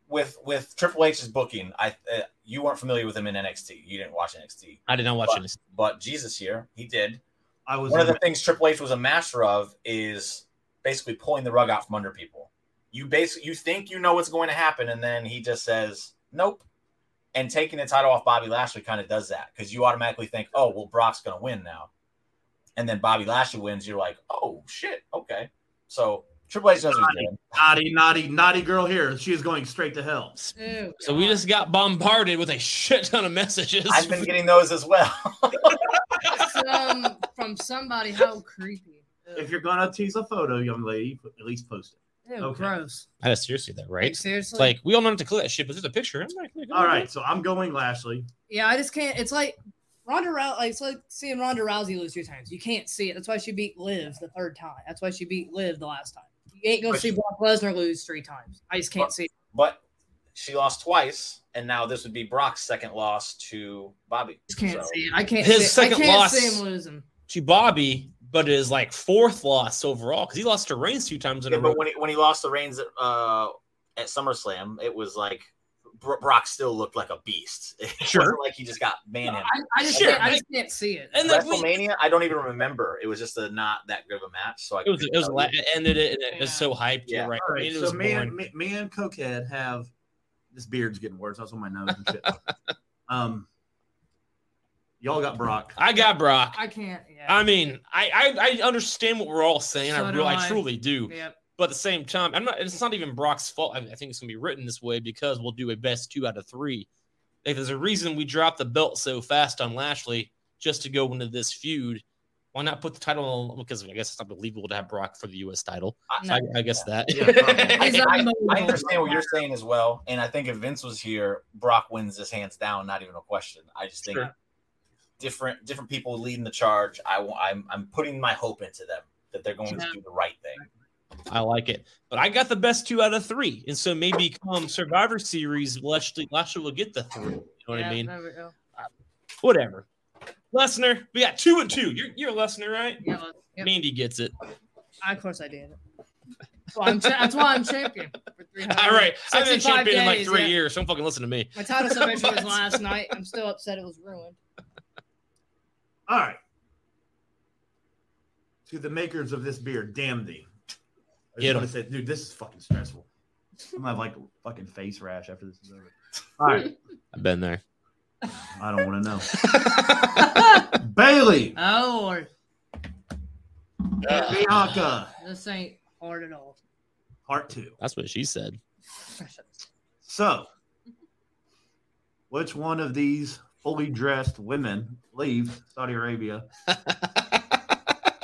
[SPEAKER 4] with with Triple H's booking. I uh, you weren't familiar with him in NXT. You didn't watch NXT,
[SPEAKER 2] I did not watch this.
[SPEAKER 4] but Jesus here, he did.
[SPEAKER 5] I was
[SPEAKER 4] one of the things Triple H was a master of is basically pulling the rug out from under people. You basically you think you know what's going to happen, and then he just says nope, and taking the title off Bobby Lashley kind of does that because you automatically think, oh well, Brock's going to win now, and then Bobby Lashley wins. You're like, oh shit, okay. So Triple H does what he's doing.
[SPEAKER 5] naughty, naughty, naughty girl here. She is going straight to hell.
[SPEAKER 3] Ew,
[SPEAKER 2] So we just got bombarded with a shit ton of messages.
[SPEAKER 4] I've been getting those as well. [laughs]
[SPEAKER 3] some from somebody. How creepy.
[SPEAKER 5] If you're gonna tease a photo, young lady, at least post it.
[SPEAKER 3] Ew,
[SPEAKER 5] okay.
[SPEAKER 3] gross.
[SPEAKER 2] I just seriously that
[SPEAKER 3] Like,
[SPEAKER 2] right.
[SPEAKER 3] seriously.
[SPEAKER 2] Like we all know not to click that shit, but there's a picture. I'm like, like,
[SPEAKER 5] All right, so I'm going Lashley.
[SPEAKER 3] yeah, I just can't. It's like Ronda Rousey. Like, it's like seeing Ronda Rousey lose two times. You can't see it. That's why she beat Liv the third time. That's why she beat Liv the last time. You ain't gonna
[SPEAKER 4] But
[SPEAKER 3] see
[SPEAKER 4] she-
[SPEAKER 3] Brock Lesnar lose three times. I just can't
[SPEAKER 4] But-
[SPEAKER 3] see. It.
[SPEAKER 4] but she lost twice, and now this would be Brock's second loss to Bobby.
[SPEAKER 3] Just can't
[SPEAKER 4] So-
[SPEAKER 3] see it. I can't.
[SPEAKER 2] His
[SPEAKER 3] see it.
[SPEAKER 2] second
[SPEAKER 3] I can't
[SPEAKER 2] loss-
[SPEAKER 3] see him losing.
[SPEAKER 2] to Bobby, but it is like fourth loss overall because he lost to Reigns two times in
[SPEAKER 4] Yeah,
[SPEAKER 2] a row.
[SPEAKER 4] but when he, when he lost the reins at, uh, at SummerSlam, it was like Bro- Brock still looked like a beast. [laughs] It
[SPEAKER 2] Sure.
[SPEAKER 4] wasn't like he just got manhandled.
[SPEAKER 3] I, I just,
[SPEAKER 2] Sure,
[SPEAKER 3] can't, I
[SPEAKER 2] like-
[SPEAKER 3] just can't see it.
[SPEAKER 2] and like we,
[SPEAKER 4] WrestleMania, I don't even remember. It was just a not that good of a match. So I
[SPEAKER 2] it was it was
[SPEAKER 4] couldn't
[SPEAKER 2] la-
[SPEAKER 4] tell you.
[SPEAKER 2] it ended it and it was so hyped.
[SPEAKER 4] Yeah.
[SPEAKER 2] You're right.
[SPEAKER 5] All right,
[SPEAKER 2] and it
[SPEAKER 5] so
[SPEAKER 2] was
[SPEAKER 5] me and,
[SPEAKER 2] boring.
[SPEAKER 5] me, me and Cokehead have this beard's getting worse. That's on my nose and
[SPEAKER 2] [laughs]
[SPEAKER 5] shit. um, y'all got Brock.
[SPEAKER 2] I got Brock.
[SPEAKER 3] I can't. Yeah.
[SPEAKER 2] I mean, I, I I understand what we're all saying.
[SPEAKER 3] So
[SPEAKER 2] I,
[SPEAKER 3] do
[SPEAKER 2] real, I
[SPEAKER 3] I.
[SPEAKER 2] truly do.
[SPEAKER 3] Yep.
[SPEAKER 2] But at the same time, I'm not. It's not even Brock's fault. I, I think it's gonna be written this way because we'll do a best two out of three. Like, there's a reason we dropped the belt so fast on Lashley just to go into this feud. Why not put the title on? Because I guess it's not believable to have Brock for the U.S. title.
[SPEAKER 4] I-
[SPEAKER 3] No.
[SPEAKER 2] I, I guess that.
[SPEAKER 5] Yeah, probably.
[SPEAKER 3] He's
[SPEAKER 4] I-
[SPEAKER 3] unbelievable.
[SPEAKER 4] I understand what you're saying as well, and I think if Vince was here, Brock wins this hands down, not even a question. I just think
[SPEAKER 2] Sure.
[SPEAKER 4] different different people leading the charge. I wa- I'm I'm putting my hope into them that they're going to do the right thing.
[SPEAKER 2] [laughs] I like it. But I got the best two out of three. And so maybe come Survivor Series, Lashley, Lashley will get the three. You know what
[SPEAKER 3] Yeah,
[SPEAKER 2] I mean?
[SPEAKER 3] there we go.
[SPEAKER 2] Whatever. Lesnar, we got two and two. You're, you're a Lesnar, right?
[SPEAKER 3] Yeah, let's- yep.
[SPEAKER 2] Mandy gets it.
[SPEAKER 3] I- of course I did. That's why I'm, cha- that's why I'm champion. For
[SPEAKER 2] [laughs] All right. I've
[SPEAKER 3] 365
[SPEAKER 2] been champion in like
[SPEAKER 3] days,
[SPEAKER 2] three
[SPEAKER 3] yeah.
[SPEAKER 2] years. Don't fucking listen to me.
[SPEAKER 3] My title submission was
[SPEAKER 2] What?
[SPEAKER 3] last night. I'm still upset it was ruined.
[SPEAKER 5] All right. To the makers of this beer, damn thee. I
[SPEAKER 2] Get
[SPEAKER 5] just want to say, dude, this is fucking stressful. I'm gonna have like a fucking face rash after this
[SPEAKER 2] [laughs]
[SPEAKER 5] is over. All right,
[SPEAKER 2] I've been there.
[SPEAKER 5] I don't want to know.
[SPEAKER 3] oh,
[SPEAKER 5] [laughs] Bailey,
[SPEAKER 3] Lord.
[SPEAKER 5] Bianca,
[SPEAKER 3] this ain't hard at all.
[SPEAKER 5] part two.
[SPEAKER 2] That's what she [laughs] said.
[SPEAKER 5] So, which one of these fully dressed women leaves Saudi Arabia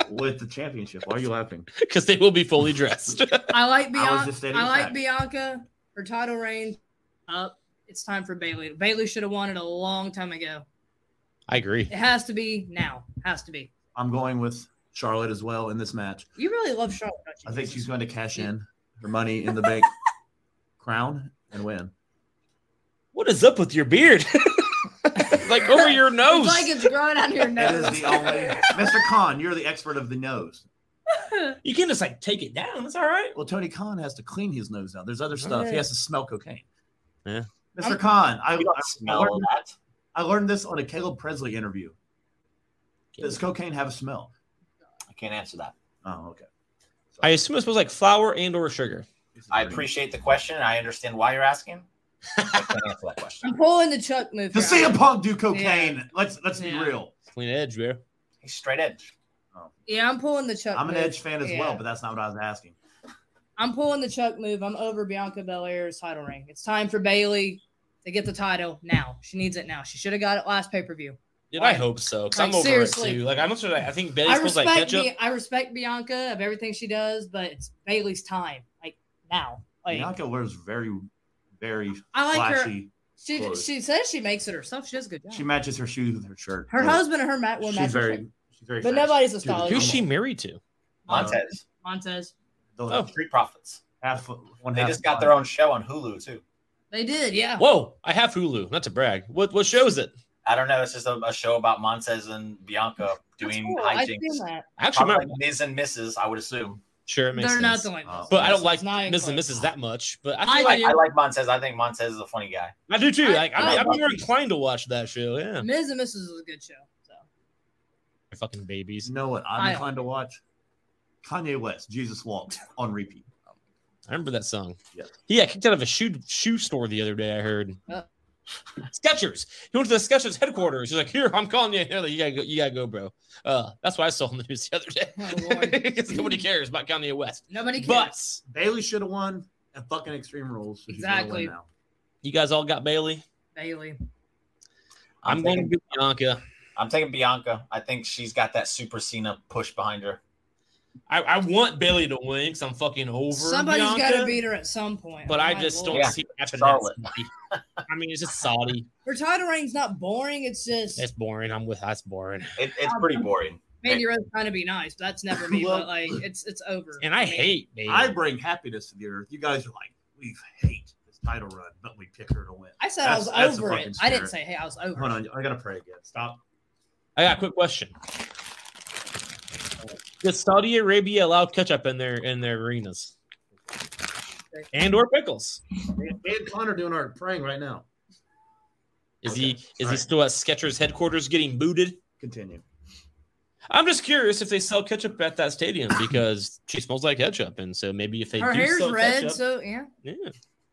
[SPEAKER 5] with the championship? Why are you laughing?
[SPEAKER 2] Because they will be fully dressed. [laughs]
[SPEAKER 3] I like
[SPEAKER 5] I was
[SPEAKER 3] Bianca.
[SPEAKER 5] just
[SPEAKER 3] I,
[SPEAKER 5] stating a
[SPEAKER 3] like
[SPEAKER 5] fact.
[SPEAKER 3] Bianca. Her title reign up. It's time for Bailey. Bailey should have won it a long time ago.
[SPEAKER 2] I agree.
[SPEAKER 3] It has to be now. Has to be.
[SPEAKER 5] I'm going with Charlotte as well in this match.
[SPEAKER 3] You really love Charlotte. don't you?
[SPEAKER 5] I think she's going to cash in her money in the bank crown and win.
[SPEAKER 2] What is up with your beard? [laughs] like over your nose.
[SPEAKER 3] It's like it's growing out of your
[SPEAKER 5] That
[SPEAKER 3] nose.
[SPEAKER 5] is the only Mr. Khan, you're the expert of the nose.
[SPEAKER 2] you can just like take it down. That's all right.
[SPEAKER 5] Well, Tony Khan has to clean his nose now. There's other stuff. He has to smell cocaine.
[SPEAKER 2] Yeah.
[SPEAKER 5] mister Khan, I,
[SPEAKER 4] You don't
[SPEAKER 5] I,
[SPEAKER 4] smell
[SPEAKER 5] learned,
[SPEAKER 4] that.
[SPEAKER 5] I learned this on a Caleb Presley interview. Does cocaine have a smell?
[SPEAKER 4] I can't answer that.
[SPEAKER 5] Oh, okay.
[SPEAKER 2] I assume it smells like flour and or sugar.
[SPEAKER 4] I appreciate the question. I understand why you're asking. I can't answer
[SPEAKER 6] [laughs]
[SPEAKER 4] that
[SPEAKER 3] [laughs]
[SPEAKER 4] question.
[SPEAKER 3] I'm pulling the Chuck move.
[SPEAKER 5] to
[SPEAKER 3] here.
[SPEAKER 5] see a punk do cocaine. Let's let's
[SPEAKER 3] Yeah.
[SPEAKER 5] be real.
[SPEAKER 2] Clean edge, bro.
[SPEAKER 4] He's straight edge.
[SPEAKER 6] Yeah, I'm pulling the Chuck.
[SPEAKER 5] I'm an
[SPEAKER 6] move.
[SPEAKER 5] Edge fan as
[SPEAKER 6] Yeah.
[SPEAKER 5] well, but that's not what I was asking.
[SPEAKER 6] I'm pulling the Chuck move. I'm over Bianca Belair's title reign. It's time for Bailey to get the title now. She needs it now. She should have got it last pay per view.
[SPEAKER 2] Dude, I hope so. Because I'm
[SPEAKER 6] Like,
[SPEAKER 2] over
[SPEAKER 6] seriously.
[SPEAKER 2] it too. Like I'm not sure. I think Bailey's
[SPEAKER 6] I
[SPEAKER 2] supposed to
[SPEAKER 6] respect
[SPEAKER 2] like catch up.
[SPEAKER 6] Bi- I respect Bianca of everything she does, but it's Bailey's time. Like now. Like
[SPEAKER 5] Bianca wears very, very
[SPEAKER 6] I like her.
[SPEAKER 5] flashy.
[SPEAKER 6] She
[SPEAKER 5] clothes.
[SPEAKER 6] she says she makes it herself. She does a good job.
[SPEAKER 5] She matches her shoes with her shirt.
[SPEAKER 6] her husband and her mat were
[SPEAKER 5] she's
[SPEAKER 6] matching.
[SPEAKER 5] very, she's very.
[SPEAKER 6] But
[SPEAKER 5] fast.
[SPEAKER 6] nobody's a
[SPEAKER 5] Dude,
[SPEAKER 6] stylist.
[SPEAKER 5] come
[SPEAKER 2] Who's she
[SPEAKER 5] on.
[SPEAKER 2] married to?
[SPEAKER 4] Montez.
[SPEAKER 6] Montez.
[SPEAKER 5] They'll
[SPEAKER 6] Uh,
[SPEAKER 2] Oh.
[SPEAKER 5] have
[SPEAKER 4] Street Profits.
[SPEAKER 5] half- one
[SPEAKER 4] They
[SPEAKER 5] half
[SPEAKER 4] just got
[SPEAKER 5] blind.
[SPEAKER 4] their own show on Hulu too.
[SPEAKER 6] They did, yeah.
[SPEAKER 2] Whoa, I have Hulu. Not to brag. What what show is it?
[SPEAKER 4] I don't know. It's just a, a show about Montez and Bianca
[SPEAKER 6] That's
[SPEAKER 4] doing
[SPEAKER 6] cool. I've
[SPEAKER 4] hijinks.
[SPEAKER 6] seen that.
[SPEAKER 2] Actually,
[SPEAKER 4] Probably
[SPEAKER 2] my,
[SPEAKER 4] like Ms. and Mrs. I would assume.
[SPEAKER 2] sure, it
[SPEAKER 6] They're
[SPEAKER 2] makes
[SPEAKER 6] not
[SPEAKER 2] sense.
[SPEAKER 6] the lame.
[SPEAKER 5] Oh.
[SPEAKER 2] but I don't
[SPEAKER 6] It's
[SPEAKER 2] like
[SPEAKER 6] not
[SPEAKER 2] Miss and
[SPEAKER 6] included.
[SPEAKER 2] Mrs. that much. But I
[SPEAKER 6] I
[SPEAKER 2] feel like
[SPEAKER 4] I like Montez. I think Montez is a funny guy.
[SPEAKER 2] I do too.
[SPEAKER 6] I-
[SPEAKER 2] Like
[SPEAKER 6] I
[SPEAKER 2] I, I'm
[SPEAKER 4] like
[SPEAKER 2] more
[SPEAKER 4] these.
[SPEAKER 2] inclined to watch that show. Yeah,
[SPEAKER 6] Ms. and Mrs. is a good show. So
[SPEAKER 2] They're fucking babies.
[SPEAKER 5] You know what?
[SPEAKER 6] I-
[SPEAKER 5] I'm inclined to watch Kanye West, Jesus Walks on repeat.
[SPEAKER 2] I remember that song.
[SPEAKER 5] Yeah.
[SPEAKER 2] He got kicked out of a shoe shoe store the other day. I heard.
[SPEAKER 6] Uh.
[SPEAKER 2] Skechers. He went to the Skechers headquarters. He's like, "Here, I'm calling you. [laughs] They're like, you gotta go. You gotta go, bro." Uh, that's why I saw on the news the other day.
[SPEAKER 6] Oh,
[SPEAKER 2] [laughs]
[SPEAKER 6] Lord.
[SPEAKER 2] 'Cause nobody cares about Kanye West.
[SPEAKER 6] nobody cares.
[SPEAKER 2] But
[SPEAKER 5] Bailey should have won and fucking Extreme Rules. so she's gonna win
[SPEAKER 6] Exactly.
[SPEAKER 5] now.
[SPEAKER 2] you guys all got Bailey.
[SPEAKER 6] Bailey.
[SPEAKER 2] I'm,
[SPEAKER 4] I'm
[SPEAKER 2] going to
[SPEAKER 4] taking,
[SPEAKER 2] be Bianca.
[SPEAKER 4] I'm taking Bianca. I think she's got that Super Cena push behind her.
[SPEAKER 2] I, I want Bailey to win because I'm fucking over
[SPEAKER 6] Somebody's
[SPEAKER 2] Bianca.
[SPEAKER 6] got to beat her at some point.
[SPEAKER 2] but
[SPEAKER 6] Oh,
[SPEAKER 2] I
[SPEAKER 6] my
[SPEAKER 2] just don't
[SPEAKER 6] Lord.
[SPEAKER 4] Yeah.
[SPEAKER 2] see it happening.
[SPEAKER 4] Charlotte.
[SPEAKER 2] I mean, it's just Saudi.
[SPEAKER 6] Her title reign's not boring. It's just
[SPEAKER 2] It's boring. I'm with. That's boring.
[SPEAKER 4] It, it's pretty boring.
[SPEAKER 6] Mandy Rose trying to be nice, but that's never me.
[SPEAKER 5] Well-
[SPEAKER 6] but like, it's it's over.
[SPEAKER 2] And I hate Bailey.
[SPEAKER 5] I bring happiness to the earth. You guys are like, we hate this title run, but we pick her to win.
[SPEAKER 6] I said I
[SPEAKER 5] That's-
[SPEAKER 6] was
[SPEAKER 5] that's a
[SPEAKER 6] over
[SPEAKER 5] fucking
[SPEAKER 6] it. I didn't
[SPEAKER 5] spirit.
[SPEAKER 6] say, hey, I was over
[SPEAKER 5] Hold
[SPEAKER 6] it.
[SPEAKER 5] on, I gotta pray again. Stop.
[SPEAKER 2] I got a quick question. Does Saudi Arabia allow ketchup in their in their arenas? And or pickles?
[SPEAKER 5] Me and Connor doing our praying right now.
[SPEAKER 2] Is he
[SPEAKER 5] Okay,
[SPEAKER 2] is he
[SPEAKER 5] alright.
[SPEAKER 2] still at Skechers headquarters getting booted?
[SPEAKER 5] Continue.
[SPEAKER 2] I'm just curious if they sell ketchup at that
[SPEAKER 5] [coughs]
[SPEAKER 2] stadium because she smells like ketchup, and so maybe if they
[SPEAKER 6] Her
[SPEAKER 2] do
[SPEAKER 6] hair's
[SPEAKER 2] sell
[SPEAKER 6] red,
[SPEAKER 2] ketchup,
[SPEAKER 6] so yeah.
[SPEAKER 2] yeah.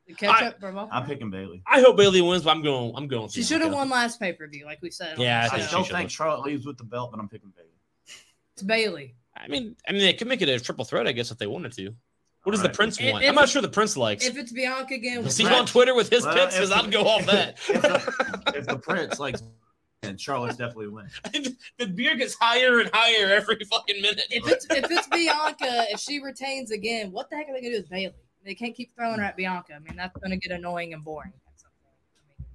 [SPEAKER 6] The ketchup from off-
[SPEAKER 5] I'm picking Bailey.
[SPEAKER 2] I hope Bailey wins, but I'm going. I'm going.
[SPEAKER 6] She
[SPEAKER 2] Bianca.
[SPEAKER 6] should have won last pay per view, like we said. on the
[SPEAKER 2] Yeah, I
[SPEAKER 6] show.
[SPEAKER 5] I,
[SPEAKER 2] think she
[SPEAKER 5] still
[SPEAKER 2] should win.
[SPEAKER 5] think Charlotte leaves with the belt, but I'm picking Bailey.
[SPEAKER 6] it's Bailey.
[SPEAKER 2] I mean, I mean, they could make it a triple threat, I guess, if they wanted to. What does
[SPEAKER 5] Alright.
[SPEAKER 2] the prince
[SPEAKER 6] If-
[SPEAKER 2] want?
[SPEAKER 6] if-
[SPEAKER 2] I'm not sure the prince likes.
[SPEAKER 6] If it's Bianca again,
[SPEAKER 2] Is he
[SPEAKER 5] Right.
[SPEAKER 2] on Twitter with his
[SPEAKER 5] Well,
[SPEAKER 2] picks?
[SPEAKER 5] if
[SPEAKER 2] Because
[SPEAKER 5] the-
[SPEAKER 2] I'd go off that.
[SPEAKER 5] [laughs] if, the, if the prince likes, [laughs] and Charlotte's definitely winning.
[SPEAKER 2] [laughs] the beer gets higher and higher every fucking minute.
[SPEAKER 6] if it's if it's Bianca, if she retains again, what the heck are they gonna do with Bailey? They can't keep throwing her at Bianca. I mean, that's gonna get annoying and boring. At some point.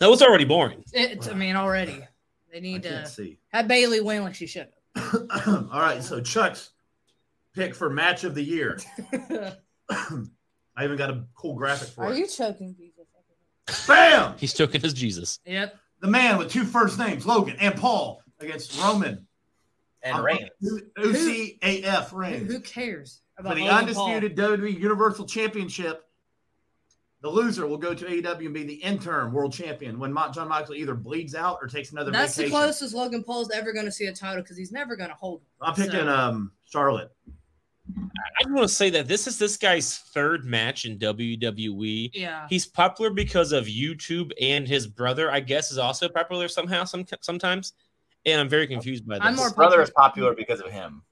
[SPEAKER 2] That was already boring.
[SPEAKER 6] I mean, it's, I mean, already they
[SPEAKER 5] I
[SPEAKER 6] need
[SPEAKER 5] can't
[SPEAKER 6] to
[SPEAKER 5] see. [clears throat]
[SPEAKER 6] have Bailey win like she should.
[SPEAKER 5] All right, so Chuck's pick for match of the year. I even got a cool graphic for it.
[SPEAKER 6] choking people?
[SPEAKER 5] Bam!
[SPEAKER 2] He's choking his Jesus.
[SPEAKER 6] Yep.
[SPEAKER 5] The man with two first names, Logan and Paul, against Roman
[SPEAKER 4] And Reigns.
[SPEAKER 5] UCAF
[SPEAKER 6] Who,
[SPEAKER 5] Reigns
[SPEAKER 6] who cares
[SPEAKER 5] for
[SPEAKER 6] about
[SPEAKER 5] the
[SPEAKER 6] Logan Paul?
[SPEAKER 5] undisputed WWE Universal Championship. The loser will go to AEW and be the interim world champion when Mo- John Michael either bleeds out or takes another
[SPEAKER 6] That's the
[SPEAKER 5] vacation.
[SPEAKER 6] closest Logan Paul's ever going to see a title because he's never going to hold it.
[SPEAKER 5] I'm picking
[SPEAKER 6] So-
[SPEAKER 5] um Charlotte.
[SPEAKER 2] I just want to say that this is this guy's third match in WWE.
[SPEAKER 6] Yeah.
[SPEAKER 2] He's popular because of YouTube and his brother, I guess, is also popular somehow, some, sometimes. And I'm very confused by this.
[SPEAKER 6] I'm more
[SPEAKER 4] His brother is popular because of him.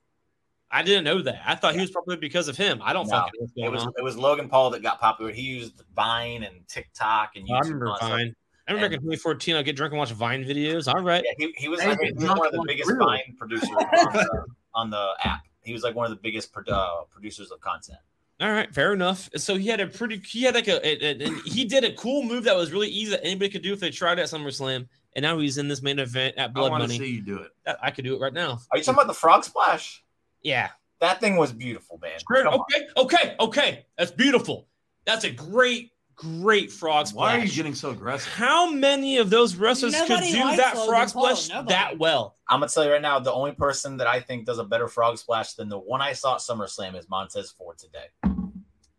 [SPEAKER 2] I didn't know that. I thought he was popular because of him. I don't
[SPEAKER 4] No,
[SPEAKER 2] fucking know what's
[SPEAKER 4] It
[SPEAKER 2] going
[SPEAKER 4] was
[SPEAKER 2] on.
[SPEAKER 4] it was Logan Paul that got popular. He used Vine and TikTok and YouTube.
[SPEAKER 2] I remember
[SPEAKER 4] and all that stuff.
[SPEAKER 2] Vine. I remember back in 2014, I'd get drunk and watch Vine videos. All right.
[SPEAKER 4] Yeah, he, he was
[SPEAKER 5] Hey,
[SPEAKER 4] like he was one of the
[SPEAKER 5] Joshua
[SPEAKER 4] biggest
[SPEAKER 5] Greer.
[SPEAKER 4] Vine producers on the, on the app. He was like one of the biggest pro, uh, producers of content.
[SPEAKER 2] All right, fair enough. So he had a pretty, he had like a, a- a- and he did a cool move that was really easy that anybody could do if they tried it at SummerSlam. And now he's in this main event at
[SPEAKER 5] I
[SPEAKER 2] Blood
[SPEAKER 5] want to
[SPEAKER 2] Money.
[SPEAKER 5] see you do it.
[SPEAKER 2] That- I could do it right now.
[SPEAKER 4] Are you talking about the frog splash?
[SPEAKER 2] Yeah.
[SPEAKER 4] That thing was beautiful, man.
[SPEAKER 2] Sure.
[SPEAKER 4] Come on.
[SPEAKER 2] Okay. Okay. Okay. That's beautiful. That's a great, great frog
[SPEAKER 5] Why are
[SPEAKER 2] splash.
[SPEAKER 5] you getting so aggressive? [laughs]
[SPEAKER 2] How many of those wrestlers
[SPEAKER 6] Nobody
[SPEAKER 2] could do
[SPEAKER 6] likes
[SPEAKER 2] that
[SPEAKER 6] Logan
[SPEAKER 2] frog
[SPEAKER 6] Paul,
[SPEAKER 2] splash
[SPEAKER 6] nobody.
[SPEAKER 2] that well?
[SPEAKER 4] I'm gonna tell you right now, the only person that I think does a better frog splash than the one I saw at SummerSlam is Montez Ford today.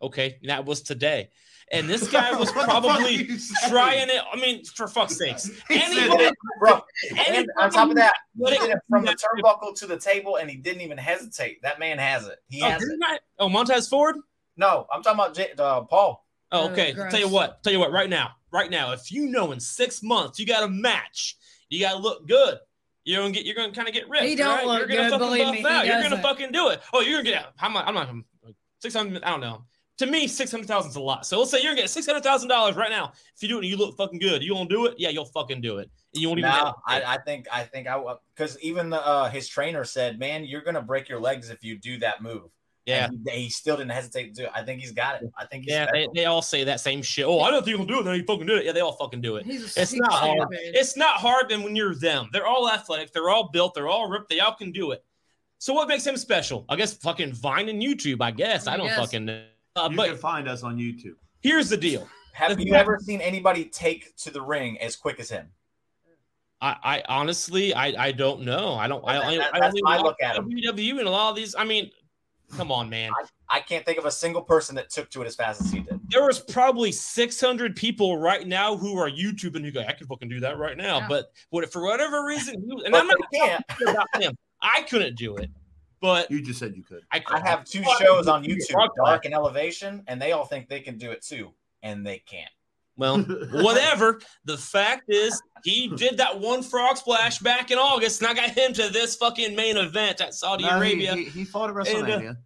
[SPEAKER 2] Okay. That was today. And this
[SPEAKER 4] [laughs]
[SPEAKER 2] guy
[SPEAKER 5] [laughs]
[SPEAKER 2] was probably trying it. I mean, for
[SPEAKER 4] [laughs]
[SPEAKER 2] fuck's sakes. Anybody,
[SPEAKER 4] Bro, and
[SPEAKER 2] anybody
[SPEAKER 4] on top of that, he
[SPEAKER 2] would-
[SPEAKER 4] did it from the turnbuckle to the table, and he didn't even hesitate. That man has it. He
[SPEAKER 2] Oh,
[SPEAKER 4] has it.
[SPEAKER 2] didn't I- oh, Montez Ford?
[SPEAKER 4] No, I'm talking about J- uh, Paul.
[SPEAKER 2] Oh,
[SPEAKER 6] Oh,
[SPEAKER 2] okay. tell you
[SPEAKER 6] gross.
[SPEAKER 2] what. Tell you what. Right now. Right now. If you know in six months you got a match, you got to look good. You don't get. You're gonna kind of get ripped.
[SPEAKER 6] He don't
[SPEAKER 2] right?
[SPEAKER 6] look
[SPEAKER 2] you're gonna
[SPEAKER 6] good,
[SPEAKER 2] fucking
[SPEAKER 6] believe
[SPEAKER 2] buff
[SPEAKER 6] me, he
[SPEAKER 2] out. You're gonna
[SPEAKER 6] doesn't.
[SPEAKER 2] fucking do it. Oh, you're gonna get. I'm not. I'm not. Six hundred. I don't know. To me, six hundred thousand is a lot. So let's say you're gonna get six hundred thousand dollars right now. If you do it, and you look fucking good. You won't do it. Yeah, you'll fucking do it. And You won't even.
[SPEAKER 4] No,
[SPEAKER 2] have-
[SPEAKER 4] I, I think I think I because even the, uh, his trainer said, "Man, you're gonna break your legs if you do that move."
[SPEAKER 2] yeah,
[SPEAKER 4] And he, he still didn't hesitate to do it. I think he's got it. I think he's
[SPEAKER 2] yeah. They,
[SPEAKER 4] special.
[SPEAKER 2] they all say that same shit. Oh, I don't think you'll do it. Then you fucking do it. Yeah, they all fucking do it.
[SPEAKER 6] He's
[SPEAKER 2] It's not hard. It's not hard than when you're them. They're all athletic. They're all built. They're all ripped. They all can do it. So what makes him special? I guess fucking Vine and YouTube. I guess I don't
[SPEAKER 6] Yes.
[SPEAKER 2] fucking know. Uh,
[SPEAKER 5] you
[SPEAKER 2] but
[SPEAKER 5] can find us on YouTube.
[SPEAKER 2] here's the deal.
[SPEAKER 4] Have
[SPEAKER 2] If
[SPEAKER 4] you
[SPEAKER 2] you-
[SPEAKER 4] ever seen anybody take to the ring as quick as him?
[SPEAKER 2] I, I honestly, I, I don't know. I don't. I, I,
[SPEAKER 4] That-
[SPEAKER 2] I
[SPEAKER 4] that's
[SPEAKER 2] only
[SPEAKER 4] my
[SPEAKER 2] watch
[SPEAKER 4] look at 'em.
[SPEAKER 2] WWE and a lot of these. I mean, come on, man.
[SPEAKER 4] I can't think of a single person that took to it as fast as he did.
[SPEAKER 2] There was probably 600 people right now who are YouTube and who go, I can fucking do that right now.
[SPEAKER 6] Yeah.
[SPEAKER 2] But what for whatever reason, he was, and
[SPEAKER 4] But
[SPEAKER 2] I'm not
[SPEAKER 4] they can't.
[SPEAKER 2] talking [laughs] about him. I couldn't do it, but
[SPEAKER 5] You just said you could.
[SPEAKER 2] I,
[SPEAKER 4] I
[SPEAKER 2] could.
[SPEAKER 4] have two
[SPEAKER 2] Fucking [laughs]
[SPEAKER 4] shows on
[SPEAKER 2] YouTube,
[SPEAKER 4] YouTube,
[SPEAKER 2] Brock
[SPEAKER 4] Dark and Elevation, and they all think they can do it too, and they can't.
[SPEAKER 2] Well,
[SPEAKER 5] [laughs]
[SPEAKER 2] whatever. The fact is, he did that one frog splash back in August, and I got him to this fucking main event at Saudi
[SPEAKER 5] No, he,
[SPEAKER 2] Arabia.
[SPEAKER 5] he, he fought at
[SPEAKER 2] And, uh,
[SPEAKER 5] WrestleMania,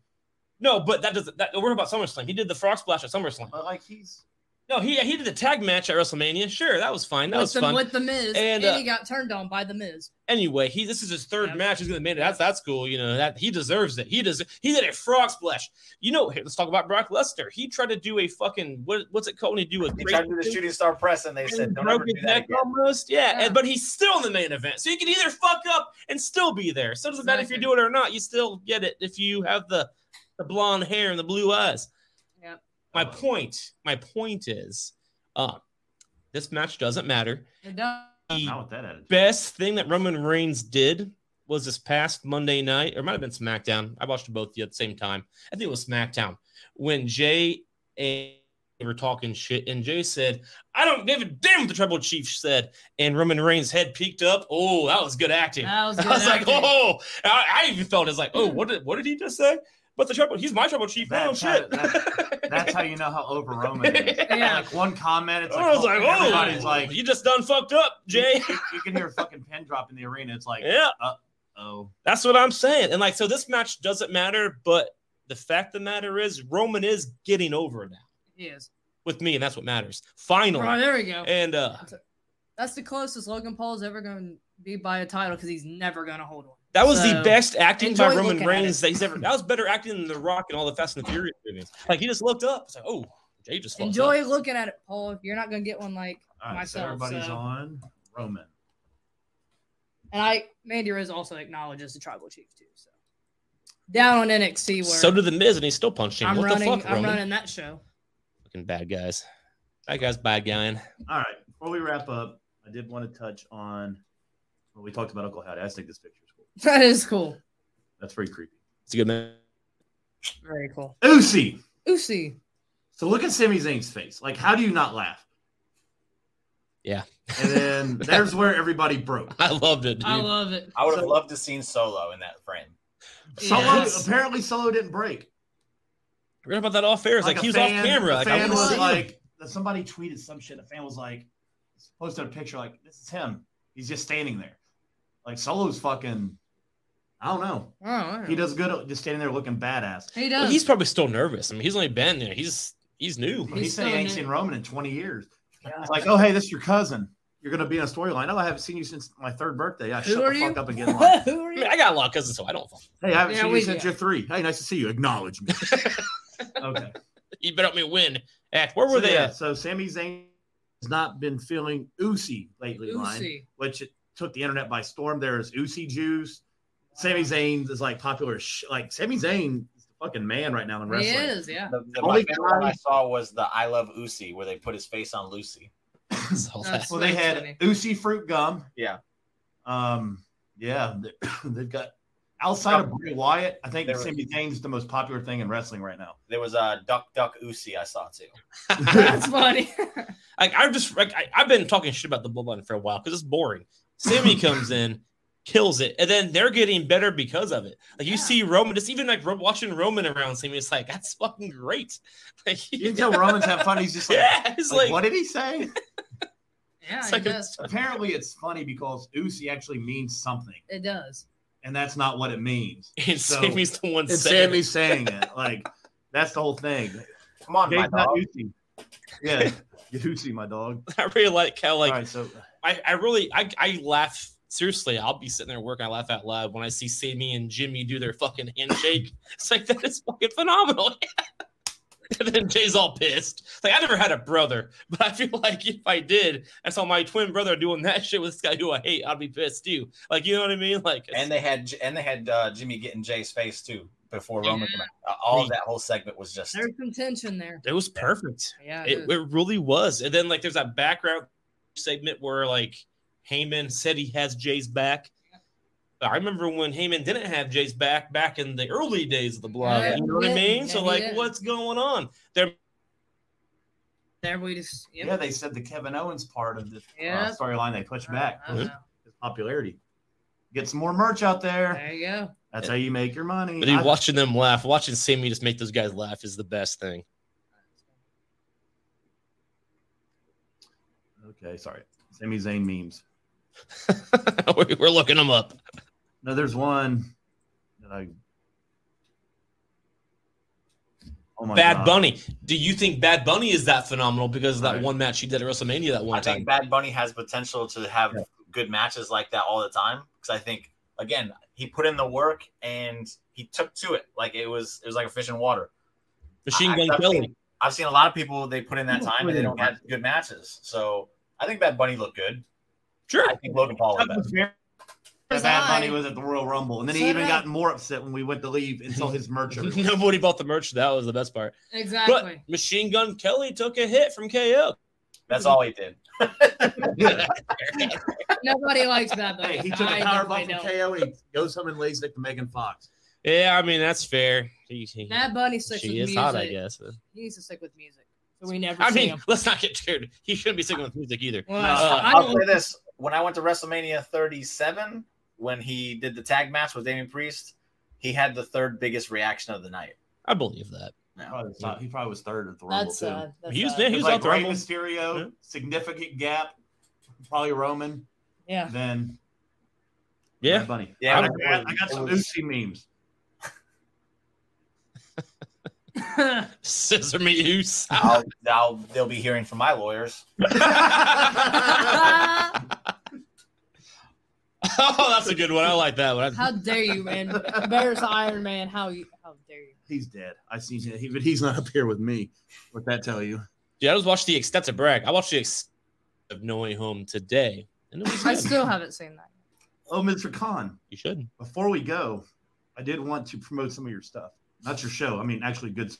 [SPEAKER 2] no, but that doesn't. That, we're about SummerSlam. He did the frog splash at SummerSlam.
[SPEAKER 5] but like he's
[SPEAKER 2] No, he he did the tag match at WrestleMania. Sure, that was fine. That was
[SPEAKER 6] with, the,
[SPEAKER 2] fun.
[SPEAKER 6] with the Miz,
[SPEAKER 2] And,
[SPEAKER 6] and,
[SPEAKER 2] uh,
[SPEAKER 6] he got turned on by the Miz.
[SPEAKER 2] Anyway, he this is his third
[SPEAKER 6] Yeah.
[SPEAKER 2] match. He's gonna make it. That's that's cool. You know that he deserves it. He does. He did a frog splash. You know, here, let's talk about Brock Lesnar. He tried to do a fucking what, what's it called when you do a
[SPEAKER 4] He
[SPEAKER 2] crazy
[SPEAKER 4] tried to do the shooting star press, and they
[SPEAKER 2] and
[SPEAKER 4] said, "Don't
[SPEAKER 2] broke
[SPEAKER 4] ever do
[SPEAKER 2] his
[SPEAKER 4] that
[SPEAKER 2] neck
[SPEAKER 4] again."
[SPEAKER 2] almost. Yeah,
[SPEAKER 6] Yeah.
[SPEAKER 2] And, but he's still in the main event, so you can either fuck up and still be there. So it doesn't matter if you do it or not. You still get it if you have the the blonde hair and the blue eyes.
[SPEAKER 6] Yep.
[SPEAKER 2] My point, my point is, uh, this match doesn't matter.
[SPEAKER 6] They're done.
[SPEAKER 2] The
[SPEAKER 5] not with that attitude.
[SPEAKER 2] best thing that Roman Reigns did was this past Monday night, or it might have been SmackDown. I watched both at the same time. I think it was SmackDown when Jay and they were talking shit, and Jay said, "I don't give a damn what the Tribal Chief said," and Roman Reigns' head peeked up. Oh, that was good acting.
[SPEAKER 6] That
[SPEAKER 2] [laughs]
[SPEAKER 6] was,
[SPEAKER 2] I
[SPEAKER 6] good
[SPEAKER 2] was like,
[SPEAKER 6] acting.
[SPEAKER 2] "Oh!" I, I even felt it's like, "Oh, what did what did he just say?" But the Tribal, he's my Tribal Chief. now,
[SPEAKER 5] That's how-
[SPEAKER 2] shit. [laughs]
[SPEAKER 5] That's how you know how over Roman [laughs] is.
[SPEAKER 6] Yeah.
[SPEAKER 5] Like one comment, it's like,
[SPEAKER 2] I was
[SPEAKER 5] oh,
[SPEAKER 2] like, "Oh,
[SPEAKER 5] everybody's like,
[SPEAKER 2] you just done fucked up,
[SPEAKER 5] [laughs]
[SPEAKER 2] Jay."
[SPEAKER 5] You, you can hear a fucking pin drop in the arena. It's like,
[SPEAKER 2] yeah.
[SPEAKER 5] oh,
[SPEAKER 2] That's what I'm saying. And like, so this match doesn't matter, but the fact of the matter is, Roman is getting over now
[SPEAKER 6] He is.
[SPEAKER 2] with me, and that's what matters. Finally.
[SPEAKER 6] Right, there we go.
[SPEAKER 2] And uh
[SPEAKER 6] That's the closest Logan Paul's ever going to be by a title because he's never going to hold one.
[SPEAKER 2] that was the
[SPEAKER 6] So,
[SPEAKER 2] best acting by
[SPEAKER 6] enjoy
[SPEAKER 2] Roman
[SPEAKER 6] looking at
[SPEAKER 2] Reigns that he's ever that was better acting than The Rock and all the Fast and the Furious movies. Like he just looked up. It's like, oh, Jay just fucked
[SPEAKER 6] Enjoy
[SPEAKER 2] up.
[SPEAKER 6] looking at it, Paul. You're not going to get one like.
[SPEAKER 5] all right, so
[SPEAKER 6] Myself,
[SPEAKER 5] everybody's
[SPEAKER 6] so-
[SPEAKER 5] on Roman.
[SPEAKER 6] And I, Mandy Rose also acknowledges the tribal chief too. So down on NXT, where
[SPEAKER 2] So did the Miz, and he's still punching.
[SPEAKER 6] I'm
[SPEAKER 2] what
[SPEAKER 6] running,
[SPEAKER 2] the fuck,
[SPEAKER 6] I'm
[SPEAKER 2] Roman?
[SPEAKER 6] running that show. [laughs]
[SPEAKER 2] Fucking bad guys. That guy's bad guying.
[SPEAKER 5] All right, before we wrap up, I did want to touch on. Well, we talked about Uncle Howdy. I just think this picture's cool.
[SPEAKER 6] That is cool.
[SPEAKER 5] That's pretty creepy.
[SPEAKER 2] It's a good man.
[SPEAKER 6] Very cool.
[SPEAKER 5] Oosie.
[SPEAKER 6] Oosie.
[SPEAKER 5] So look at Sami Zayn's face. Like, how do you not laugh?
[SPEAKER 2] Yeah.
[SPEAKER 5] And then there's where everybody broke.
[SPEAKER 2] [laughs] I loved it, dude.
[SPEAKER 6] I love it.
[SPEAKER 4] I would have
[SPEAKER 5] So-
[SPEAKER 4] loved to seen Solo in that frame.
[SPEAKER 5] Solo
[SPEAKER 6] Yes.
[SPEAKER 5] apparently Solo didn't break.
[SPEAKER 2] I read about that off air. It's like,
[SPEAKER 5] a
[SPEAKER 2] he was
[SPEAKER 5] fan-
[SPEAKER 2] off camera.
[SPEAKER 5] a
[SPEAKER 2] Like, I
[SPEAKER 5] fan
[SPEAKER 2] wanna
[SPEAKER 5] was
[SPEAKER 2] see him.
[SPEAKER 5] like, somebody tweeted some shit. A fan was like, posted a picture like, this is him. He's just standing there. Like Solo's fucking, I don't know.
[SPEAKER 6] Oh, yeah.
[SPEAKER 5] He does good at just standing there looking badass.
[SPEAKER 6] He
[SPEAKER 2] Well,
[SPEAKER 6] does.
[SPEAKER 2] he's probably still nervous. I mean, he's only been there. He's he's new.
[SPEAKER 5] But he
[SPEAKER 6] He's
[SPEAKER 5] said he
[SPEAKER 6] still
[SPEAKER 5] ain't
[SPEAKER 6] new.
[SPEAKER 5] seen Roman in 20 years. It's like, oh hey, this is your cousin. You're gonna be in a storyline. Oh, I haven't seen you since my third birthday. I shut
[SPEAKER 6] Who
[SPEAKER 5] the
[SPEAKER 6] are
[SPEAKER 5] fuck
[SPEAKER 6] you?
[SPEAKER 5] up and
[SPEAKER 6] [laughs]
[SPEAKER 5] get in line.
[SPEAKER 6] [laughs] Who are
[SPEAKER 2] I
[SPEAKER 6] you?
[SPEAKER 2] mean, I got a lot of cousins, so I don't. fuck-
[SPEAKER 5] Hey, I haven't
[SPEAKER 6] Yeah,
[SPEAKER 5] seen you
[SPEAKER 6] we
[SPEAKER 5] since
[SPEAKER 6] do.
[SPEAKER 5] you're three. Hey, nice to see you.
[SPEAKER 6] [laughs]
[SPEAKER 5] Acknowledge me. okay.
[SPEAKER 2] He bet me win. Act. Where were
[SPEAKER 5] so,
[SPEAKER 2] they
[SPEAKER 5] yeah,
[SPEAKER 2] at? [laughs]
[SPEAKER 5] So Sami Zayn has not been feeling oozy lately, Line,
[SPEAKER 6] Oosie.
[SPEAKER 5] which it took the internet by storm. There's oozy juice. Sami Zayn is like popular. as sh- like Sami Zayn is the fucking man right now in
[SPEAKER 6] He
[SPEAKER 5] wrestling.
[SPEAKER 2] [laughs]
[SPEAKER 6] is, yeah.
[SPEAKER 4] The, the
[SPEAKER 5] Only
[SPEAKER 4] my favorite one
[SPEAKER 5] guy-
[SPEAKER 4] I saw was the "I Love Lucy" where they put his face on Lucy.
[SPEAKER 2] So that-
[SPEAKER 5] Well, they
[SPEAKER 6] That's
[SPEAKER 5] had
[SPEAKER 6] funny.
[SPEAKER 5] Oosie fruit gum.
[SPEAKER 4] Yeah.
[SPEAKER 5] Um. Yeah. they- [coughs] They've got outside of Bray Wyatt. I think
[SPEAKER 4] They were-
[SPEAKER 5] Sami Zayn's the most popular thing in wrestling right now.
[SPEAKER 4] There was a Duck Duck Lucy I saw too.
[SPEAKER 6] That's
[SPEAKER 2] [laughs]
[SPEAKER 6] funny.
[SPEAKER 2] Like I've just like I, I've been talking shit about the bloodline for a while because it's boring.
[SPEAKER 5] [laughs]
[SPEAKER 2] Sammy comes in, kills it, and then they're getting better because of it. Like you
[SPEAKER 6] Yeah.
[SPEAKER 2] see Roman, just even like Ro- watching Roman around Sammy, it's like that's fucking great. [laughs] Like
[SPEAKER 5] You can tell Roman's having fun. He's just like,
[SPEAKER 2] [laughs] yeah, it's
[SPEAKER 5] like,
[SPEAKER 2] like,
[SPEAKER 5] what did he say?
[SPEAKER 6] Yeah,
[SPEAKER 2] It's
[SPEAKER 6] it
[SPEAKER 2] like a-
[SPEAKER 6] does.
[SPEAKER 5] Apparently, it's funny because Usi actually means something,
[SPEAKER 6] It does.
[SPEAKER 5] and that's not what it means.
[SPEAKER 2] [laughs] And
[SPEAKER 5] So-
[SPEAKER 2] Sammy's the one
[SPEAKER 5] And
[SPEAKER 2] saying it.
[SPEAKER 5] Sammy's saying it. Like, that's the whole thing.
[SPEAKER 4] Come on, my
[SPEAKER 5] Gabe's not
[SPEAKER 4] dog.
[SPEAKER 5] Usi. Yeah, you're Usi, my dog.
[SPEAKER 2] [laughs] I really like how like
[SPEAKER 5] All right, so
[SPEAKER 2] I, I really I, I laugh seriously. I'll be sitting there working. I laugh out loud when I see Sammy and Jimmy do their fucking handshake. it's like that is fucking phenomenal. [laughs] and then Jay's all pissed. Like I never had a brother, but I feel like if I did, I saw my twin brother doing that shit with this guy who I hate. I'd be pissed too. Like you know what I mean? Like it's-
[SPEAKER 4] And they had and they had uh, Jimmy getting Jay's face too before Roman. came out. Uh, all of that whole segment was just
[SPEAKER 6] There's some tension there.
[SPEAKER 2] it was perfect.
[SPEAKER 6] Yeah. It
[SPEAKER 2] It,
[SPEAKER 6] is.
[SPEAKER 2] it really was. And then like there's that background segment where like Heyman said he has Jay's back. But I remember when Heyman didn't have Jay's back back in the early days of the blog.
[SPEAKER 6] Yeah,
[SPEAKER 2] you know what I
[SPEAKER 6] he
[SPEAKER 2] mean?
[SPEAKER 6] didn't.
[SPEAKER 2] so
[SPEAKER 6] Yeah, he
[SPEAKER 2] like
[SPEAKER 6] didn't.
[SPEAKER 2] what's going on? There
[SPEAKER 6] there we just. Yep.
[SPEAKER 5] yeah, they said the Kevin Owens part of the
[SPEAKER 6] Yeah. Uh-huh.
[SPEAKER 5] uh, storyline they pushed back
[SPEAKER 6] I don't know.
[SPEAKER 5] his popularity. Get some more merch out there.
[SPEAKER 6] uh, There you go.
[SPEAKER 5] [laughs] That's how you make your money.
[SPEAKER 2] but dude,
[SPEAKER 5] I-
[SPEAKER 2] watching them laugh, watching Sammy just make those guys laugh is the best thing. [laughs]
[SPEAKER 5] okay, sorry. Sami Zayn memes.
[SPEAKER 2] We- We're looking them up.
[SPEAKER 5] No, there's one that I. Oh my
[SPEAKER 2] Bad
[SPEAKER 5] God.
[SPEAKER 2] Bunny. Do you think Bad Bunny is that phenomenal because of that
[SPEAKER 5] Right.
[SPEAKER 2] one match he did at WrestleMania that one
[SPEAKER 4] I think
[SPEAKER 2] time?
[SPEAKER 4] Bad Bunny has potential to have good matches like that all the time because I think again he put in the work and he took to it like it was it was like a fish in water.
[SPEAKER 2] Machine
[SPEAKER 4] I-
[SPEAKER 2] Gun
[SPEAKER 4] I've
[SPEAKER 2] Kelly.
[SPEAKER 4] Seen, I've seen a lot of people they put in that
[SPEAKER 5] People
[SPEAKER 4] time
[SPEAKER 5] put
[SPEAKER 4] and they
[SPEAKER 5] in
[SPEAKER 4] don't
[SPEAKER 5] work.
[SPEAKER 4] have good matches. So I think Bad Bunny looked good.
[SPEAKER 2] Sure. [laughs]
[SPEAKER 4] I think Logan Paul
[SPEAKER 5] That
[SPEAKER 4] was
[SPEAKER 5] was
[SPEAKER 4] better.
[SPEAKER 5] very-
[SPEAKER 6] Was
[SPEAKER 5] Bad Bunny
[SPEAKER 6] I-
[SPEAKER 5] was at the Royal Rumble, and then he
[SPEAKER 6] So
[SPEAKER 5] even
[SPEAKER 6] did I.
[SPEAKER 5] got more upset when we went to leave and saw his
[SPEAKER 2] [laughs]
[SPEAKER 5] merch. everywhere.
[SPEAKER 2] Nobody bought the merch. That was the best part.
[SPEAKER 6] Exactly.
[SPEAKER 2] But Machine Gun Kelly took a hit from KO.
[SPEAKER 4] That's all he did.
[SPEAKER 6] Nobody likes that.
[SPEAKER 5] [laughs] hey, he
[SPEAKER 6] though.
[SPEAKER 5] took
[SPEAKER 6] I
[SPEAKER 5] a power bomb
[SPEAKER 6] definitely
[SPEAKER 5] from
[SPEAKER 6] don't.
[SPEAKER 5] KO. And he goes home and lays it to Megan Fox.
[SPEAKER 2] Yeah, I mean that's fair. He- he-
[SPEAKER 6] Bad Bunny sticks
[SPEAKER 2] she
[SPEAKER 6] with
[SPEAKER 2] is
[SPEAKER 6] music.
[SPEAKER 2] hot, I guess.
[SPEAKER 6] He needs to stick with music. So we never
[SPEAKER 2] I
[SPEAKER 6] see
[SPEAKER 2] mean,
[SPEAKER 6] [laughs] him.
[SPEAKER 2] [laughs] let's not get scared. He shouldn't be singing with music either.
[SPEAKER 6] Well,
[SPEAKER 2] Uh,
[SPEAKER 6] I
[SPEAKER 4] I'll
[SPEAKER 6] don't.
[SPEAKER 4] say this: when I went to WrestleMania 37, when he did the tag match with Damian Priest, he had the third biggest reaction of the night.
[SPEAKER 2] I believe that.
[SPEAKER 4] Now,
[SPEAKER 5] Probably was not- he probably was third at the Rumble
[SPEAKER 6] that's
[SPEAKER 5] too.
[SPEAKER 6] uh, that's
[SPEAKER 2] He was
[SPEAKER 6] uh,
[SPEAKER 2] there.
[SPEAKER 5] It
[SPEAKER 2] He
[SPEAKER 5] was
[SPEAKER 2] was
[SPEAKER 5] like
[SPEAKER 2] out the
[SPEAKER 5] Rey
[SPEAKER 2] Rumble.
[SPEAKER 5] Mysterio,
[SPEAKER 2] Yeah.
[SPEAKER 5] significant gap, probably Roman.
[SPEAKER 6] [laughs] Yeah.
[SPEAKER 5] Then
[SPEAKER 2] Yeah.
[SPEAKER 5] Bad Bunny.
[SPEAKER 4] Yeah.
[SPEAKER 5] I got, I got some
[SPEAKER 4] It was-
[SPEAKER 5] Uzi [laughs] memes.
[SPEAKER 2] [laughs] Scissor me use.
[SPEAKER 4] I'll, I'll, they'll be hearing from my lawyers.
[SPEAKER 2] [laughs] oh, that's a good one. I like that one.
[SPEAKER 6] How dare you, man? Bears Iron Man. How you? How dare you?
[SPEAKER 5] he's dead. I seen him, he, but he's not up here with me. What that tell you?
[SPEAKER 2] Dude, I just watched the extensive brag. I watched the extensive of No Way Home today. And it was
[SPEAKER 6] I
[SPEAKER 2] good.
[SPEAKER 6] still haven't seen that.
[SPEAKER 5] Oh, Mr. Khan.
[SPEAKER 2] you should.
[SPEAKER 5] Before we go, I did want to promote some of your stuff. Not your show. I mean, actually, good.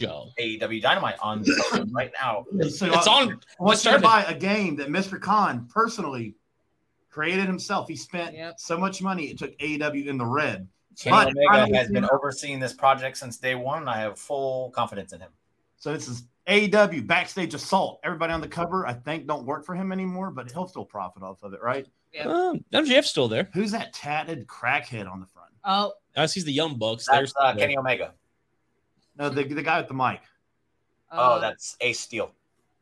[SPEAKER 2] Go.
[SPEAKER 4] AEW E Dynamite on television right now.
[SPEAKER 5] So
[SPEAKER 2] It's
[SPEAKER 5] I-
[SPEAKER 2] on.
[SPEAKER 5] I want you to
[SPEAKER 2] started.
[SPEAKER 5] buy a game that Mr. Khan personally created himself. He spent
[SPEAKER 6] Yep.
[SPEAKER 5] so much money. It took AEW in the red.
[SPEAKER 4] Kenny
[SPEAKER 5] But
[SPEAKER 4] Omega
[SPEAKER 5] finally
[SPEAKER 4] has been
[SPEAKER 5] came out.
[SPEAKER 4] overseeing this project since day one. and I have full confidence in him.
[SPEAKER 5] So this is AEW Backstage Assault. Everybody on the cover, I think, don't work for him anymore, but he'll still profit off of it, right?
[SPEAKER 6] Yeah.
[SPEAKER 2] Um, MJF's still there.
[SPEAKER 5] Who's that tatted crackhead on the front?
[SPEAKER 6] Oh,
[SPEAKER 2] I see the Young Bucks.
[SPEAKER 4] That's
[SPEAKER 2] There's
[SPEAKER 4] uh, Kenny Omega.
[SPEAKER 5] No, the, the guy with the mic.
[SPEAKER 6] Uh, [laughs]
[SPEAKER 4] Oh, that's Ace Steel.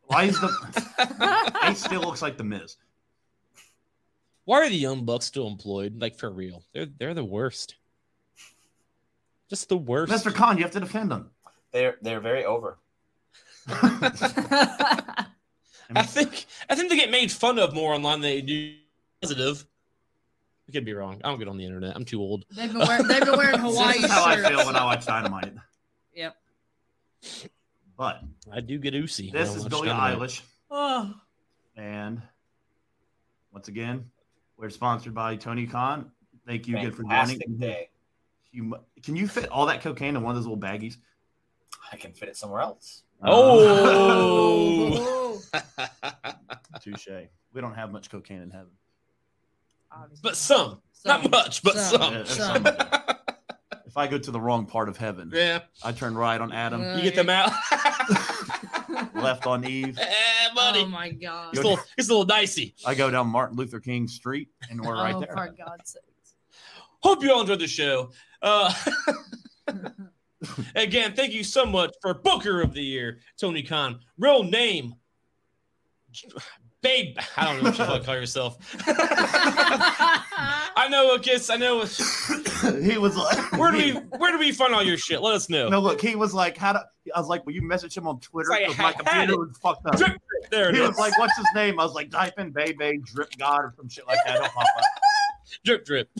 [SPEAKER 5] Why is the
[SPEAKER 2] [laughs]
[SPEAKER 5] he still looks like the Miz?
[SPEAKER 2] Why are the Young Bucks still employed? Like for real, they're they're the worst. Just the worst.
[SPEAKER 5] Mr. Khan, you have to defend him.
[SPEAKER 4] They're they're very over.
[SPEAKER 2] I think I think they get made fun of more online than they do positive. I could be wrong. I don't get on the internet. I'm too old.
[SPEAKER 6] they've been wearing they've been [laughs] wearing Hawaii
[SPEAKER 5] This is how I
[SPEAKER 6] shirts.
[SPEAKER 5] feel when I watch Dynamite.
[SPEAKER 6] Yep.
[SPEAKER 5] But
[SPEAKER 2] I do get oozy. when I
[SPEAKER 5] this is
[SPEAKER 2] watch
[SPEAKER 5] Billie
[SPEAKER 2] Dynamite.
[SPEAKER 5] Eilish.
[SPEAKER 6] Oh,
[SPEAKER 5] And once again, we're sponsored by Tony Khan. Thank you again for
[SPEAKER 4] Fantastic
[SPEAKER 5] joining.
[SPEAKER 4] day.
[SPEAKER 5] You, mu- can you fit all that cocaine in one of those little baggies?
[SPEAKER 4] I can fit it somewhere else.
[SPEAKER 2] Oh.
[SPEAKER 5] Uh, touche. We don't have much cocaine in heaven.
[SPEAKER 6] Obviously.
[SPEAKER 2] but some,
[SPEAKER 6] Some.
[SPEAKER 2] not much, but
[SPEAKER 6] Some.
[SPEAKER 5] Yeah,
[SPEAKER 2] some.
[SPEAKER 5] there's Uh, some of it. if I go to the wrong part of heaven,
[SPEAKER 2] Yeah,
[SPEAKER 5] I turn right on Adam,
[SPEAKER 6] Uh,
[SPEAKER 2] you get them
[SPEAKER 6] [laughs]
[SPEAKER 2] out. [laughs]
[SPEAKER 5] left on Eve.
[SPEAKER 2] Eh, buddy,
[SPEAKER 6] Oh my god.
[SPEAKER 2] it's, a little, it's a little dicey.
[SPEAKER 5] I go down Martin Luther King Street, and we're right
[SPEAKER 6] oh,
[SPEAKER 5] there.
[SPEAKER 6] for God's sakes.
[SPEAKER 2] Hope you all enjoyed the show.
[SPEAKER 5] [laughs]
[SPEAKER 2] Uh, again, thank you so much for Booker of the Year, Tony Khan. Real name, babe. I don't know what you fuck call yourself.
[SPEAKER 6] [laughs]
[SPEAKER 2] I know what kiss. I know. What,
[SPEAKER 5] [laughs] he was like,
[SPEAKER 2] where do we where do we find all your shit? Let us know.
[SPEAKER 5] No, look, he was like, how do I was like, will you message him on Twitter?
[SPEAKER 2] It's like,
[SPEAKER 5] 'Cause my
[SPEAKER 2] I had
[SPEAKER 5] computer was fucked up.
[SPEAKER 2] Drip. There it
[SPEAKER 5] He
[SPEAKER 2] is.
[SPEAKER 5] was like, what's his name? I was like, type in Bay Bay Drip God or some shit like that. It'll pop up.
[SPEAKER 2] drip drip.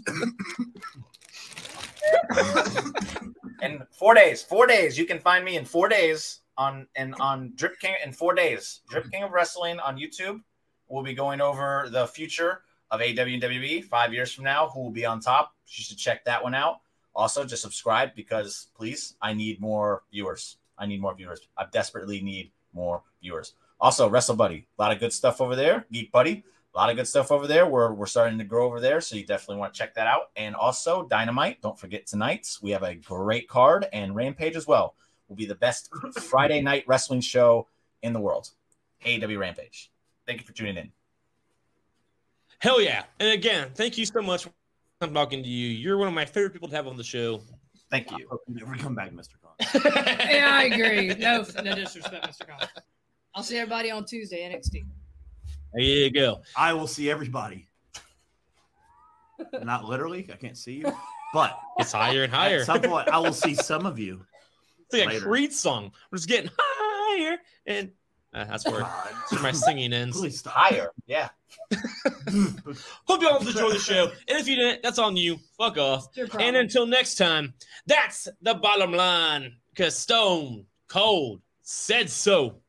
[SPEAKER 4] In four days, four days, you can find me in four days on and on Drip King in four days. Drip King of Wrestling on YouTube. We'll be going over the future of AW and WWE E five years from now. Who will be on top? You should check that one out. Also, just subscribe because please, I need more viewers. I need more viewers. I desperately need more viewers. Also, Wrestle Buddy, a lot of good stuff over there. Geek Buddy, a lot of good stuff over there. We're, we're starting to grow over there. So you definitely want to check that out. And also, Dynamite, don't forget tonight's. We have a great card and Rampage as well. Will be the best Friday night wrestling show in the world. AW Rampage. Thank you for tuning in.
[SPEAKER 2] Hell yeah! And again, thank you so much. for talking to you. You're one of my favorite people to have on the show.
[SPEAKER 4] Thank
[SPEAKER 5] I
[SPEAKER 4] you.
[SPEAKER 5] hope you never come back, Mr. Khan.
[SPEAKER 6] yeah, I agree. No, [laughs] no disrespect, Mr. Collins. I'll see everybody on Tuesday NXT.
[SPEAKER 2] [laughs] There you go.
[SPEAKER 5] I will see everybody. Not literally, I can't see you, but
[SPEAKER 2] It's higher and
[SPEAKER 5] at
[SPEAKER 2] higher.
[SPEAKER 5] some point, I will see some of you.
[SPEAKER 2] It's like
[SPEAKER 5] Later.
[SPEAKER 2] a Creed song. We're just getting [laughs] higher, and uh, that's where,
[SPEAKER 5] God,
[SPEAKER 2] that's where my
[SPEAKER 5] [laughs]
[SPEAKER 2] singing ends.
[SPEAKER 5] please stop.
[SPEAKER 4] Higher. Yeah.
[SPEAKER 2] Hope you all enjoyed the show, and if you didn't, that's on you. Fuck off.
[SPEAKER 6] It's your problem.
[SPEAKER 2] And until next time, that's the bottom line. Cause Stone Cold said so.